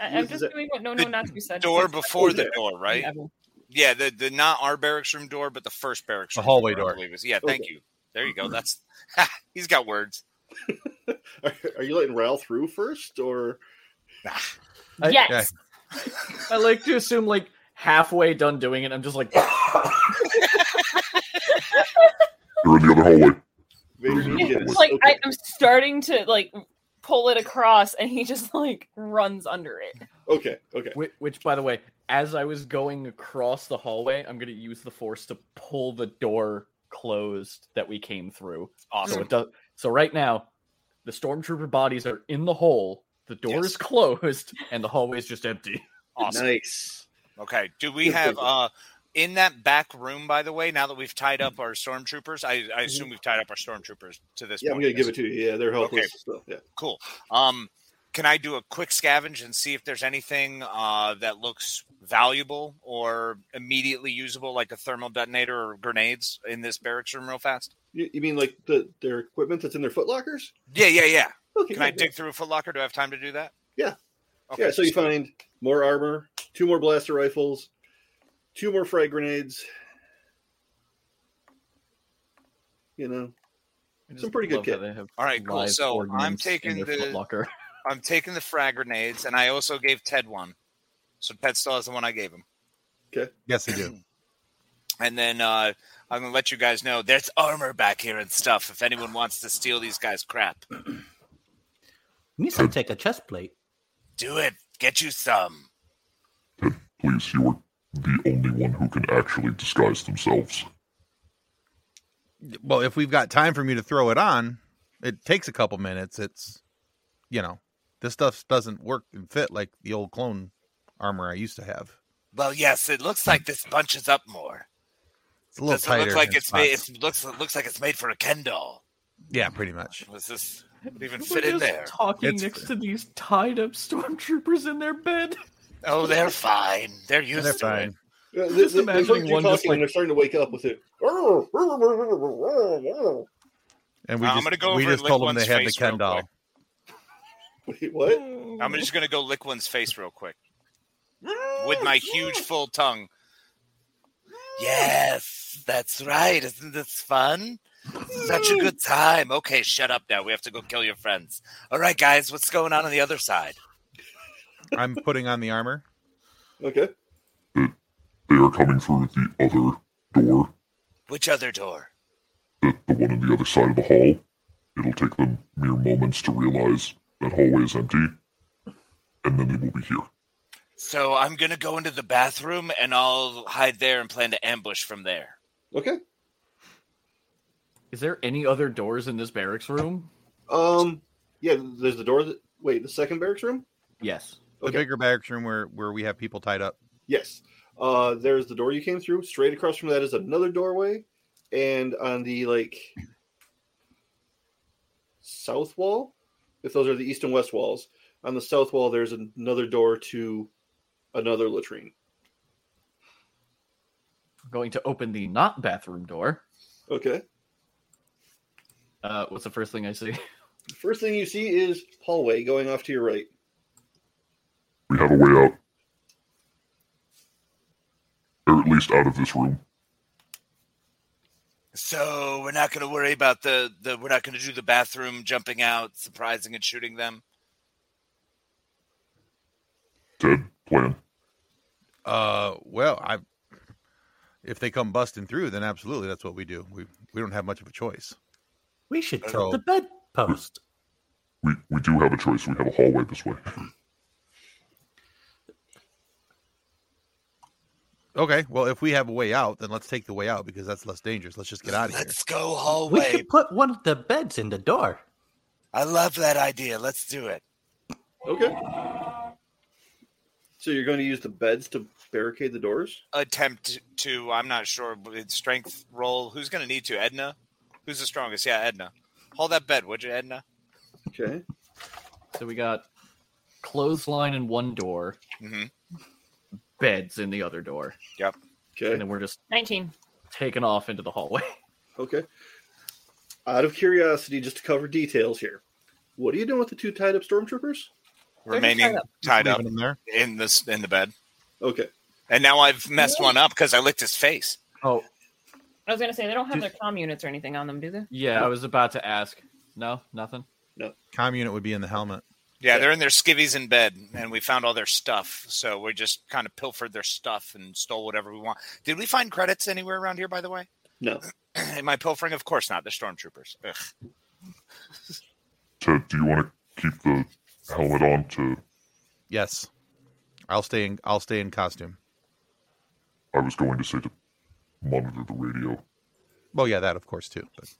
C: I, I'm
D: Is
C: just
D: it-
C: doing what No
E: The
C: No Natsu said.
E: Door before
D: Oh,
E: the
D: yeah.
E: door, right? Yeah, the, the not our barracks room door, but the first barracks
A: The
E: room
A: hallway
E: I
A: door.
E: believe is- Yeah, thank
D: Okay.
E: you. There you go. That's he's got words.
D: Are, are you letting Ral through first, or
H: I-
C: Yes.
A: Yeah.
H: I like to assume like halfway done doing it, I'm just like,
I: They're in the other hallway.
D: Vader? you
I: Yeah,
D: get it?
C: It's like
D: Okay.
C: I, I'm starting to like pull it across, and he just like runs under it.
D: okay, okay.
H: which, which by the way, as I was going across the hallway, I'm gonna use the force to pull the door closed that we came through. So
E: Awesome.
H: it does. So right now, the stormtrooper bodies are in the hole. The door
E: Yes.
H: is closed, and the hallway is just empty.
E: Awesome.
D: Nice.
E: Okay. Do we have uh in that back room, by the way, now that we've tied
D: Mm-hmm.
E: up our stormtroopers, I, I assume we've tied up our stormtroopers to this
D: Yeah, I'm
E: point.
D: gonna
E: yes?
D: give it to you. Yeah, they're helpless.
E: Okay.
D: So, yeah.
E: Cool. Um, can I do a quick scavenge and see if there's anything uh, that looks valuable or immediately usable, like a thermal detonator or grenades in this barracks room, real fast?
D: You, you mean like the their equipment that's in their footlockers?
E: Yeah, yeah, yeah.
D: Okay.
E: Can I
D: yeah,
E: dig through a footlocker? Do I have time to do that?
D: Yeah.
E: Okay.
D: Yeah. So you find more armor, two more blaster rifles, two more frag grenades. You know,
H: I just
D: Some pretty good
H: love that
D: kit.
H: they have
E: All right, cool.
H: live
E: So I'm
H: ordnance in
E: taking
H: their
E: the-
H: Foot Locker.
E: I'm taking the frag grenades, and I also gave Ted one, so Ted still has the one I gave him.
A: Yes, I do.
E: And then uh, I'm gonna let you guys know there's armor back here and stuff. If anyone wants to steal these guys' crap,
B: needs to take a chest plate.
E: do it. Get you some.
I: Please, you are the only one who can actually disguise themselves.
A: Well, if we've got time for me to throw it on, it takes a couple minutes. It's, you know, this stuff doesn't work and fit like the old clone armor I used to have.
E: Well, yes, it looks like this bunches up more.
A: It's a little
E: Doesn't
A: tighter.
E: look like
A: in
E: it's made.
A: spots.
E: It looks it looks like it's made for a Ken doll.
A: Yeah, pretty much.
E: Does this even
H: We're
E: fit in
H: just
E: there?
H: Talking
A: It's-
H: next to these tied up stormtroopers in their bed.
E: Oh, they're fine. They're used
A: They're
E: to it.
A: fine.
D: Yeah, they-
H: just
D: they-
H: imagining
D: they've heard you
H: one
D: talking
H: just like-
D: and they're starting to wake up with it.
A: And we
E: Uh, I'm
A: just,
E: gonna go
A: we
E: over and
A: just
E: lick
A: told them
E: one's
A: they had the
E: face
A: Ken
E: real
A: doll.
E: quick.
D: Wait, what?
E: I'm just gonna go lick one's face real quick with my huge full tongue. Yes, that's right. Isn't this fun? Such a good time. Okay, shut up now. We have to go kill your friends. All right, guys, what's going on on the other side?
A: I'm putting on the armor.
D: Okay.
I: They are coming through the other door,
E: Which other door?
I: the, the one on the other side of the hall. It'll take them mere moments to realize that hallway is empty, and then they will be here.
E: So I'm gonna go into the bathroom and I'll hide there and plan to ambush from there.
D: Okay.
H: Is there any other doors in this barracks room?
D: Um. Yeah. There's the door. That, wait, the second barracks room.
H: Yes.
A: The
D: Okay.
A: bigger barracks room where where we have people tied up.
D: Yes. Uh, there's the door you came through. Straight across from that is another doorway, and on the like south wall, if those are the east and west walls, on the south wall there's another door to another latrine.
H: I'm going to open the not bathroom door.
D: Okay.
H: Uh, what's the first thing I see?
D: The first thing you see is hallway going off to your right.
I: We have a way out. Or at least out of this room.
E: So we're not gonna worry about the, the we're not gonna do the bathroom jumping out, surprising and shooting them.
I: Ted, plan.
A: Uh, well, I if they come busting through, then absolutely that's what we do. We we don't have much of a choice.
B: We should
A: So-
B: tilt the bedpost.
I: We we do have a choice. We have a hallway this way.
A: Okay, well, if we have a way out, then let's take the way out because that's less dangerous. Let's just get out of here.
E: Let's go
B: We
E: hallway.
B: should put one of the beds in the door.
E: I love that idea. Let's do it.
D: Okay. So you're going to use the beds to barricade the doors.
E: Attempt to I'm not sure but it's strength roll. Who's gonna need to? Edna? Who's the strongest? Yeah, Edna. Hold that bed, would you, Edna?
D: Okay.
H: So we got clothesline in one door,
E: Mm-hmm.
H: beds in the other door, and
D: Okay.
H: then we're just
C: 19.
H: taken off into the hallway.
D: Okay. Out of curiosity, just to cover details here, what are you doing with the two tied up stormtroopers?
E: Remaining
C: tied up.
E: tied up
A: Leaving them there.
E: in this in the bed.
D: Okay.
E: And now I've messed one up because I licked his face.
H: Oh,
C: I was going to say, they don't have their comm units or anything on them, do they?
H: yeah, I was about to ask. No, nothing.
A: Com unit would be in the helmet.
E: Yeah, they're in their skivvies in bed, and we found all their stuff. So we just kind of pilfered their stuff and stole whatever we want. Did we find credits anywhere around here, by the way?
D: No.
E: Am I pilfering? Of course not. They're stormtroopers. Ugh.
I: Ted, do you want to keep the helmet on to?
A: Yes, I'll stay in. I'll stay in costume.
I: I was going to say to monitor the radio.
A: Well, yeah, that of course too. But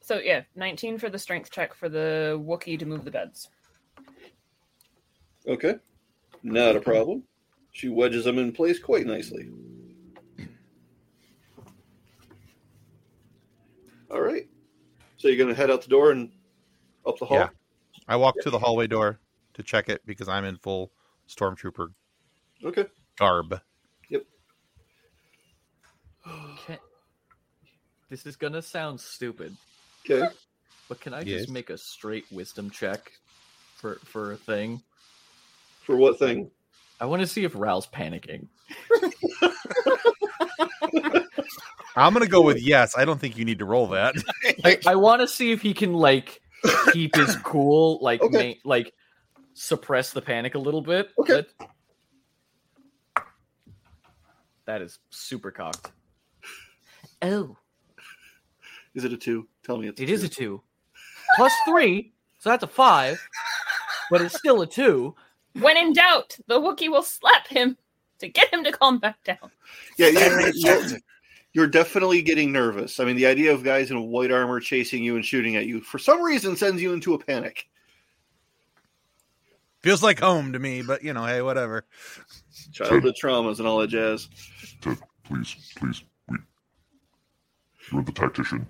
C: So yeah, 19 for the strength check for the Wookiee to move the beds.
D: Okay. Not a problem. She wedges them in place quite nicely. All right. So you're going to head out the door and up the hall?
A: Yeah. I walk to the hallway door to check it because I'm in full stormtrooper
D: Okay.
A: garb.
H: Can- This is gonna sound stupid,
D: Okay.
H: but can I
A: Yes.
H: just make a straight wisdom check for for a thing?
D: For what thing?
H: I want to see if Rao's panicking.
A: I'm gonna go with yes. I don't think you need to roll that.
H: I, I want to see if he can like keep his cool, like
D: Okay.
H: ma- like suppress the panic a little bit.
D: Okay.
H: That- that is super cocked. Oh,
D: Is it a two? Tell me it's
H: it is a two plus three, so that's a five, but it's still a two.
C: When in doubt, the Wookiee will slap him to get him to calm back down.
D: Yeah, you're, you're, you're definitely getting nervous. I mean, the idea of guys in white armor chasing you and shooting at you for some reason sends you into a panic.
A: Feels like home to me, but you know, hey, whatever.
D: Childhood traumas and all that jazz.
I: Ted, please, please, we. You're the tactician.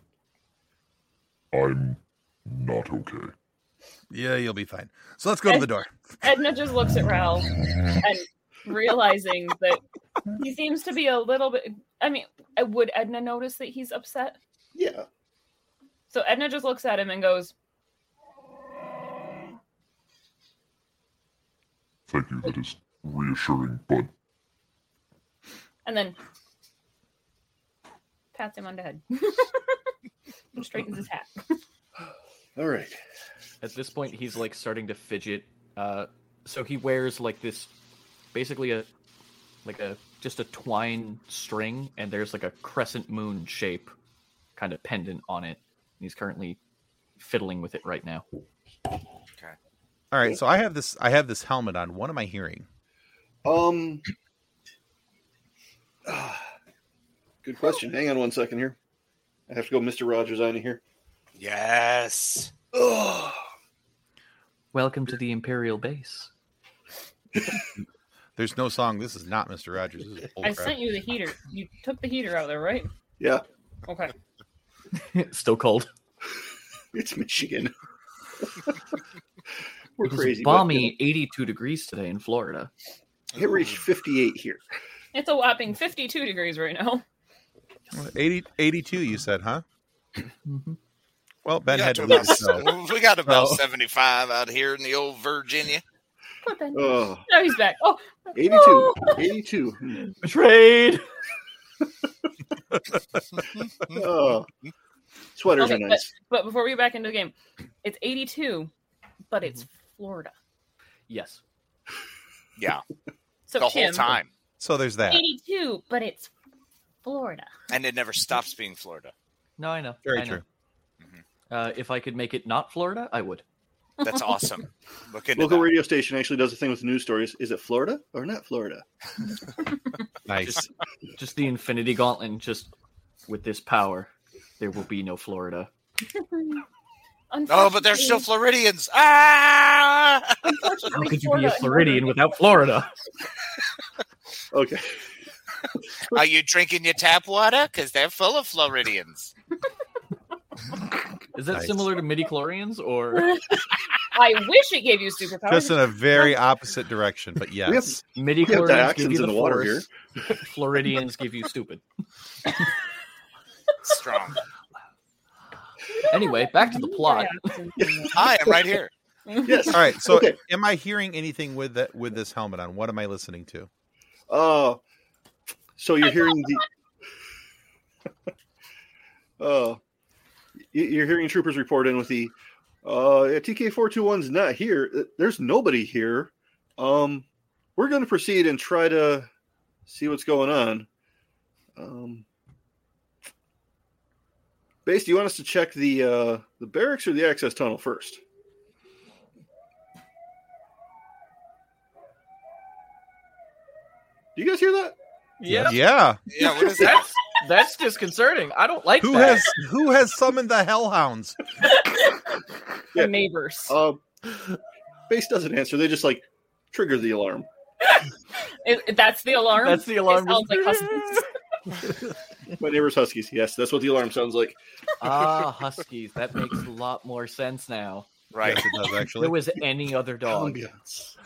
I: I'm not okay.
A: Yeah, you'll be fine. So let's go to the door.
C: Edna just looks at Raoul and realizing that he seems to be a little bit. I mean, would Edna notice that he's upset?
D: Yeah.
C: So Edna just looks at him and goes,
I: Thank you. That is reassuring, but
C: and then pats him on the head and straightens his hat.
D: All right.
H: At this point, he's like starting to fidget. Uh, so he wears like this, basically a, like a just a twine string, and there's like a crescent moon shape, kind of pendant on it. And he's currently fiddling with it right now.
A: All right, so I have this I have this helmet on. What am I hearing?
D: Um. ah, good question. Hang on one second here. I have to go, Mister Rogers, on here.
E: Yes.
D: Oh,
H: Welcome to the Imperial base.
A: There's no song. This is not Mr. Rogers. This is
C: I
A: bull crap.
C: sent you the heater. You took the heater out there, right?
D: yeah,
C: Okay.
H: Still cold.
D: it's Michigan. We're
H: It was
D: crazy. but,
H: balmy 82 degrees today in Florida.
D: you know, It reached fifty-eight here.
C: It's a whopping 52 degrees right now.
A: 80, 82 you said, huh?
H: Mhm.
A: Well, Ben
E: we, got
A: had
E: to
A: to
E: about,
A: leave, so
E: we got about
A: So-
E: 75 out here in the old Virginia.
C: But then,
D: Oh,
C: now he's back. Oh,
D: 82. 82. Hmm.
H: Betrayed.
D: Oh. Sweaters
C: Okay,
D: are nice.
C: but before we get back into the game, it's 82, but it's Florida.
H: Yes.
E: Yeah,
C: So
E: the
C: Tim,
E: whole time.
A: so there's that.
C: 82, but it's Florida.
E: And it never stops being Florida.
H: No, I know.
A: Very
H: I know.
A: true.
E: Mhm.
H: Uh, if I could make it not Florida, I would.
E: That's awesome. Look into
D: Local
E: that.
D: radio station actually does a thing with news stories. Is it Florida or not Florida?
A: Nice.
H: Just, just the Infinity Gauntlet. and Just with this power, there will be no Florida.
E: Oh, but they're still Floridians. Ah!
H: How
C: Unfortunately,
H: could you be
C: Florida
H: a
C: and
H: Floridian
C: Florida-
H: without Florida?
D: Okay.
E: Are you drinking your tap water? Because they're full of Floridians.
H: Is that
A: Nice.
H: similar to midi chlorians or
C: I wish it gave you superpowers.
A: Just in a very opposite direction, but yes.
D: have-
H: midi
D: We have
H: chlorians give
D: dioxins
H: you
D: in
H: the
D: the water here.
H: force? Floridians give you stupid.
E: Strong.
H: Anyway, back to the plot.
E: I am right here.
D: Yes.
A: All right, so
D: Okay.
A: am I hearing anything with that with this helmet on? What am I listening to?
D: Uh, so you're hearing the. uh, you- you're hearing troopers report in with the. Uh, yeah, TK 421's not here. Uh, There's nobody here. Um, we're going to proceed and try to see what's going on. Um, Base, do you want us to check the uh, the barracks or the access tunnel first? Do you guys hear that?
A: Yeah.
E: Yeah, what is that?
H: That's disconcerting. I don't like
A: Who
H: that.
A: has who has summoned the hellhounds?
D: Yeah.
C: The neighbors.
D: Um, base doesn't answer. They just like trigger the alarm.
C: It- that's the alarm.
H: That's the alarm.
C: It sounds like husbands.
D: My neighbor's huskies. Yes, that's what the alarm sounds like.
H: ah, huskies. That makes a lot more sense now.
E: Right.
A: Yes, it does
H: If
A: actually.
H: There was any other dog.
D: Ambiance.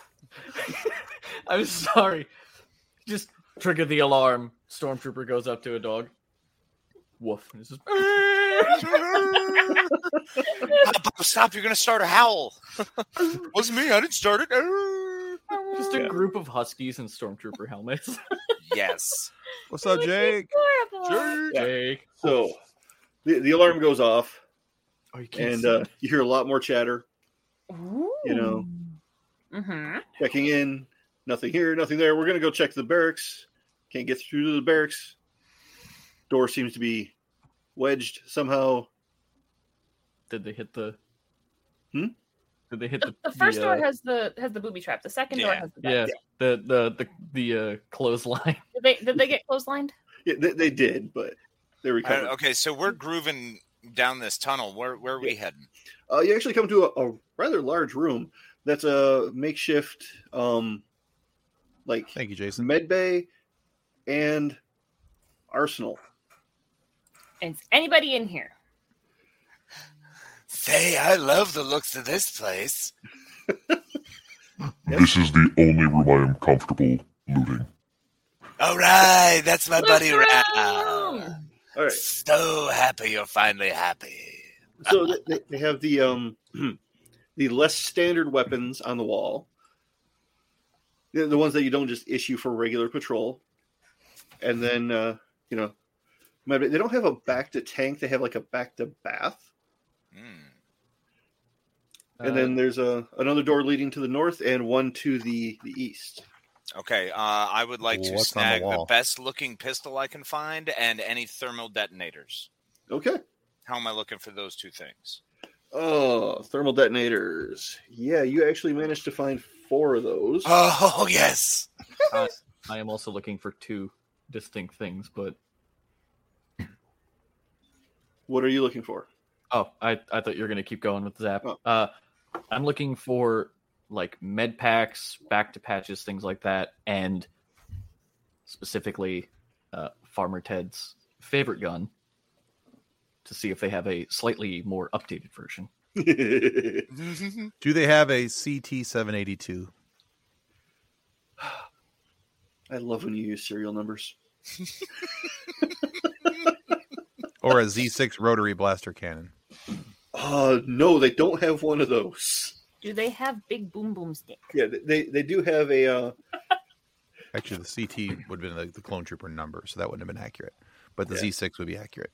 H: I'm sorry. Just trigger the alarm. Stormtrooper goes up to a dog. Woof. And it's just,
E: Pop, pop, stop! You're gonna start a howl. Wasn't me. I didn't start it. Err.
H: just a
D: Yeah.
H: group of huskies in stormtrooper helmets.
E: yes.
A: What's up, Jake?
C: Horrible.
D: Yeah.
H: Jake.
D: So the, the alarm goes off,
H: Oh, you can't
D: and
H: see
D: uh, you hear a lot more chatter. You know,
C: Mm-hmm.
D: checking in. Nothing here, nothing there. We're gonna go check the barracks. Can't get through to the barracks. Door seems to be wedged somehow.
H: Did they hit the?
D: Hmm?
H: Did they hit
C: The,
H: the?
C: the first
H: uh,
C: door has the has the booby trap. The second door
E: Yeah.
C: has the bed.
H: Yeah, the the the the uh, clothesline.
C: Did they did they get clotheslined?
D: Yeah, they, they did, but they
E: I-
D: recovered.
E: Uh, okay, so we're grooving down this tunnel. Where where are we heading?
D: Uh, you actually come to a, a rather large room that's a makeshift, um, like
A: Thank you, Jason.
D: med bay and arsenal.
C: Is anybody in here?
E: Say, I love the looks of this place.
D: Yep.
I: This is the only room I am comfortable looting.
E: All right, that's my
C: Look
E: buddy
C: around!
E: Ram.
D: All right,
E: So happy you're finally happy.
D: so th- th- they have the um, the less standard weapons on the wall, the, the ones that you don't just issue for regular patrol, and then uh, you know, med bay- they don't have a back to tank. They have like a back to bath.
E: Hmm.
D: And then
A: Uh.
E: Uh,
D: there's a another door leading to the north and one to the the east.
E: Okay, uh, I would like to
A: What's on the
E: snag the,
A: wall?
E: best looking pistol I can find and any thermal detonators.
D: Okay.
E: How am I looking for those two things?
D: Oh, thermal detonators. Yeah, you actually managed to find four of those.
E: Oh yes.
H: Uh, I am also looking for two distinct things, but
D: what are you looking for?
H: oh, I I thought you were gonna keep going with Zap.
D: Oh.
H: Uh, I'm looking for like med packs, back to patches, things like that, and specifically uh, Farmer Ted's favorite gun to see if they have a slightly more updated version.
D: There's
A: Do they have a CT seven eighty two?
D: I love when you use serial numbers.
A: Or a Z6 rotary blaster cannon.
D: Uh no, they don't have one of those.
C: Do they have big boom boom stick?
D: Yeah, they- they they do have a uh
A: Actually, the CT would have been the, the clone trooper number, so that wouldn't have been accurate. But the
D: Yeah.
A: Z6 would be accurate.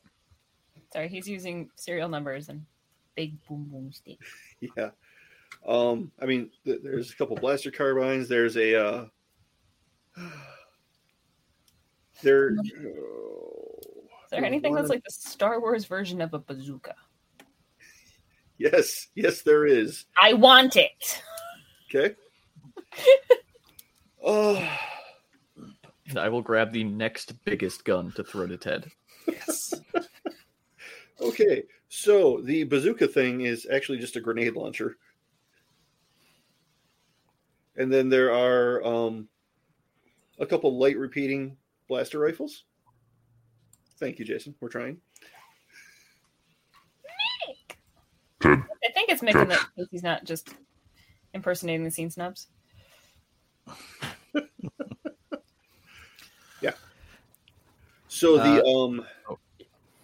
C: Sorry, he's using serial numbers and big boom boom stick.
D: yeah. Um I mean th- there's a couple blaster carbines, there's a uh there
C: Is there
D: There's
C: anything
D: one
C: that's
D: of-
C: like the Star Wars version of a bazooka?
D: Yes, yes there is.
C: I want it.
D: Okay. oh,
H: And I will grab the next biggest gun to throw to Ted.
E: Yes.
D: okay. So the bazooka thing is actually just a grenade launcher. And then there are um, a couple light repeating blaster rifles. Thank you, Jason. We're trying.
I: Ted,
C: I think it's making that because he's not just impersonating the scene snubs.
D: So the um,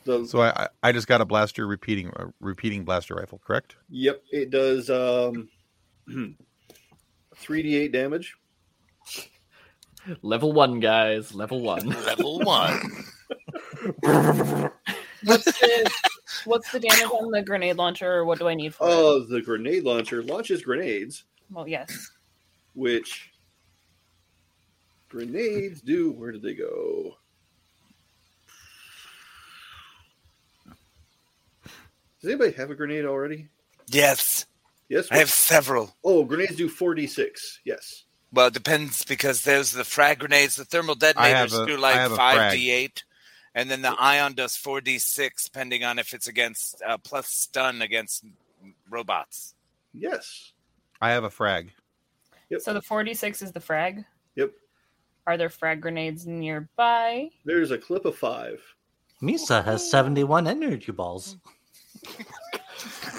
D: the
A: Uh, oh. So I, I- I just got a blaster repeating a repeating blaster rifle, correct?
D: yep, it does um, three d eight damage.
H: Level one, guys. Level one.
E: Level one.
C: What's the, what's the damage on the grenade launcher? Or what do I need for it?
D: Uh, the grenade launcher launches grenades.
C: Well, yes.
D: which grenades do. Where did they go? Does anybody have a grenade already?
E: Yes.
D: Yes.
E: I have several.
D: Oh, grenades do 4d6. Yes.
E: Well, it depends because there's the frag grenades. The thermal
A: I have
E: detonators
A: a-
E: do
A: I
E: like
A: have a
E: five
A: frag.
E: d eight, and then the ion does four d six, depending on if it's against uh, plus stun against robots.
D: Yes.
A: I have a frag.
C: So the 46 is the frag.
D: Yep.
C: Are there frag grenades nearby?
D: There's a clip of five.
B: Misa has 71 energy balls.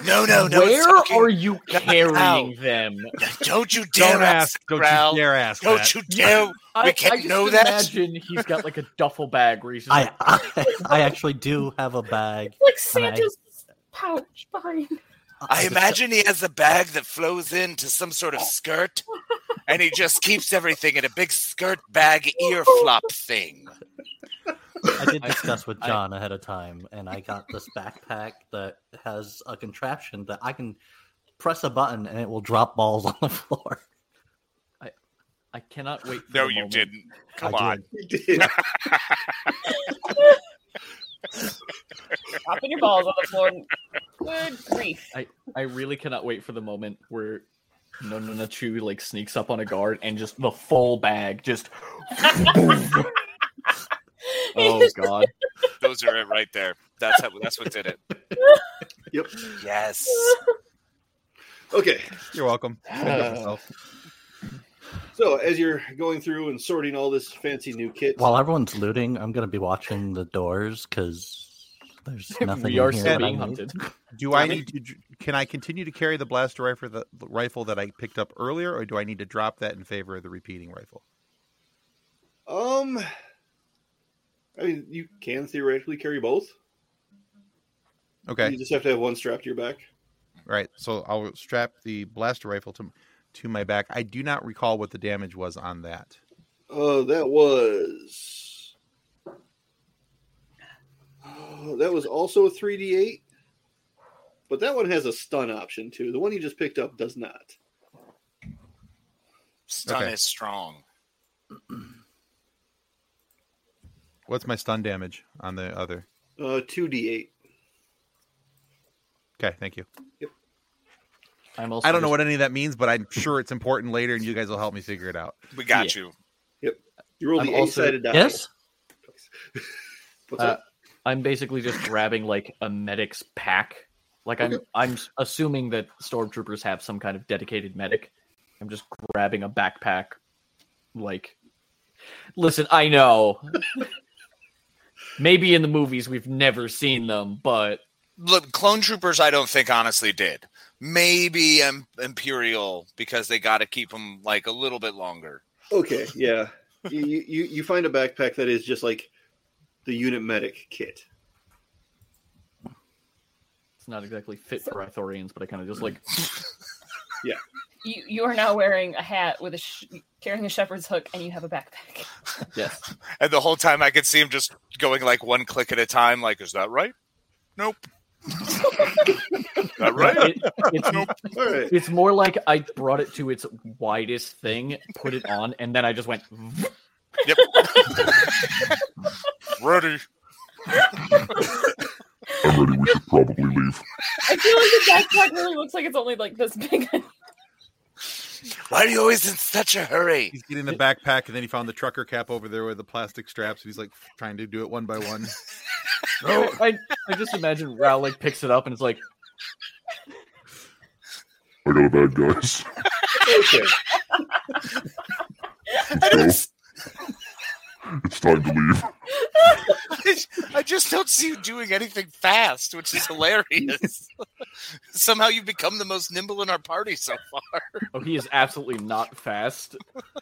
E: No, no, no.
H: Where
E: it's fucking-
H: are you
E: Not
H: carrying
E: now.
H: them?
E: Don't you dare
A: don't ask. Don't
E: Growl.
A: you dare ask.
E: Don't
A: that.
E: you dare!
H: I,
E: we can't
H: I just
E: know that.
H: Imagine he's got like a duffel bag where he's just
B: I,
H: like,
B: I I actually do have a bag.
F: Like
B: and I-
F: Santa's pouch behind.
E: I
B: just-
E: imagine he has a bag that flows into some sort of skirt, and he just keeps everything in a big skirt bag ear flop thing.
B: I did
H: I-
B: discuss with
H: I-
B: John ahead of time, and I got this backpack that has a contraption that I can press a button and it will drop balls on the floor.
H: I cannot wait. For
L: No,
H: the
L: you
H: moment.
L: didn't. Come
B: I
L: on.
B: did.
D: You did.
C: Dropping your balls on the floor. Good grief.
H: I really cannot wait for the moment where no no no chew like sneaks up on a guard and just the full bag just oh god
L: Those are it right there.
E: That's how, that's what did it.
D: Yep.
E: Yes.
D: Okay.
A: You're welcome. I got myself.
D: So as you're going through and sorting all this fancy new kit,
B: While everyone's looting, I'm gonna be watching the doors because there's nothing.
H: we
B: in
H: are
B: here
H: still
B: that I
H: being
B: need.
H: hunted
A: Do I need to? Can I continue to carry the blaster rifle that, rifle that I picked up earlier, or do I need to drop that in favor of the repeating rifle?
D: um, I mean, you can theoretically carry both.
A: Okay.
D: You just have to have one strapped to your back.
A: All right, so I'll strap the blaster rifle to to my back. I do not recall what the damage was on that.
D: Uh, that was. Oh, that was also a 3d8, but that one has a stun option too. The one you just picked up does not.
E: Stun
A: Okay.
E: is strong.
A: What's my stun damage on the other?
D: Uh, 2d8.
A: Okay, thank you.
H: i'm also
A: I don't know
H: just-
A: what any of that means, but I'm sure it's important later, and you guys will help me figure it out.
E: We got
H: Yeah.
E: you.
D: You rolled
H: I'm
D: the
H: also-
D: eight-sided die.
B: Yes,
D: What's
H: uh,
D: that?
H: i'm basically just grabbing like a medic's pack like i'm i'm s- assuming that stormtroopers have some kind of dedicated medic i'm just grabbing a backpack like listen i know maybe in the movies we've never seen them but
E: Look, clone troopers, I don't think honestly did. Maybe um, Imperial because they got to keep them like a little bit longer.
D: Okay, yeah. you, you you- you find a backpack that is just like the unit medic kit.
H: it's not exactly fit for Ithorians, but I kind of just like
C: You, you are now wearing a hat with a sh- carrying a shepherd's hook, and you have a backpack.
H: yes.
E: And the whole time I could see him just going like one click at a time. Like, is that right? Nope. that right?
H: It- it's,
D: All right.
H: it's more like I brought it to its widest thing, put it on, and then I just went.
L: Ready.
I: I'm ready. We should probably leave.
C: I feel like the backpack really looks like it's only like this big.
E: Why are you always in such a hurry?
A: He's getting the backpack, and then he found the trucker cap over there with the plastic straps. And he's like trying to do it one by one.
H: No, I, I just imagine Rowley picks it up and it's like,
I: I got a bad guys.
D: Okay.
I: So it's time to leave.
E: I just don't see you doing anything fast, which is hilarious. Somehow you become the most nimble in our party so far.
H: "Oh, he is absolutely not fast."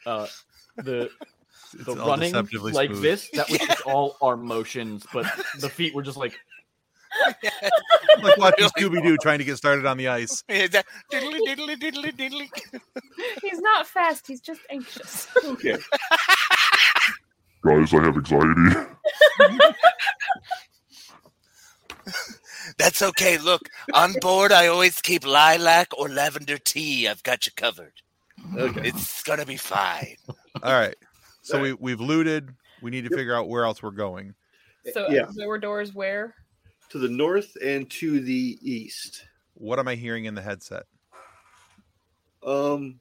H: Uh, the the
A: all
H: running
A: deceptively
H: like
A: smooth.
H: this, that was just all our motions, but the feet were just like,
A: like watching Scooby Doo trying to get started on the ice.
E: Yeah, that- diddly, diddly, diddly, diddly.
F: He's not fast. He's just anxious.
D: Okay.
I: Guys, I have anxiety.
E: That's okay. Look, on board, I always keep lilac or lavender tea. I've got you covered.
D: Okay.
E: It's gonna be fine.
A: All right, so we we've looted. We need to figure out where else we're going.
C: So
D: Yeah.
C: there were doors where
D: To the north and to the east.
A: What am I hearing in the headset?
D: Um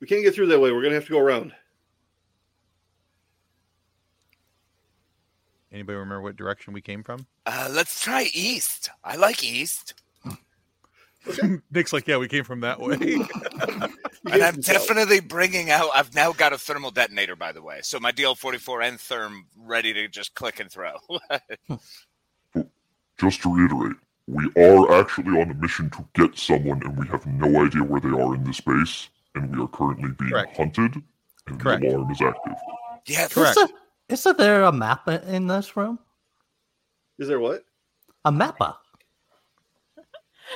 D: We can't get through that way. We're gonna have to go around.
A: Anybody remember what direction we came from?
E: Uh, let's try east. I like east.
A: Nick's like, yeah, we came from that way.
E: And I'm definitely bringing out. I've now got a thermal detonator, by the way. So my DL44 and therm ready to just click and throw.
A: Hmm.
I: Just to reiterate, we are actually on a mission to get someone, and we have no idea where they are in this base, and we are currently being
A: Correct.
I: hunted, and
A: Correct.
I: the alarm is active.
E: yes.
A: Correct.
B: Is, there- is there a map in this room?
D: Is there what?
B: A mapper?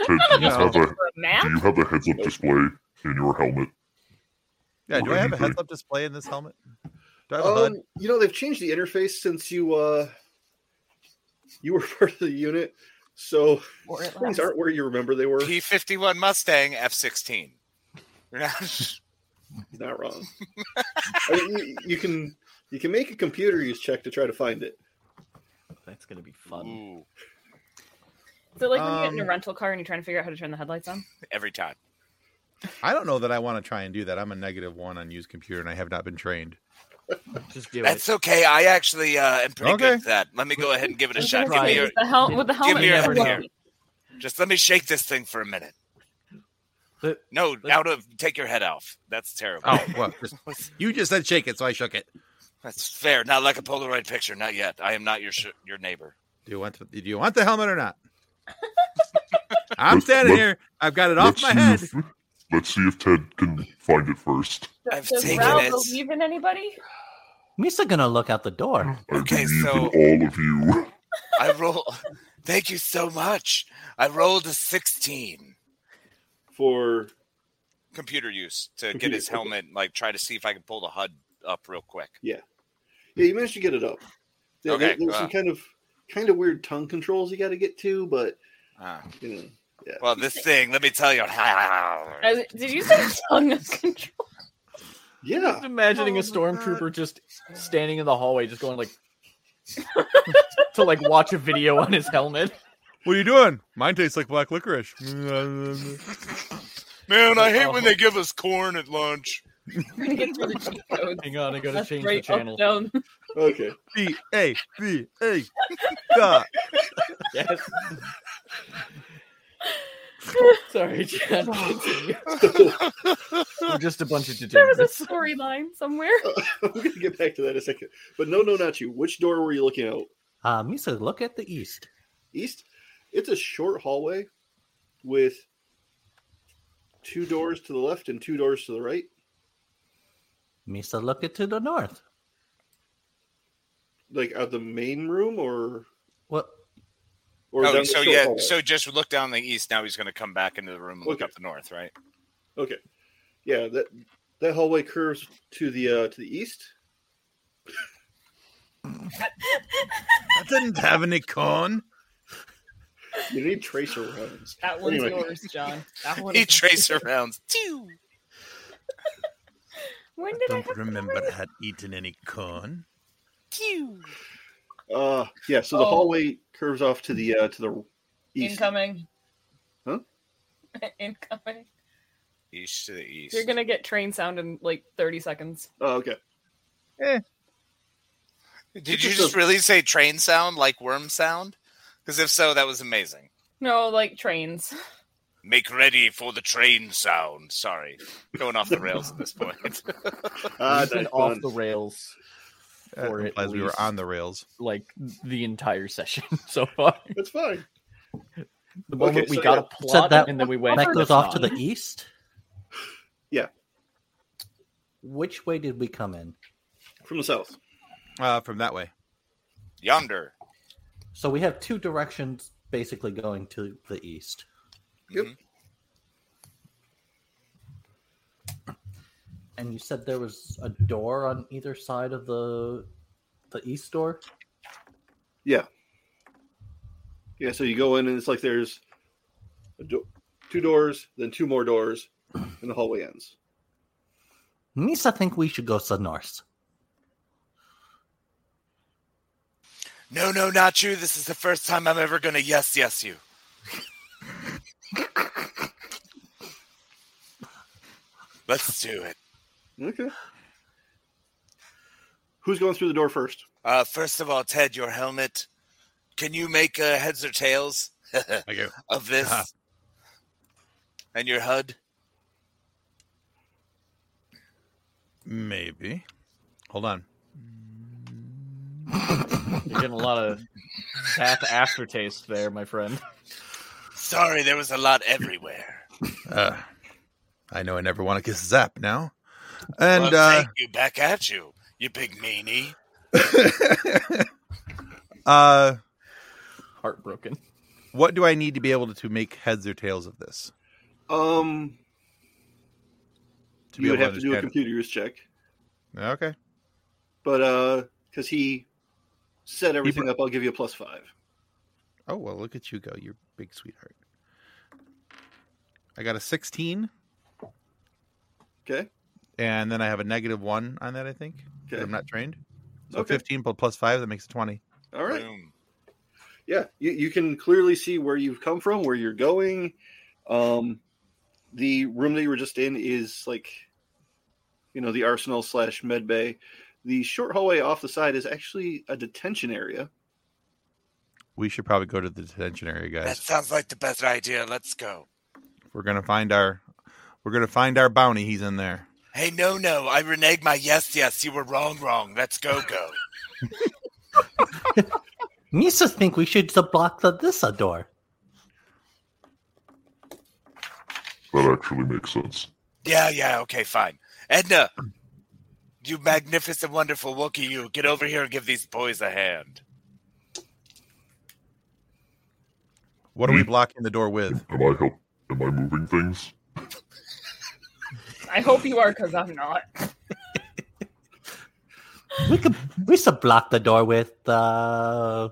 I: Ted, do you,
A: No.
I: have a,
C: For a map?
I: do you have a heads-up display in your helmet?
A: Yeah, do I have a
I: Okay.
A: heads up display in this helmet? Do I have a HUD?
D: Um, you know they've changed the interface since you uh you were part of the unit, so
C: Or it
D: things
C: lasts.
D: aren't where you remember they were.
E: P51 Mustang F16. That's
D: He's not wrong. I mean, you, you can you can make a computer use check to try to find it.
H: That's gonna be fun.
C: Is it like when you get in
A: Um,
C: a rental car and you're trying to figure out how to turn the headlights on?
E: every time.
A: I don't know that I want to try and do that. I'm a negative one on used computer, and I have not been trained.
H: Just do
E: That's okay. I actually uh, am pretty good
A: Okay.
E: at that. Let me go ahead and give it a
C: I was
E: shot.
C: gonna
E: Give me
C: say,
E: your,
C: is the hel- with the
H: Give
C: helmet.
E: me your
C: is that
E: head
C: lucky?
E: just let me shake this thing for a minute.
H: But-
E: No,
H: but-
E: out of take your head off. That's terrible.
A: Oh, well, just, you just said shake it, so I shook it.
E: That's fair. Not like a Polaroid picture. Not yet. I am not your sh- your neighbor.
A: Do you want to, do you want the helmet or not? I'm
I: Let's-
A: standing
I: let's-
A: here. I've got it off my head.
I: If, let's see if Ted can find it first.
E: I've
C: Does
E: taken
C: Raoul
E: it.
C: believe in anybody?
B: Misa gonna look out the door.
I: I
E: Okay,
I: believe
E: so-
I: in all of you.
E: I roll. Thank you so much. I rolled a sixteen.
D: For
E: Computer use to get
D: Computer,
E: his
D: okay.
E: helmet. Like try to see if I can pull the HUD up real quick.
D: yeah, you managed to get it up. There,
E: Okay, uh,
D: there's
E: wow.
C: uh.
D: some kind of kind of weird tongue controls you got to get to, but
E: Uh,
D: you know,
E: well, this thing. Let me tell you.
C: Uh, Did you say tongue of control?
D: yeah.
H: Just imagining
A: Oh my
H: a stormtrooper just standing in the hallway, just going like to like watch a video on his helmet.
A: What are you doing? Mine tastes like black licorice. That's
L: Man, I hate when they give us corn at lunch.
C: I'm Oh. gonna get through the cheat codes.
H: Hang on, I gotta
C: Left,
H: change
C: right,
H: the channel.
C: Up, down.
D: Okay,
A: B A B A. Duh.
H: Yes. Sorry, Chad. continue. We're just a bunch of
C: There was
H: degenerates.
C: a storyline somewhere.
D: I'm gonna get back to that in a second. But no, no, not you. Which door were you looking out?
B: Uh, Misa, look at the east.
D: East. It's a short hallway with two doors to the left and two doors to the right.
B: Misa, look it to the north.
D: Like out the main room, or
B: What?
D: or down
E: oh,
D: the
E: so
D: short
E: yeah.
D: hallway?
E: So just look down the east. Now he's going to come back into the room and look
D: Okay.
E: up the north, right?
D: Okay. Yeah, that that hallway curves to the uh, to the east.
A: That didn't have any corn.
D: You need tracer rounds.
C: That one's
D: Anyway.
C: yours, John. That one.
E: He
C: Is...
E: tracer rounds. Two.
C: When did I
A: Don't
C: have
A: remember I had eaten any corn.
D: Uh yeah, so the
C: Oh.
D: hallway curves off to the uh, to the east.
C: incoming?
D: Huh?
C: incoming.
E: East to the east.
C: You're gonna get train sound in like 30 seconds.
D: Oh, okay.
A: Eh.
E: Did you just really say train sound like worm sound? Because if so, that was amazing.
C: No, like trains.
E: Make ready for the train sound. Sorry, going off the rails at this point.
D: Ah,
H: We've been
D: nice
H: off
D: one.
H: the rails
A: That
H: Or at
A: implies Uh, we
H: least-
A: were on the rails.
H: like the entire session so far.
D: That's fine.
H: The moment
D: Okay,
H: we
D: so
H: got
D: yeah.
H: a plot
B: So that-
H: and then we went
B: that goes
H: "That's
B: off to
H: not
B: the east.
D: Yeah.
B: Which way did we come in?
D: From the south.
A: Uh, from that way.
E: Yonder.
B: So we have two directions basically going to the east.
D: Yep.
E: Mhm.
B: And you said there was a door on either side of the the east door?
D: Yeah, so you go in and it's like there's a do- two doors, then two more doors, and the hallway ends.
B: Misa think we should go to the north.
E: No, no, not you. This is the first time I'm ever going to yes, yes you. Let's do it.
D: Okay. Who's going through the door first?
E: Uh, first of all, Ted, your helmet. Can you make uh, heads or tails
A: you.
E: of this? and your HUD?
A: Maybe. Hold on.
H: You're getting a lot of half aftertaste there, my friend.
E: Sorry, there was a lot everywhere.
A: Uh, I know I never want to kiss Zap now. And
E: well,
A: uh,
E: thank you back at you, you big meanie.
A: uh,
H: Heartbroken.
A: what do I need to be able to, to make heads or tails of this?
D: Um,
A: To be
D: you would
A: able
D: have to do a
A: understand
D: computer use check,
A: it. Okay.
D: but uh, because he set everything
A: put-
D: up, I'll give you a plus five.
A: Oh well, look at you go, you big sweetheart. I got a sixteen,
D: Okay.
A: and then I have a negative one on that. I think 'cause
D: Okay.
A: I'm not trained. So
D: Okay.
A: fifteen plus plus five that makes it twenty.
D: All right.
E: Boom.
D: yeah you, you can clearly see where you've come from where you're going um the room that you were just in is like you know the arsenal slash med bay the short hallway off the side is actually a detention area
A: We should probably go to the detention area, guys.
E: That sounds like the best idea. Let's go.
A: We're gonna find our, we're gonna find our bounty. He's in there.
E: Hey, no, no. I reneged my yes, yes. You were wrong, wrong. Let's go, go.
B: Misa think we should to block the this a door.
I: That actually makes sense.
E: yeah, yeah. Okay, fine. Edna, you magnificent, wonderful Wookiee, you get over here and give these boys a hand.
A: What are we blocking the door with?
I: Am I help? Am I moving things?
C: I hope you are, because I'm not.
B: We could we should block the door with uh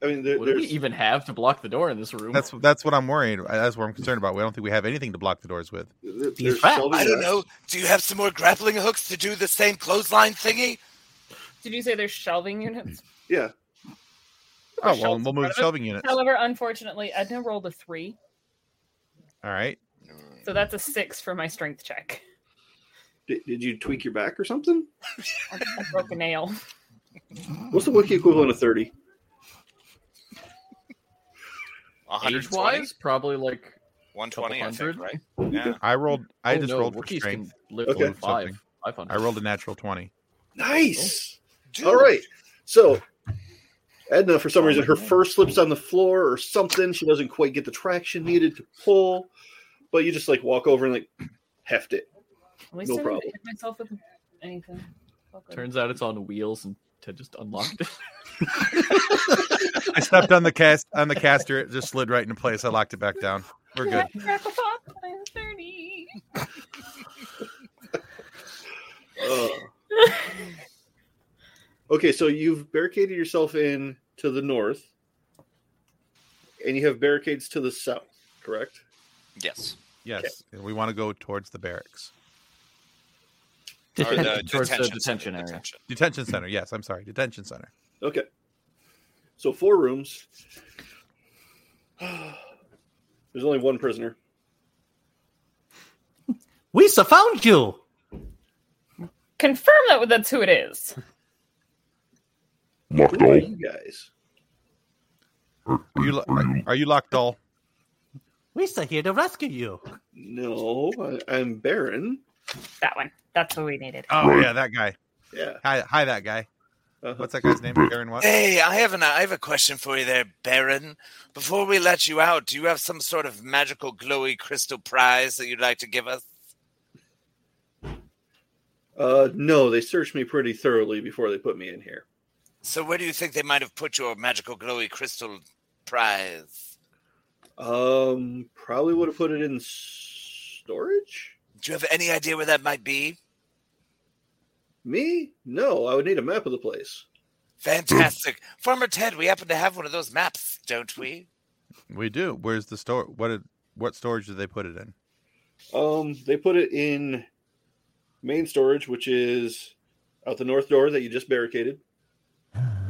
D: i mean there,
H: What do we
D: there's
H: even have to block the door in this room?
A: That's that's what I'm worried. uh, That's what I'm concerned about. We don't think we have anything to block the doors with.
D: there-
B: These
D: there's
B: facts.
D: shelving
E: I don't
D: racks.
E: know. Do you have some more grappling hooks to do the same clothesline thingy?
C: Did you say there's shelving units?
D: yeah
A: Oh
C: Or
A: well,
C: shelves
A: we'll
C: in
A: move
C: front of it?
A: shelving units. All
C: However, unfortunately, Edna rolled a three,
A: right.
C: so that's a six for my strength check.
D: did, did you tweak your back or something
C: I broke a nail.
D: what's the wiki equivalent of 30
H: Age
E: 120?
H: wise, probably like couple
E: 120, I think,
H: hundred.
E: right? Yeah.
A: I rolled. I
H: Oh,
A: just
H: no,
A: rolled for
H: Wookiees
A: strength.
H: Can live
D: Okay.
H: okay. five.
A: Something.
H: Five hundred.
A: I rolled a natural twenty.
D: nice
E: Dude,
D: All right. So Edna, for some
H: Oh
D: reason,
H: my
D: her
H: God.
D: fur slips on the floor or something. She doesn't quite get the traction needed to pull, but you just like walk over and like heft it.
C: At least
D: No
C: I didn't
D: problem.
C: hit myself with anything. Fuck it.
H: Turns out it's on wheels, and Ted just unlocked it.
A: I stepped on the cast on the caster. It just slid right into place. I locked it back down. We're good.
C: Crack a pop, I'm 30.
D: Uh. okay, so you've barricaded yourself in to the north, and you have barricades to the south, correct?
E: Yes.
A: Yes, and we want to go towards the barracks
E: Or the
H: Towards the
E: detention,
H: detention
E: center,
H: area.
E: detention.
A: detention center. Yes, I'm sorry, detention center.
D: Okay. So four rooms. There's only one prisoner.
B: We should found you.
C: Confirm that that's who it is.
I: Locked
D: Who are
I: all?
D: you guys?
I: Are,
A: Are you, lo- are, are you locked all?
B: We should here to rescue you.
D: No, I, I'm Baron.
C: That one. That's who we needed.
A: Oh
I: Right.
A: yeah, that guy.
D: Yeah.
A: Hi, hi, that guy.
D: Uh-huh.
A: What's that guy's name? Aaron what?
E: Hey, I have an I have a question for you there, Baron. Before we let you out, do you have some sort of magical glowy crystal prize that you'd like to give us?
D: Uh, no, they searched me pretty thoroughly before they put me in here.
E: So where do you think they might have put your magical glowy crystal prize?
D: Um, probably would have put it in storage.
E: Do you have any idea where that might be?
D: Me? No, I would need a map of the place.
E: Fantastic. Farmer Ted, we happen to have one of those maps, don't we?
A: We do. Where's the store? What? Did, what storage did they put it in?
D: Um, they put it in main storage, which is out the north door that you just barricaded,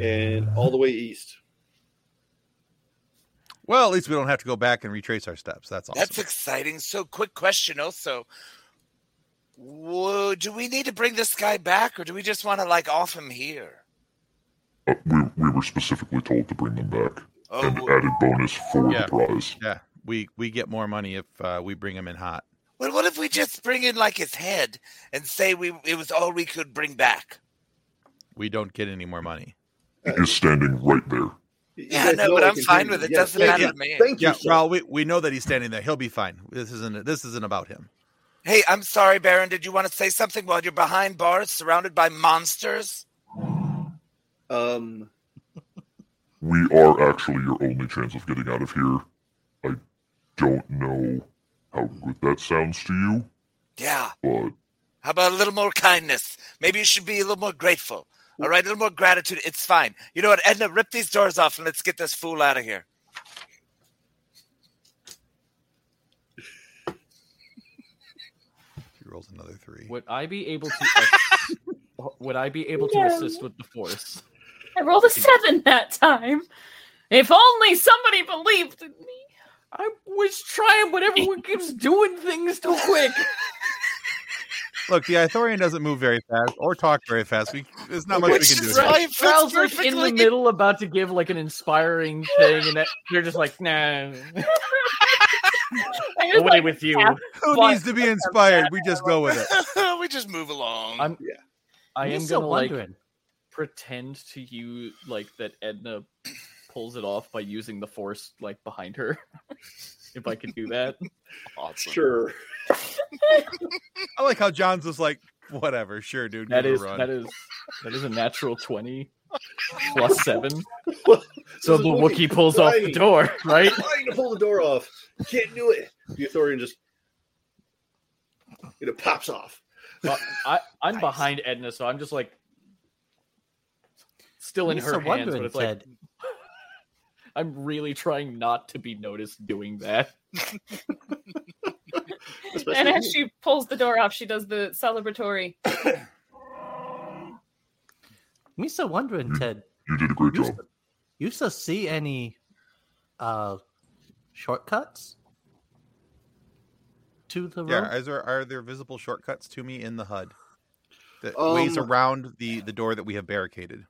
D: and all the way east.
A: Well, at least we don't have to go back and retrace our steps. That's awesome.
E: That's exciting. So quick question also. Whoa, do we need to bring this guy back, or do we just want to like off him here?
I: Uh, we, we were specifically told to bring them back.
E: Oh,
I: and
E: well,
I: added bonus for
A: Yeah.
I: the prize.
A: Yeah, we we get more money if uh, we bring him in hot.
E: well, what if we just bring in like his head and say we it was all we could bring back?
A: We don't get any more money.
I: He is standing right there.
D: You
E: Yeah,
D: guys
E: no,
D: know
E: but
D: I
E: I'm
D: can
E: fine
D: hear
E: with
D: you.
E: it.
D: Yes,
E: Doesn't
D: thank
E: matter
D: you.
E: to me.
D: Thank you.
A: Yeah,
D: sir.
A: well, we, we know that he's standing there. He'll be fine. This isn't this isn't about him.
E: Hey, I'm sorry, Baron. Did you want to say something while you're behind bars, surrounded by monsters?
D: um,
I: We are actually your only chance of getting out of here. I don't know how good that sounds to you,
E: Yeah.
I: but
E: How about a little more kindness? Maybe you should be a little more grateful. All right, a little more gratitude. It's fine. You know what, Edna? Rip these doors off and let's get this fool out of here.
A: He rolls another three.
H: Would I be able to? ass- would I be able to
F: Yeah.
H: assist with the force?
F: I rolled a seven that time. If only somebody believed in me.
H: I was trying, but everyone keeps doing things too quick.
A: Look, the Ithorian doesn't move very fast or talk very fast. We, there's not much
E: Which
A: we can do.
E: is
A: here.
E: why it fits
H: Ralph's like in the
E: perfectly.
H: middle, about to give like an inspiring thing, and that, you're just like, nah,
F: I was
H: away
F: like,
H: with you.
F: half-
A: Who
F: Why-
A: needs to be inspired? We just go with it.
L: we just move along.
H: I'm- I
B: I'm
H: am
B: still
H: gonna like
B: wondering.
H: pretend to you like that Edna pulls it off by using the force like behind her. if I can do that,
L: awesome.
D: sure.
A: I like how John's just like, whatever, sure, dude.
H: that
A: give it
H: is
A: a run.
H: that is that is a natural twenty plus seven. So
D: This
H: the
D: is
H: Wookiee pulls off the
D: Right.
H: door, right?
D: trying to pull the door off. Can't do it. The Ithorian just it pops off.
H: Uh, I, I'm
E: Nice.
H: behind Edna, so I'm just like still in
B: Mr.
H: her hands,
B: Wondering
H: but it's like
B: said,
H: I'm really trying not to be noticed doing that.
D: Especially
F: and
D: me.
F: as she pulls the door off, she does the celebratory.
B: "Me still wondering,
I: Hmm.
B: Ted.
I: you did a great
B: You
I: job.
B: still, you still see any uh shortcuts to the road?
A: Yeah, is there are there visible shortcuts to me in the HUD that ways
D: Um,
A: around the the door that we have barricaded?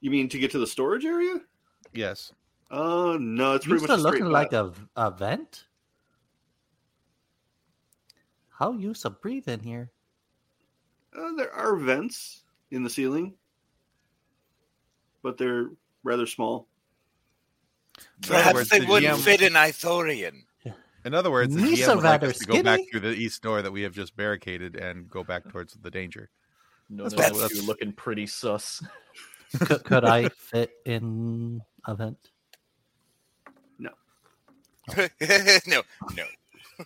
D: you mean to get to the storage area?
A: Yes.
D: Uh no, it's
B: you
D: pretty much
B: still
D: a straight
B: looking like
D: path.
B: a, a vent? How you still breathe in here?
D: Uh, there are vents in the ceiling, but they're rather small.
A: In other
E: Perhaps
A: words,
E: they
A: the
E: wouldn't
A: GM
E: fit in Ithorian.
A: In other words, the
B: Misa
A: GM would like
B: rather
A: us to go back
B: skinny.
A: through the east door that we have just barricaded and go back towards the danger.
H: No,
A: That's
H: no,
A: bad.
H: you're looking pretty sus.
B: could, could I fit in a vent?
E: no, no.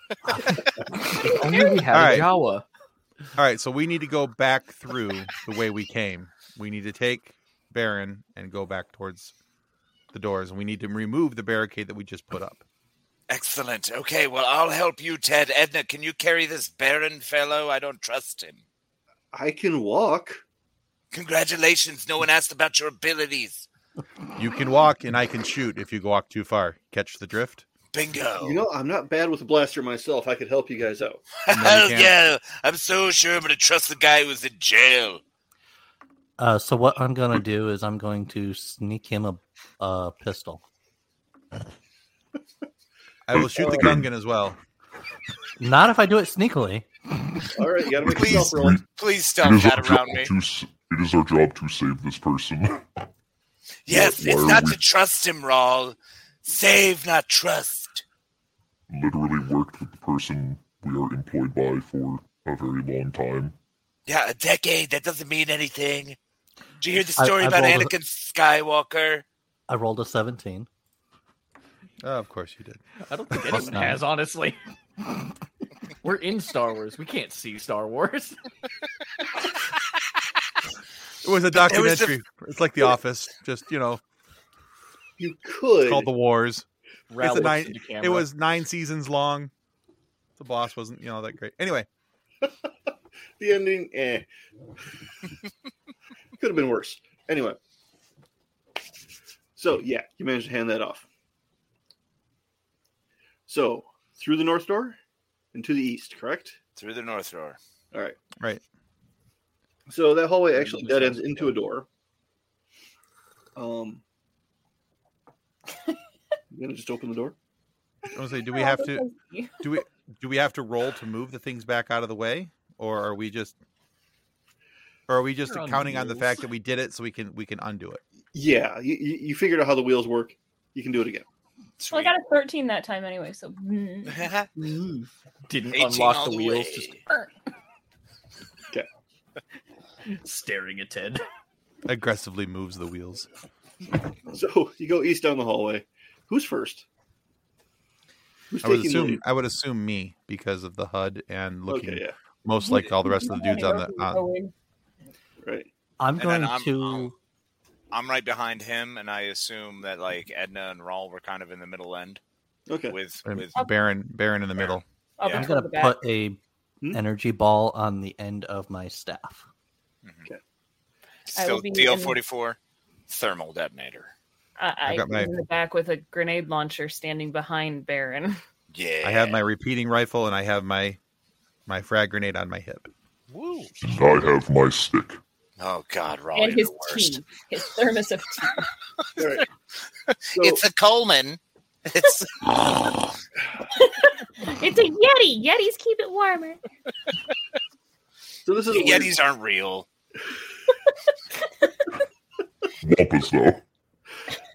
H: If only we had
A: All right.
H: a Jawa.
A: All right, so we need to go back through the way we came. We need to take Baron and go back towards the doors, and we need to remove the barricade that we just put up.
E: Excellent. Okay, well, I'll help you, Ted. Edna, can you carry this barren fellow? I don't trust him.
D: I can walk.
E: Congratulations. No one asked about your abilities.
A: You can walk, and I can shoot if you walk too far. Catch the drift.
E: Bingo.
D: You know, I'm not bad with a blaster myself. I could help you guys out.
A: And then
E: Hell
A: we
E: yeah. I'm so sure I'm going to trust the guy who's in jail.
B: Uh, so what I'm gonna do is I'm going to sneak him a, a pistol.
A: I will shoot the gungan as well.
B: Not if I do it sneakily.
D: All right, you gotta make
E: Please.
D: yourself roll.
E: Please
I: It
E: stop
I: is, our
E: that
I: job
E: around me.
I: to, s- it is our job to save this person.
E: Yes,
I: Why
E: it's
I: are
E: not
I: we-
E: to trust him, Rawl. Save, not trust.
I: Literally worked with the person we are employed by for a very long time.
E: Yeah, a decade, that doesn't mean anything. Did you hear the
B: I-
E: story
B: I've
E: about
B: rolled a-
E: Anakin Skywalker?
B: I rolled a 17.
A: Oh, of course you did.
H: I don't think anyone
B: no.
H: has, honestly. We're in Star Wars. We can't see Star Wars.
A: It was a
E: But there was the-
A: documentary. It's like The Office, just you know,
D: You could.
A: called The Wars.
H: Raoul looks
A: night-
H: into
A: It
H: camera.
A: was nine seasons long. The boss wasn't, you know, that great. Anyway,
D: the ending, eh. Could have been worse. Anyway. So, yeah, you managed to hand that off. So, through the north door, and to the east, correct?
E: Through the north roar.
D: All right.
A: Right.
D: So that hallway actually dead ends into a door. Um, you gonna just open the door?
A: I was gonna say, do
D: Oh,
A: we have to do we do we have to roll to move the things back out of the way, or are we just or are we just
H: You're on
A: counting on the
H: wheels.
A: fact that we did it so we can we can undo it?
D: Yeah, Uh, you, you you figured out how the wheels work. You can do it again.
F: Well, I got a 13 that time anyway, so. mm.
H: Didn't
E: 18
H: unlock
E: all
H: the
E: the
H: wheels,
E: way.
H: just
F: Er,
H: staring at Ted.
A: Aggressively moves the wheels.
D: So you go east down the hallway. Who's first? Who's
A: I would
D: taking the
A: assume
D: lead?
A: I would assume me because of the HUD and looking
D: Okay, yeah,
A: most like all the rest of the dudes on the. On,
D: right.
B: I'm
E: And then
B: going
E: I'm-
B: to.
E: I'll- I'm right behind him, and I assume that like Edna and Rawl were kind of in the middle end
D: Okay.
E: with
B: Um,
A: and
E: with
A: Baron Baron in the middle.
F: Up
E: Yeah.
B: I'm
F: until
B: gonna
F: the back.
B: put a
D: Hmm?
B: energy ball on the end of my staff.
F: I
E: Mhm. still
F: will be
E: DL
F: in-
E: forty four thermal detonator.
F: I,
A: I've
F: I
A: got my-
F: was in the back with a grenade launcher standing behind Baron.
E: Yeah,
A: I have my repeating rifle and I have my my frag grenade on my hip.
E: Woo.
I: And I have my stick.
E: Oh God, Rawl,
F: and
E: you're
F: his
E: the worst.
F: tea. His thermos of tea.
D: All right. So,
E: It's a Coleman. It's
F: It's a Yeti. Yetis keep it warmer.
D: so this is
E: the
D: a weird-
E: Yetis aren't real.
I: Wampas,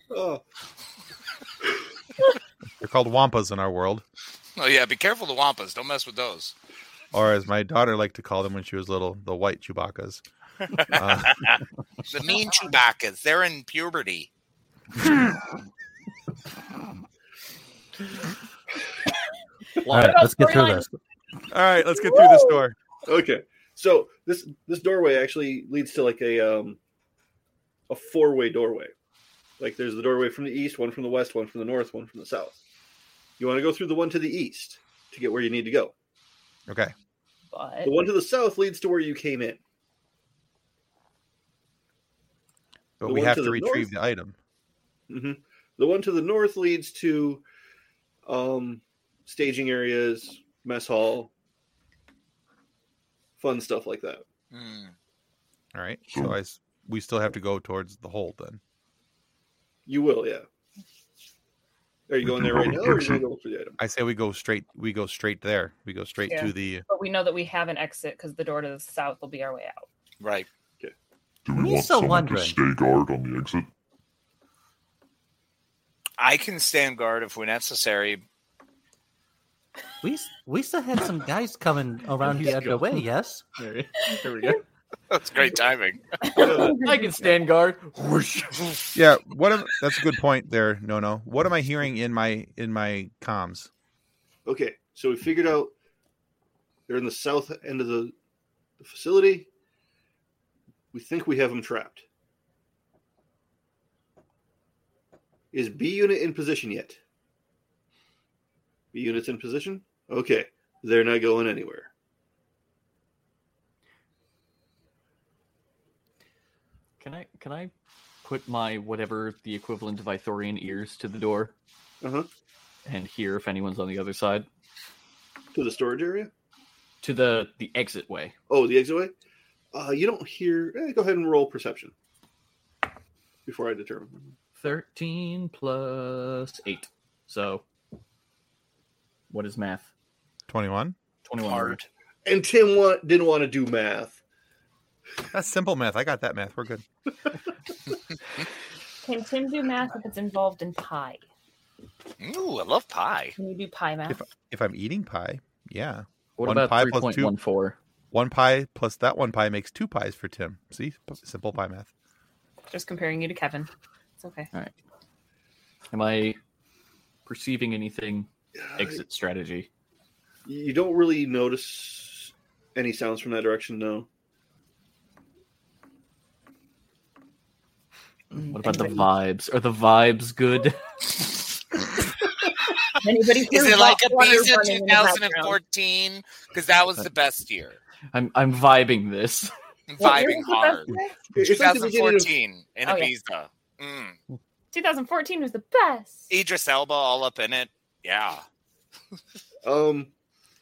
I: though.
D: Oh,
A: They're called wampas in our world,
E: Oh yeah, be careful the wampas. Don't mess with those.
A: or as my daughter liked to call them when she was little, the white Chewbaccas. Uh,
E: The mean Chewbacca's. They're in puberty.
B: All right,
F: about
B: let's get through
F: storyline?
B: this.
A: all right, let's get through this door.
D: okay. So this this doorway actually leads to like a um a four way doorway. Like there's the doorway from the east, one from the west, one from the north, one from the south. You want to go through the one to the east to get where you need to go.
A: Okay,
F: But
D: The one to the south leads to where you came in.
A: but
D: The
A: we
D: one
A: have
D: to
A: to,
D: the
A: retrieve
D: north?
A: the item.
D: hmm The one to the north leads to um, staging areas, mess hall, fun stuff like that.
E: Hmm.
A: All right, so I s- we still have to go towards the hole then.
D: You will, yeah. Are you going there right now, or are you going to go for the item?
A: I say we go straight. We go straight there. We go straight
F: Yeah.
A: to the.
F: but we know that we have an exit because the door to the south will be our way out.
E: Right.
I: Do we
B: I'm
I: want
B: still
I: someone
B: wondering.
I: to stay guard on the exit?
E: I can stand guard if we're necessary.
B: We s- we still had some guys coming around
H: He's
B: the other
H: gone.
B: way. Yes,
H: There, there we go.
E: That's great timing.
H: I can stand guard.
A: Yeah, what? Am, that's a good point there. No, no. What am I hearing in my in my comms?
D: Okay, so we figured out they're in the south end of the, the facility. We think we have them trapped. Is B unit in position yet? B unit's in position? Okay, they're not going anywhere.
H: Can I can I put my whatever the equivalent of Ithorian ears to the door
D: Uh-huh.
H: and hear if anyone's on the other side
D: To the storage area?
H: to the the exit way?
D: Oh, the exit way? Uh, you don't hear. Eh, go ahead and roll perception before I determine.
H: Thirteen plus eight. So, what is math?
A: Twenty one.
H: Twenty-one.
E: Hard.
D: And Tim wa- didn't want to do math.
A: That's simple math. I got that math. We're good.
F: Can Tim do math if it's involved in pie?
E: Ooh, I love pie.
F: Can you do pie math?
A: If if I'm eating pie, yeah,
H: What
A: One
H: about
A: pie
H: three
A: plus
H: point
A: two.
H: one four?
A: one pie plus that one pie makes two pies for Tim. See, P- simple pie math.
F: Just comparing you to Kevin. It's okay.
H: Am I perceiving anything exit strategy?
D: You don't really notice any sounds from that direction, no.
F: Mm,
H: What about the vibes? Are the vibes good?
F: Anybody
E: Is
F: hear
E: it like a
F: water
E: piece of
F: running in the background?
E: 2014? Because that was the best year.
H: I'm I'm vibing this.
E: I'm
F: What year
E: Vibing
F: was the
E: hard.
F: best year?
D: It's like the beginning of-
E: 2014 in
F: Oh, yeah.
E: Ibiza. Mm.
F: 2014 was the best.
E: Idris Elba all up in it. Yeah.
D: Um,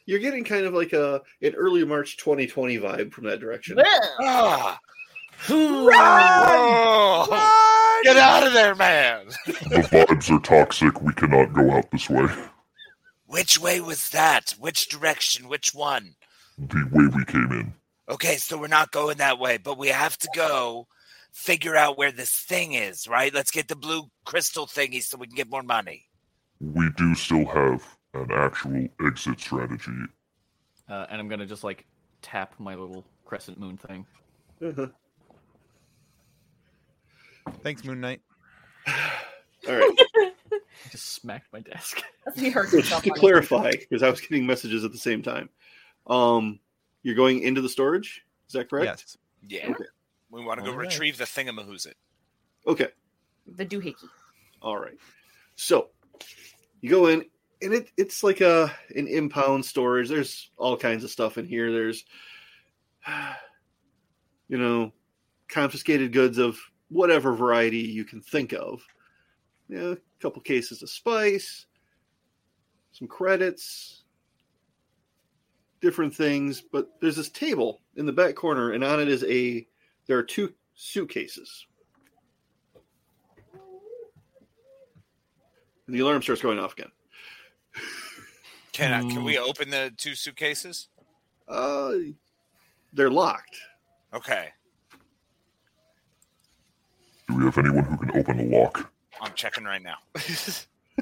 D: You're getting kind of like a an early March 2020 vibe from that direction.
E: Ah. Run! Oh. Get out of there, man!
I: The vibes are toxic. We cannot go out this way.
E: Which way was that? Which direction? Which one?
I: The way we came in.
E: Okay, so we're not going that way, but we have to go figure out where this thing is, right? Let's get the blue crystal thingy so we can get more money.
I: We do still have an actual exit strategy.
H: Uh, and I'm gonna just like tap my little crescent moon thing.
E: Mm-hmm.
A: Thanks, Moon Knight.
D: All right.
H: Just smack my desk.
C: He hurt
D: So just
C: himself
D: to
C: on it.
D: clarify, because I was getting messages at the same time. Um, you're going into the storage. Is that correct?
A: Yes.
E: Yeah. We want to go
A: Alright.
E: retrieve the thingamahoozit.
D: Okay.
C: the doohickey.
D: All right. So you go in, and it, it's like a an impound storage. There's all kinds of stuff in here. There's, you know, confiscated goods of whatever variety you can think of. Yeah, a couple cases of spice, some credits, different things. But there's this table in the back corner, and on it is a. There are two suitcases. And the alarm starts going off again.
E: Can I, can we open the two suitcases?
D: Hmm. Uh, they're locked.
E: Okay,
I: Do we have anyone who can open the lock?
E: I'm checking right now.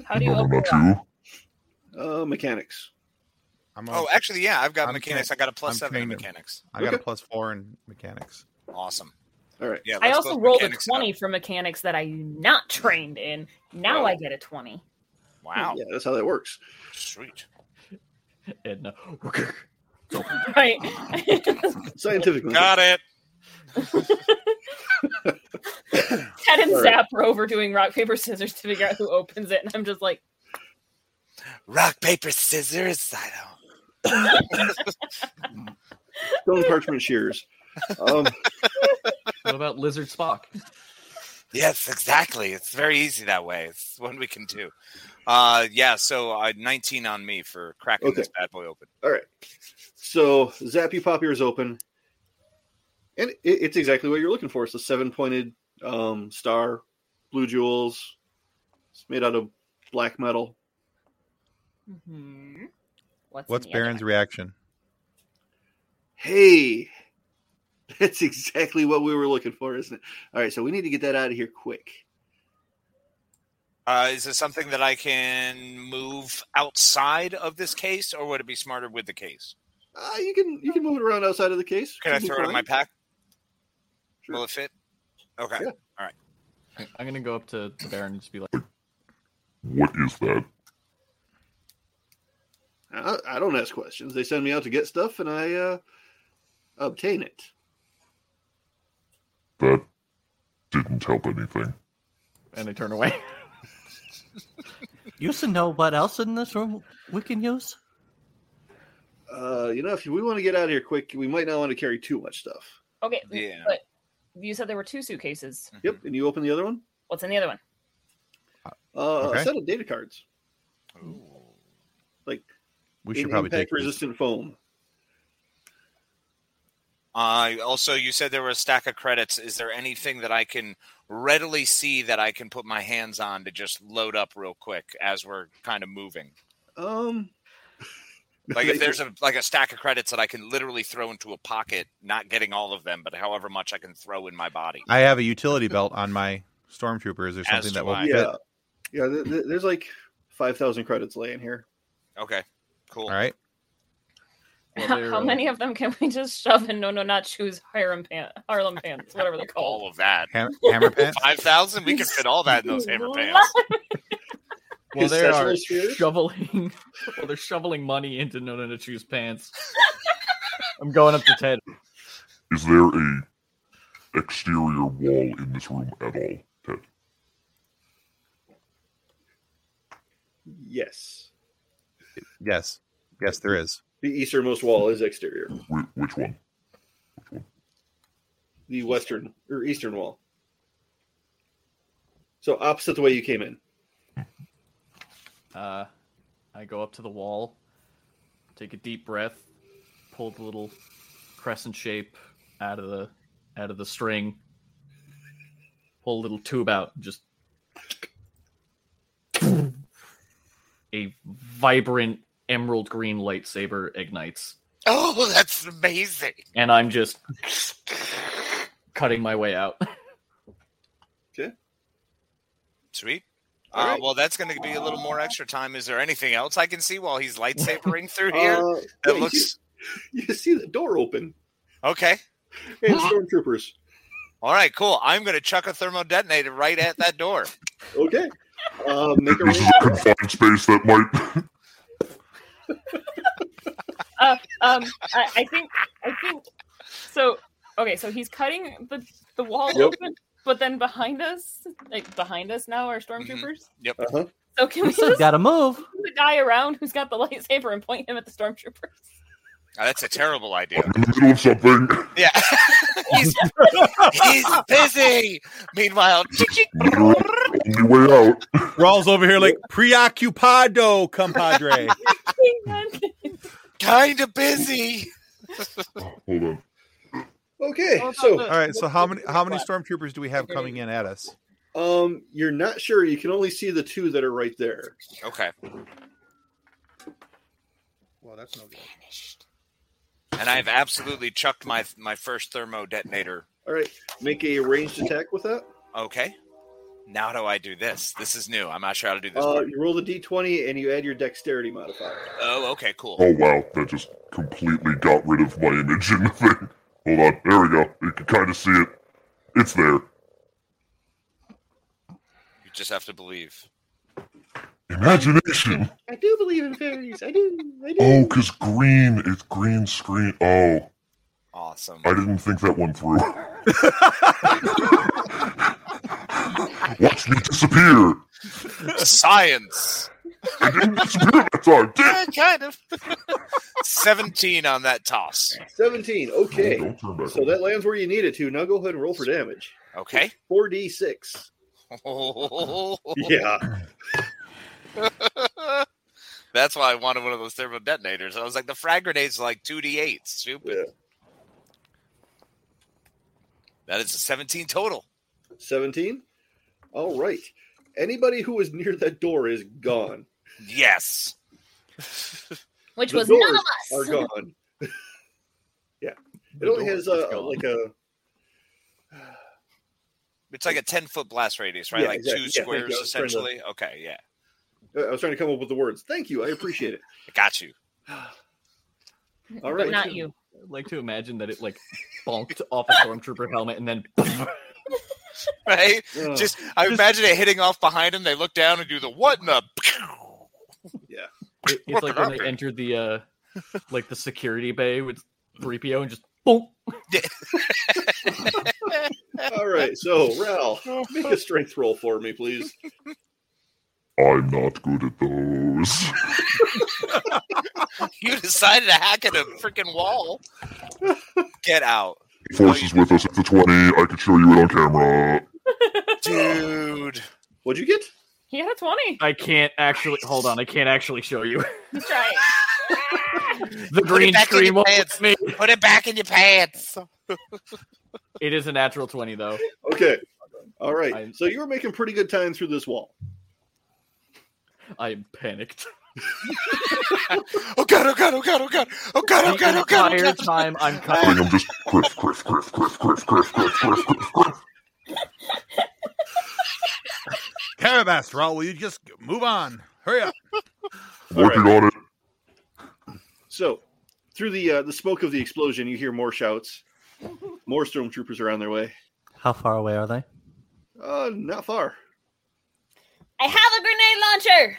C: How do you
I: No,
C: open
I: not you.
D: Uh, mechanics.
A: I'm on,
E: Oh, actually, yeah, I've got
A: I'm
E: mechanics.
A: trained-
E: I got a plus
A: I'm
E: seven in
A: trained in-
E: mechanics.
A: I got a
D: okay.
A: plus four in mechanics.
E: Awesome.
D: All right.
E: Yeah.
C: I
E: let's
C: also
E: close
C: rolled a
E: mechanics up.
C: 20 for mechanics that I'm not trained in. Now I get a 20.
E: Wow.
D: Yeah, that's how that works.
E: Sweet.
H: Edna.
C: Right.
D: Scientifically.
E: Got it.
C: Ted and
D: All right.
C: Zap are over doing rock, paper, scissors to figure out who opens it. And I'm just like,
E: Rock paper scissors. I don't.
D: Stone parchment shears. Um,
H: What about Lizard Spock?
E: Yes, exactly. It's very easy that way. It's one we can do. Uh, yeah. So uh, 19 on me for cracking
D: Okay.
E: this bad boy open.
D: so Zappy Pop ears open, and it, it's exactly what you're looking for. It's a seven pointed um, star, blue jewels. It's made out of black metal.
C: hmm, what's,
A: What's
C: in the
A: Baron's
C: other?
A: reaction?
D: Hey, that's exactly what we were looking for, isn't it? All right, so we need to get that out of here quick.
E: Uh, is this something that I can move outside of this case, or would it be smarter with the case?
D: Uh, you can you can move it around outside of the case.
E: Can I
D: Should be
E: throw it in
D: fine.
E: my pack?
D: Sure.
E: Will it fit? Okay.
D: Yeah.
H: I'm gonna go up to the Baron and just be like,
I: What is that?
D: I, I don't ask questions. They send me out to get stuff, and I uh, obtain it.
I: That didn't help anything.
H: and I turn away.
B: You should know what else in this room we can use.
D: Uh, you know, if we want to get out of here quick, we might not want to carry too much stuff.
C: Okay.
E: Yeah.
C: But you said there were two suitcases.
A: Mm-hmm.
D: Yep. And you open the other one.
C: What's in the other one?
D: Uh,
A: Okay.
D: A set of data cards. Like
A: We
D: in
A: should probably take
D: impact
A: these.
D: resistant foam.
E: Uh, also, you said there were a stack of credits. Is there anything that I can readily see that I can put my hands on to just load up real quick as we're kind of moving?
D: Um,
E: Like if there's a like a stack of credits that I can literally throw into a pocket, not getting all of them, but however much I can throw in my body.
A: I have a utility belt on my stormtrooper. Is there
E: As
A: something that
E: do
A: will
E: I.
A: fit?
D: yeah, yeah. Th- th- there's like five thousand credits laying here.
E: Okay, cool.
A: All right.
H: Well,
C: How-
H: they're,
C: How
H: uh,
C: many of them can we just shove in No No Not Shoes, Harlem, pant, Harlem Pants, whatever they're called?
E: All of that.
A: Ham- hammer pants.
E: Five thousand. We can fit all that in those hammer pants.
H: Well, they are
D: Concessional spheres?
H: shoveling. Well, they're shoveling money into No No No Choose pants. I'm going up to Ted.
I: Is there a exterior wall in this room at all? Ted?
D: Yes.
A: Yes. Yes, there is.
D: The easternmost wall is exterior.
I: Wh- which one?
D: The western or eastern wall. So opposite the way you came in.
H: Uh, I go up to the wall. Take a deep breath. Pull the little crescent shape out of the out of the string. Pull a little tube out. Just a vibrant emerald green lightsaber ignites,
E: Oh, that's amazing.
H: and I'm just cutting my way out.
E: Sweet.
D: All
E: Uh,
D: right.
E: well, that's going to be a little more extra time. Is there anything else I can see while he's lightsabering through here?
D: Uh, yeah,
E: that
D: you-
E: looks
D: You, see the door open
E: okay.
D: and stormtroopers.
E: All right, cool. I'm going to chuck a thermo detonator right at that door.
D: Okay.
A: Um,
D: Uh, make a
I: This is
D: range
I: a confined space that might.
C: Um, I, I think I think so. Okay, so he's cutting the the wall
D: Yep.
C: open, but then behind us, like behind us now, are stormtroopers.
E: Yep.
D: Uh-huh.
C: So can we
B: We still
C: just
B: gotta move.
C: put the guy around who's got the lightsaber and point him at the stormtroopers?
E: Oh, that's a terrible idea.
I: I'm in the middle of something.
E: Yeah. he's, he's busy. Meanwhile,
I: Literally, only way out.
A: Rawls over here like preoccupado, compadre.
E: kind of busy.
I: Hold on.
D: Okay,
C: What about
D: so
C: the-
A: All right, so how many how many stormtroopers do we have coming in at us?
D: um, you're not sure. You can only see the two that are right there.
E: Okay.
A: Well, that's no good.
E: And I've absolutely chucked my my first thermo detonator.
D: All right, make a ranged attack with that.
E: Okay. Now how do I do this? This is new. I'm not sure how to do this.
D: Uh, you roll the d20 and you add your dexterity modifier.
E: oh, okay, cool.
I: Oh wow, that just completely got rid of my image in the thing. Hold on, there we go. You can kind of see it. It's there.
E: You just have to believe.
I: Imagination.
D: I do believe in fairies. I do. I do.
I: Oh, cause green. It's green screen. Oh,
E: Awesome.
I: I didn't think that one through. Watch me disappear.
E: Science.
I: I didn't disappear that time. Damn.
E: kind of. 17 on that toss.
D: 17. Okay.
I: Don't turn back.
D: So that lands where you need it to. Now go ahead and roll for damage.
E: Okay.
D: 4d6. Yeah.
E: That's why I wanted one of those thermal detonators. I was like, the frag grenade's are like 2d8. Stupid.
D: Yeah.
E: That is a 17 total.
D: 17. All right. Anybody who was near that door is gone.
E: Yes.
C: Which
D: The
C: was
D: doors
C: none of
D: Are
C: us.
D: gone. yeah. It only has
H: Door is
D: uh,
H: gone.
D: like a.
E: It's like a 10 foot blast radius, right?
D: Yeah,
E: like
D: exactly.
E: two
D: Yeah, thank
E: squares,
D: you. I was trying to-
E: essentially. Okay, yeah.
D: I was trying to come up with the words. Thank you. I appreciate it.
E: I got you.
D: All
C: But
D: right.
C: not you.
H: I'd like to imagine that it like bonked off a stormtrooper helmet and then
E: Right?
D: Ugh.
E: Just, I
H: Just-
E: imagine it hitting off behind him. They look down and do the what in the.
H: It- it's like when I entered the uh like the security bay with 3PO and just boom.
D: All right. So, Ral, make a strength roll for me, please.
I: I'm not good at those.
E: You decided to hack at a freaking wall. Get out.
I: Force is with us at the 20. I could show you it on camera.
E: Dude.
D: What'd you get?
C: He had a twenty.
H: I can't actually hold on, I can't actually show you.
C: He's trying.
H: The green
E: back in your
H: screen won't
E: pants.
H: let me.
E: Put it back in your pants.
H: It is a natural 20 though.
D: Okay. All right.
H: I-
D: So you were making pretty good time through this wall.
H: I am panicked.
E: Oh god, oh god, oh god, oh god, oh god, oh god,
H: the
E: oh god, oh
H: entire
E: god.
H: time I'm
I: I
H: cutting
I: think I'm just criff, criff, criff, criff, criff, criff, criff, criff, criff, criff.
A: Carabast, Raul, will you just move on? Hurry up.
I: Working on it.
D: So, through the uh, the smoke of the explosion, you hear more shouts. More stormtroopers are on their way.
B: How far away are they?
D: Uh, not far.
C: I have a grenade launcher.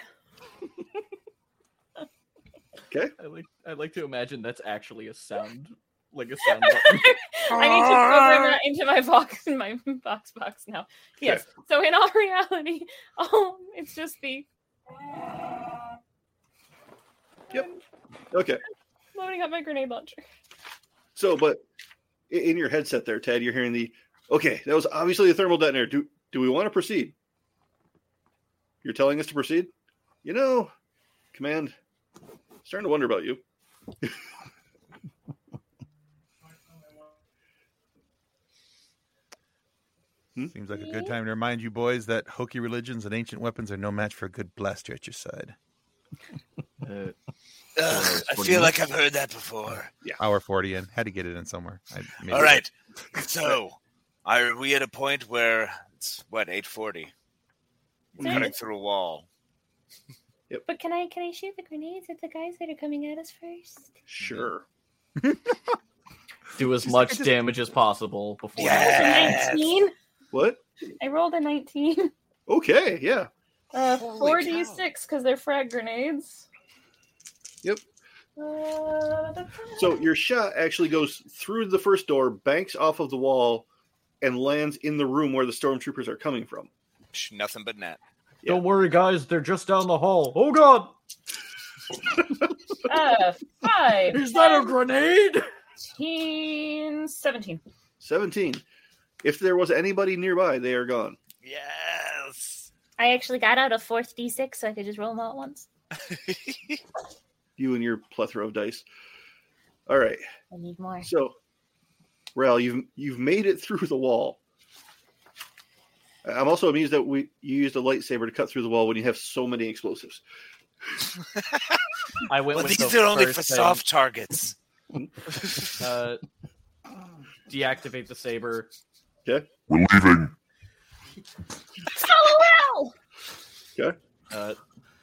H: I like I like to imagine that's actually a sound like a sound button.
C: I need to program that into my box in my box box now. Yes. So in all reality, oh, it's just the
D: Okay.
C: loading up my grenade launcher.
D: So, but i- in your headset there, Ted, you're hearing the. Okay, that was obviously a thermal detonator. Do do we want to proceed? You're telling us to proceed. You know, command. Starting to wonder about you.
A: Seems like a good time to remind you boys that hokey religions and ancient weapons are no match for a good blaster at your side.
H: Uh,
E: Ugh, I feel like I've heard that before.
A: Hour 40 in. Had to get it in somewhere. I made
E: All
A: it.
E: right. So, are we at a point where it's what eight forty? We're
F: Yeah.
E: cutting through a wall.
F: But can I can I shoot the grenades at the guys that are coming at us first?
D: Sure.
H: do as much damage as possible before.
E: Yes.
F: Nineteen.
D: What?
F: I rolled a nineteen.
D: Okay, yeah.
F: Uh,
E: Holy
F: four
E: cow.
F: d six because they're frag grenades.
D: Yep.
F: Uh, da-
D: So your shot actually goes through the first door, banks off of the wall, and lands in the room where the stormtroopers are coming from.
E: Psh, Nothing but net.
D: Don't
H: worry, guys. They're just down the hall. Oh god!
F: uh, five.
H: grenade?
F: 17, 17.
D: 17. If there was anybody nearby, they are gone.
E: Yes.
F: I actually got out a fourth d6, so I could just roll them all at once.
D: You and your plethora of dice. All right.
F: I need more.
D: So, Rel, you've you've made it through the wall. I'm also amused that we you used a lightsaber to cut through the wall when you have so many explosives.
H: I went
E: Well,
H: with
E: these
H: the
E: are only
H: first
E: for
H: thing,
E: soft targets.
H: Uh, deactivate the saber.
I: We're leaving.
F: Follow Al!
H: Uh,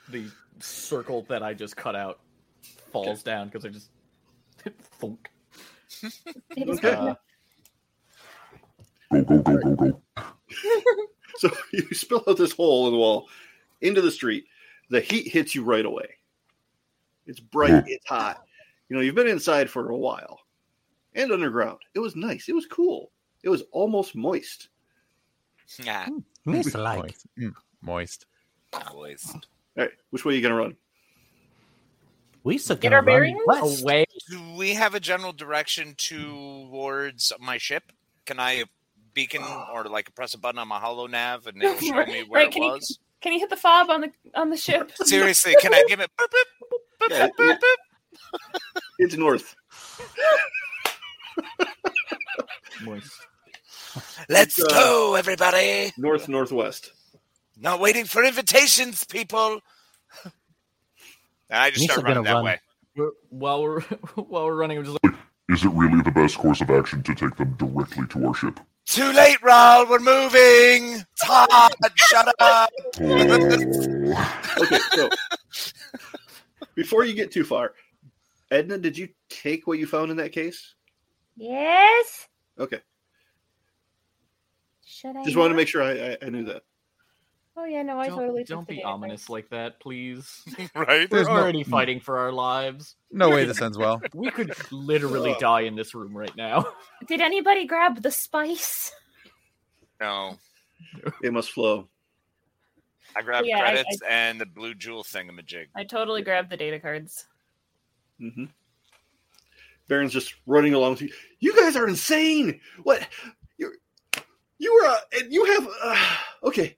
H: the circle that I just cut out falls down because I just thunk.
F: It is
D: Okay.
F: good enough.
I: Go, go, go, go, go.
D: So you spill out this hole in the wall into the street. The heat hits you right away. It's bright, it's hot. You know, you've been inside for a while and underground. It was nice. It was cool. It was almost moist.
E: Yeah.
B: Miss like.
A: Moist. Mm, moist.
E: Boys.
D: All right, which way are you going to run?
B: We should
F: Get
B: go
F: our
B: run
F: bearings?
B: west.
H: Away.
E: Do we have a general direction towards my ship? Can I beacon or like press a button on my hollow nav and it'll show me where
F: Right,
E: it
F: can you-
E: was?
F: Can you hit the fob on the on the ship?
E: Seriously, can I give it? Boop, boop, boop,
D: Yeah,
E: boop, boop, boop?
D: It's north.
H: Moist.
E: Let's
D: uh,
E: go, everybody.
D: North, northwest.
E: Not waiting for invitations, people. I just
B: Nisha
E: start
B: gonna
E: running that
B: run.
E: way.
H: We're, while we're while we're running, I'm just
I: Is it really the best course of action to take them directly to our ship?
E: Too late, Raul. We're moving. Todd, Uh, shut up.
I: Oh,
D: Okay, so before you get too far, Edna, did you take what you found in that case?
F: yes.
D: Okay,
F: Should I?
D: just wanted to
F: not?
D: make sure I, I, I knew that.
F: Oh yeah, no, I
H: like,
F: totally.
H: don't, don't be ominous like that, please.
L: right?
A: There's
H: we're
A: no- Mm.
H: already fighting for our lives.
A: No way this ends well.
H: We could literally die in this room right now.
F: Did anybody grab the spice?
E: No,
D: It must flow.
E: I grabbed
F: Yeah, I-
E: credits and the blue jewel thingamajig.
C: I totally grabbed the data cards.
D: hmm Baron's just running along with you. You guys are insane. What? You're you are uh, and you have uh, okay.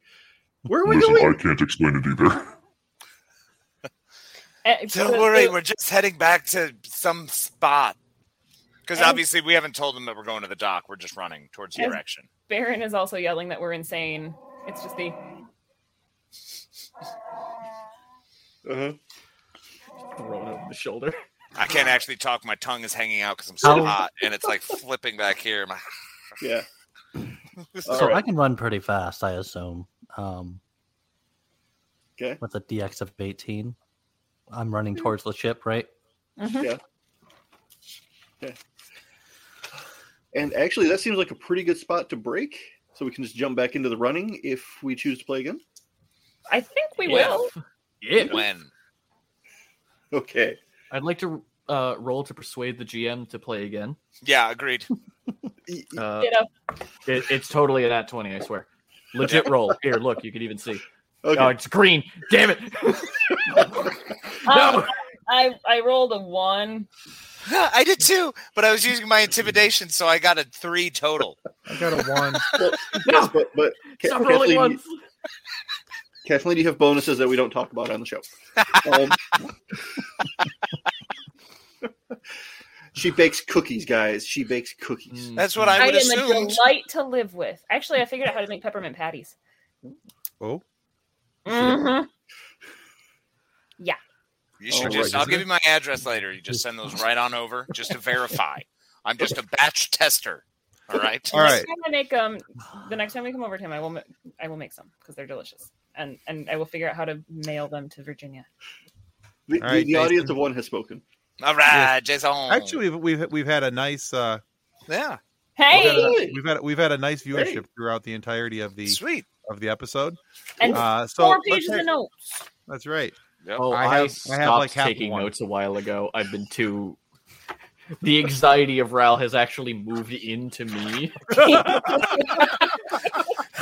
D: Where are we
I: listen, I
D: going?
I: can't explain it either.
C: Eh,
E: Don't
C: the-
E: worry,
C: the-
E: we're just heading back to some spot. Because
F: And-
E: obviously we haven't told them that we're going to the dock. We're just running towards the
C: And-
E: direction.
C: Baron is also yelling that we're insane. It's just the
D: Uh-huh.
H: Throw it over the shoulder.
E: I can't actually talk. My tongue is hanging out because I'm so
B: Ow.
E: hot, and it's like flipping back here. My-
D: Yeah. All
B: So
D: right.
B: I can run pretty fast, I assume. Um,
D: Okay. Hmm.
B: With a DX of 18. I'm running towards the ship, right?
D: And actually, that seems like a pretty good spot to break. So we can just jump back into the running if we choose to play again.
C: I think we
H: Yeah.
C: will.
H: Yeah.
E: when
D: Okay.
H: I'd like to uh, roll to persuade the GM to play again.
E: yeah, agreed.
D: Y- y-
H: Uh,
C: Ditto.
H: it, it's totally an at twenty, I swear. Legit roll. Here, look, you can even see.
D: Okay.
H: Oh, it's green. Damn it. no.
C: Um, I I rolled a one.
E: I did too, but I was using my intimidation, so I got a three total.
A: I got a one.
D: Yes, but but Ca-
H: Stop rolling
D: Kathleen,
H: ones.
D: Kathleen, you have bonuses that we don't talk about on the show. Um, She bakes cookies, guys. She bakes cookies.
E: That's what I
F: I
E: would
F: am a
E: assume.
F: delight to live with. Actually, I figured out how to make peppermint patties.
A: Oh,
F: Mhm.
E: You should
D: Oh,
E: just.
D: right,
E: I'll
D: isn't
E: give you my address later. You just send those right on over just to verify. I'm just a batch tester. All right.
A: all right.
F: Next time I make um, the next time we come over to him, I will ma- I will make some because they're delicious, and and I will figure out how to mail them to Virginia.
D: The,
A: All right,
D: the, the audience
A: Jason.
D: of one has spoken.
E: All right, Jason.
A: Actually, we've we've, we've had a nice uh,
E: yeah,
F: Hey,
A: we've had we've had a nice viewership
D: Hey.
A: throughout the entirety of the
E: sweet.
A: of the episode.
F: and
A: Uh, so
F: four
A: let's
F: pages
A: take-
F: of notes.
A: that's right.
H: Oh,
A: I
H: I,
A: have- I have,
H: stopped
A: like, half
H: taking
A: one.
H: notes a while ago. I've been too. The anxiety of Ral has actually moved into me.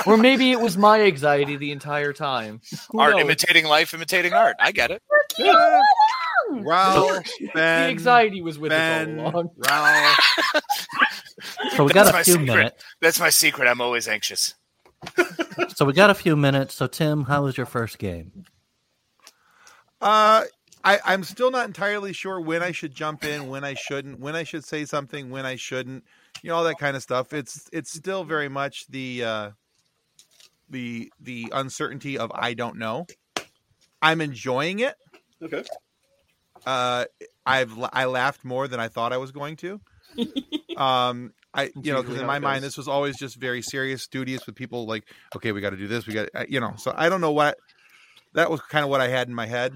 H: or maybe it was my anxiety the entire time. Who
E: Art
H: knows?
E: imitating life, imitating art. I get it.
A: Ralph, Ah!
H: the
A: Ben,
H: anxiety was with
A: Ben,
H: us all along.
A: Ralph.
B: So we got
E: That's
B: a
E: my
B: few
E: secret.
B: minutes.
E: That's my secret. I'm always anxious.
B: So we got a few minutes. So Tim, how was your first game?
A: Uh, I, I'm still not entirely sure when I should jump in, when I shouldn't, when I should say something, when I shouldn't, you know, all that kind of stuff. It's it's still very much the uh, the the uncertainty of I don't know. I'm enjoying it.
D: Okay.
A: Uh, I've la- I laughed more than I thought I was going to. Um, I you know because in my mind this was always just very serious, studious with people like okay we got to do this we got you know so I don't know what that was kind of what I had in my head,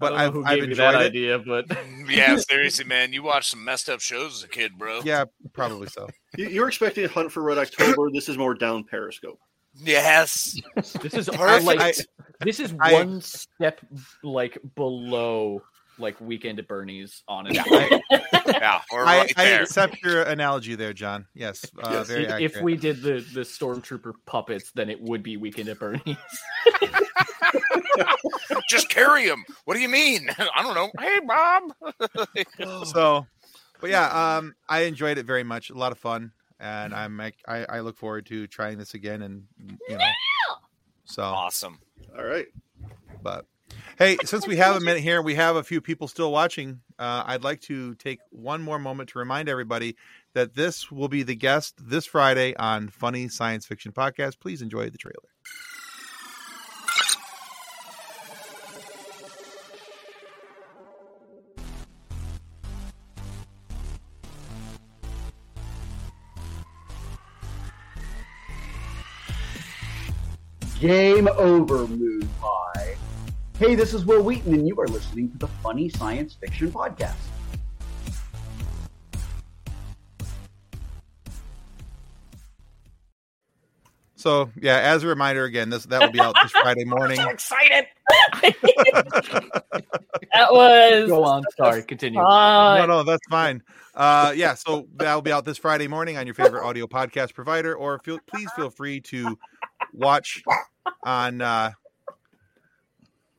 A: but
H: I
A: I've,
H: don't know who
A: I've
H: gave you
A: enjoyed
H: that
A: it.
H: idea, but
E: Yeah, seriously, man. You watched some messed up shows as a kid, bro.
A: Yeah, probably so.
D: You, you're expecting a hunt for Red October. This is more down Periscope.
E: Yes.
H: this is all
E: Perfect.
H: like
A: I-
H: this is
A: I-
H: one step like below like weekend at Bernie's. Honestly,
E: Yeah, we're
A: I,
E: right
A: I
E: there.
A: accept your analogy there, John. Yes, uh, very
H: if, if
A: accurate.
H: we did the the stormtrooper puppets, then it would be weekend at Bernie's.
E: Just carry him. What do you mean? I don't know. Hey, Bob.
A: so, but yeah, um, I enjoyed it very much. A lot of fun, and I'm I, I look forward to trying this again, and you know, so.
E: Awesome.
D: All right.
A: But hey, since we have a minute here, and we have a few people still watching. Uh, I'd like to take one more moment to remind everybody that this will be the guest this Friday on Funny Science Fiction Podcast. Please enjoy the trailer.
G: Game over, Moon Pie. Hey, this is Will Wheaton, and you are listening to the Funny Science Fiction Podcast.
A: So yeah, as a reminder again, this that will be out this Friday morning.
F: excited. that was
H: Go on, sorry, continue.
A: No,
F: fun.
A: no, that's fine. Uh, yeah, so that'll be out this Friday morning on your favorite audio podcast provider, or feel, please feel free to watch on uh,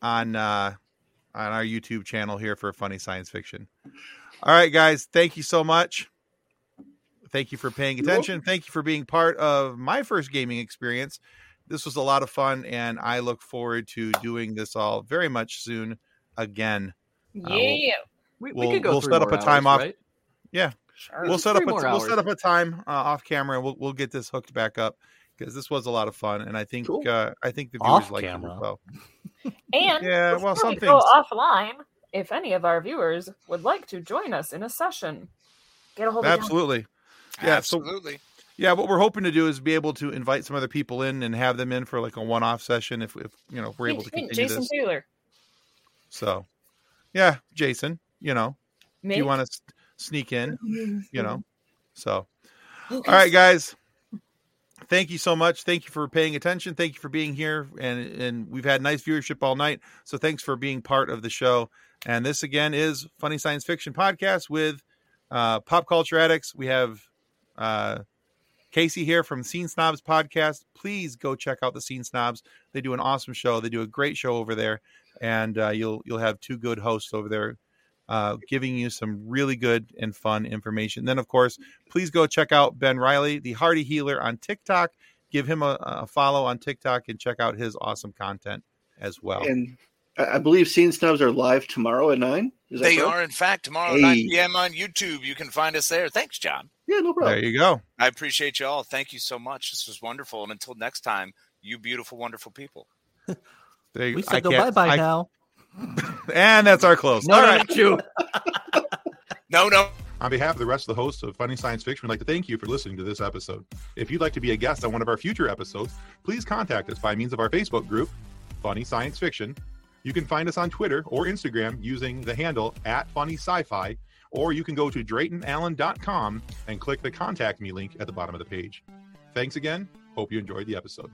A: on uh, on our YouTube channel here for Funny Science Fiction. All right, guys, thank you so much. Thank you for paying attention. Thank you for being part of my first gaming experience. This was a lot of fun, and I look forward to doing this all very much soon again.
F: Yeah,
H: we,
A: we'll-
H: could go
A: we'll
H: three
A: set up
H: more
A: a time
H: hours,
A: off-
H: right?
C: Uh,
F: sure.
A: we'll
H: Just
A: set up a,
H: three more
A: we'll set
H: hours.
A: up a time uh, off camera and we'll we'll get this hooked back up because this was a lot of fun and I think
D: Cool.
A: uh, I think the
B: Off
A: viewers like it as
B: camera?
A: well.
F: And
A: Yeah, well,
F: before
A: some
F: we go
A: things-
F: offline. If any of our viewers would like to join us in a session, get a
C: Oh,
F: hold of John.
A: Absolutely. Yeah, so-
E: Absolutely.
A: Yeah, what we're hoping to do is be able to invite some other people in and have them in for like a one-off session if if you know if we're able to
F: Hint, hint,
A: continue
F: Jason
A: this.
F: Taylor.
A: So, yeah, Jason, you know, if
F: Maybe
A: you want to sneak in, you know. So,
F: All
A: All right, guys. Thank you so much. Thank you for paying attention. Thank you for being here. And and we've had nice viewership all night. So thanks for being part of the show. And this again is Funny Science Fiction Podcast with uh, Pop Culture Addicts. We have uh, Casey here from Scene Snobs Podcast. Please go check out the Scene Snobs. They do an awesome show. They do a great show over there, and uh, you'll you'll have two good hosts over there. Uh, giving you some really good and fun information. Then, of course, please go check out Ben Riley, the Hardy Healer on TikTok. Give him a, a follow on TikTok and check out his awesome content as well.
D: And I, I believe Scene Snubs are live tomorrow at nine. Is that
E: They
D: correct?
E: are, in fact, tomorrow
D: Hey.
E: 9 p.m. on YouTube. You can find us there. Thanks, John.
D: Yeah, no problem.
A: There you go.
E: I appreciate you all. Thank you so much. This was wonderful. And until next time, you beautiful, wonderful people.
A: There you-
B: We
A: I
B: said go bye
A: can't-
B: bye
A: I-
B: now.
A: And that's our close. All right.
B: you.
E: No, no.
A: On behalf of the rest of the hosts of Funny Science Fiction, we'd like to thank you for listening to this episode. If you'd like to be a guest on one of our future episodes, please contact us by means of our Facebook group, Funny Science Fiction. You can find us on Twitter or Instagram using the handle at Funny Sci Fi, or you can go to DraytonAllen.com and click the Contact Me link at the bottom of the page. Thanks again. Hope you enjoyed the episode.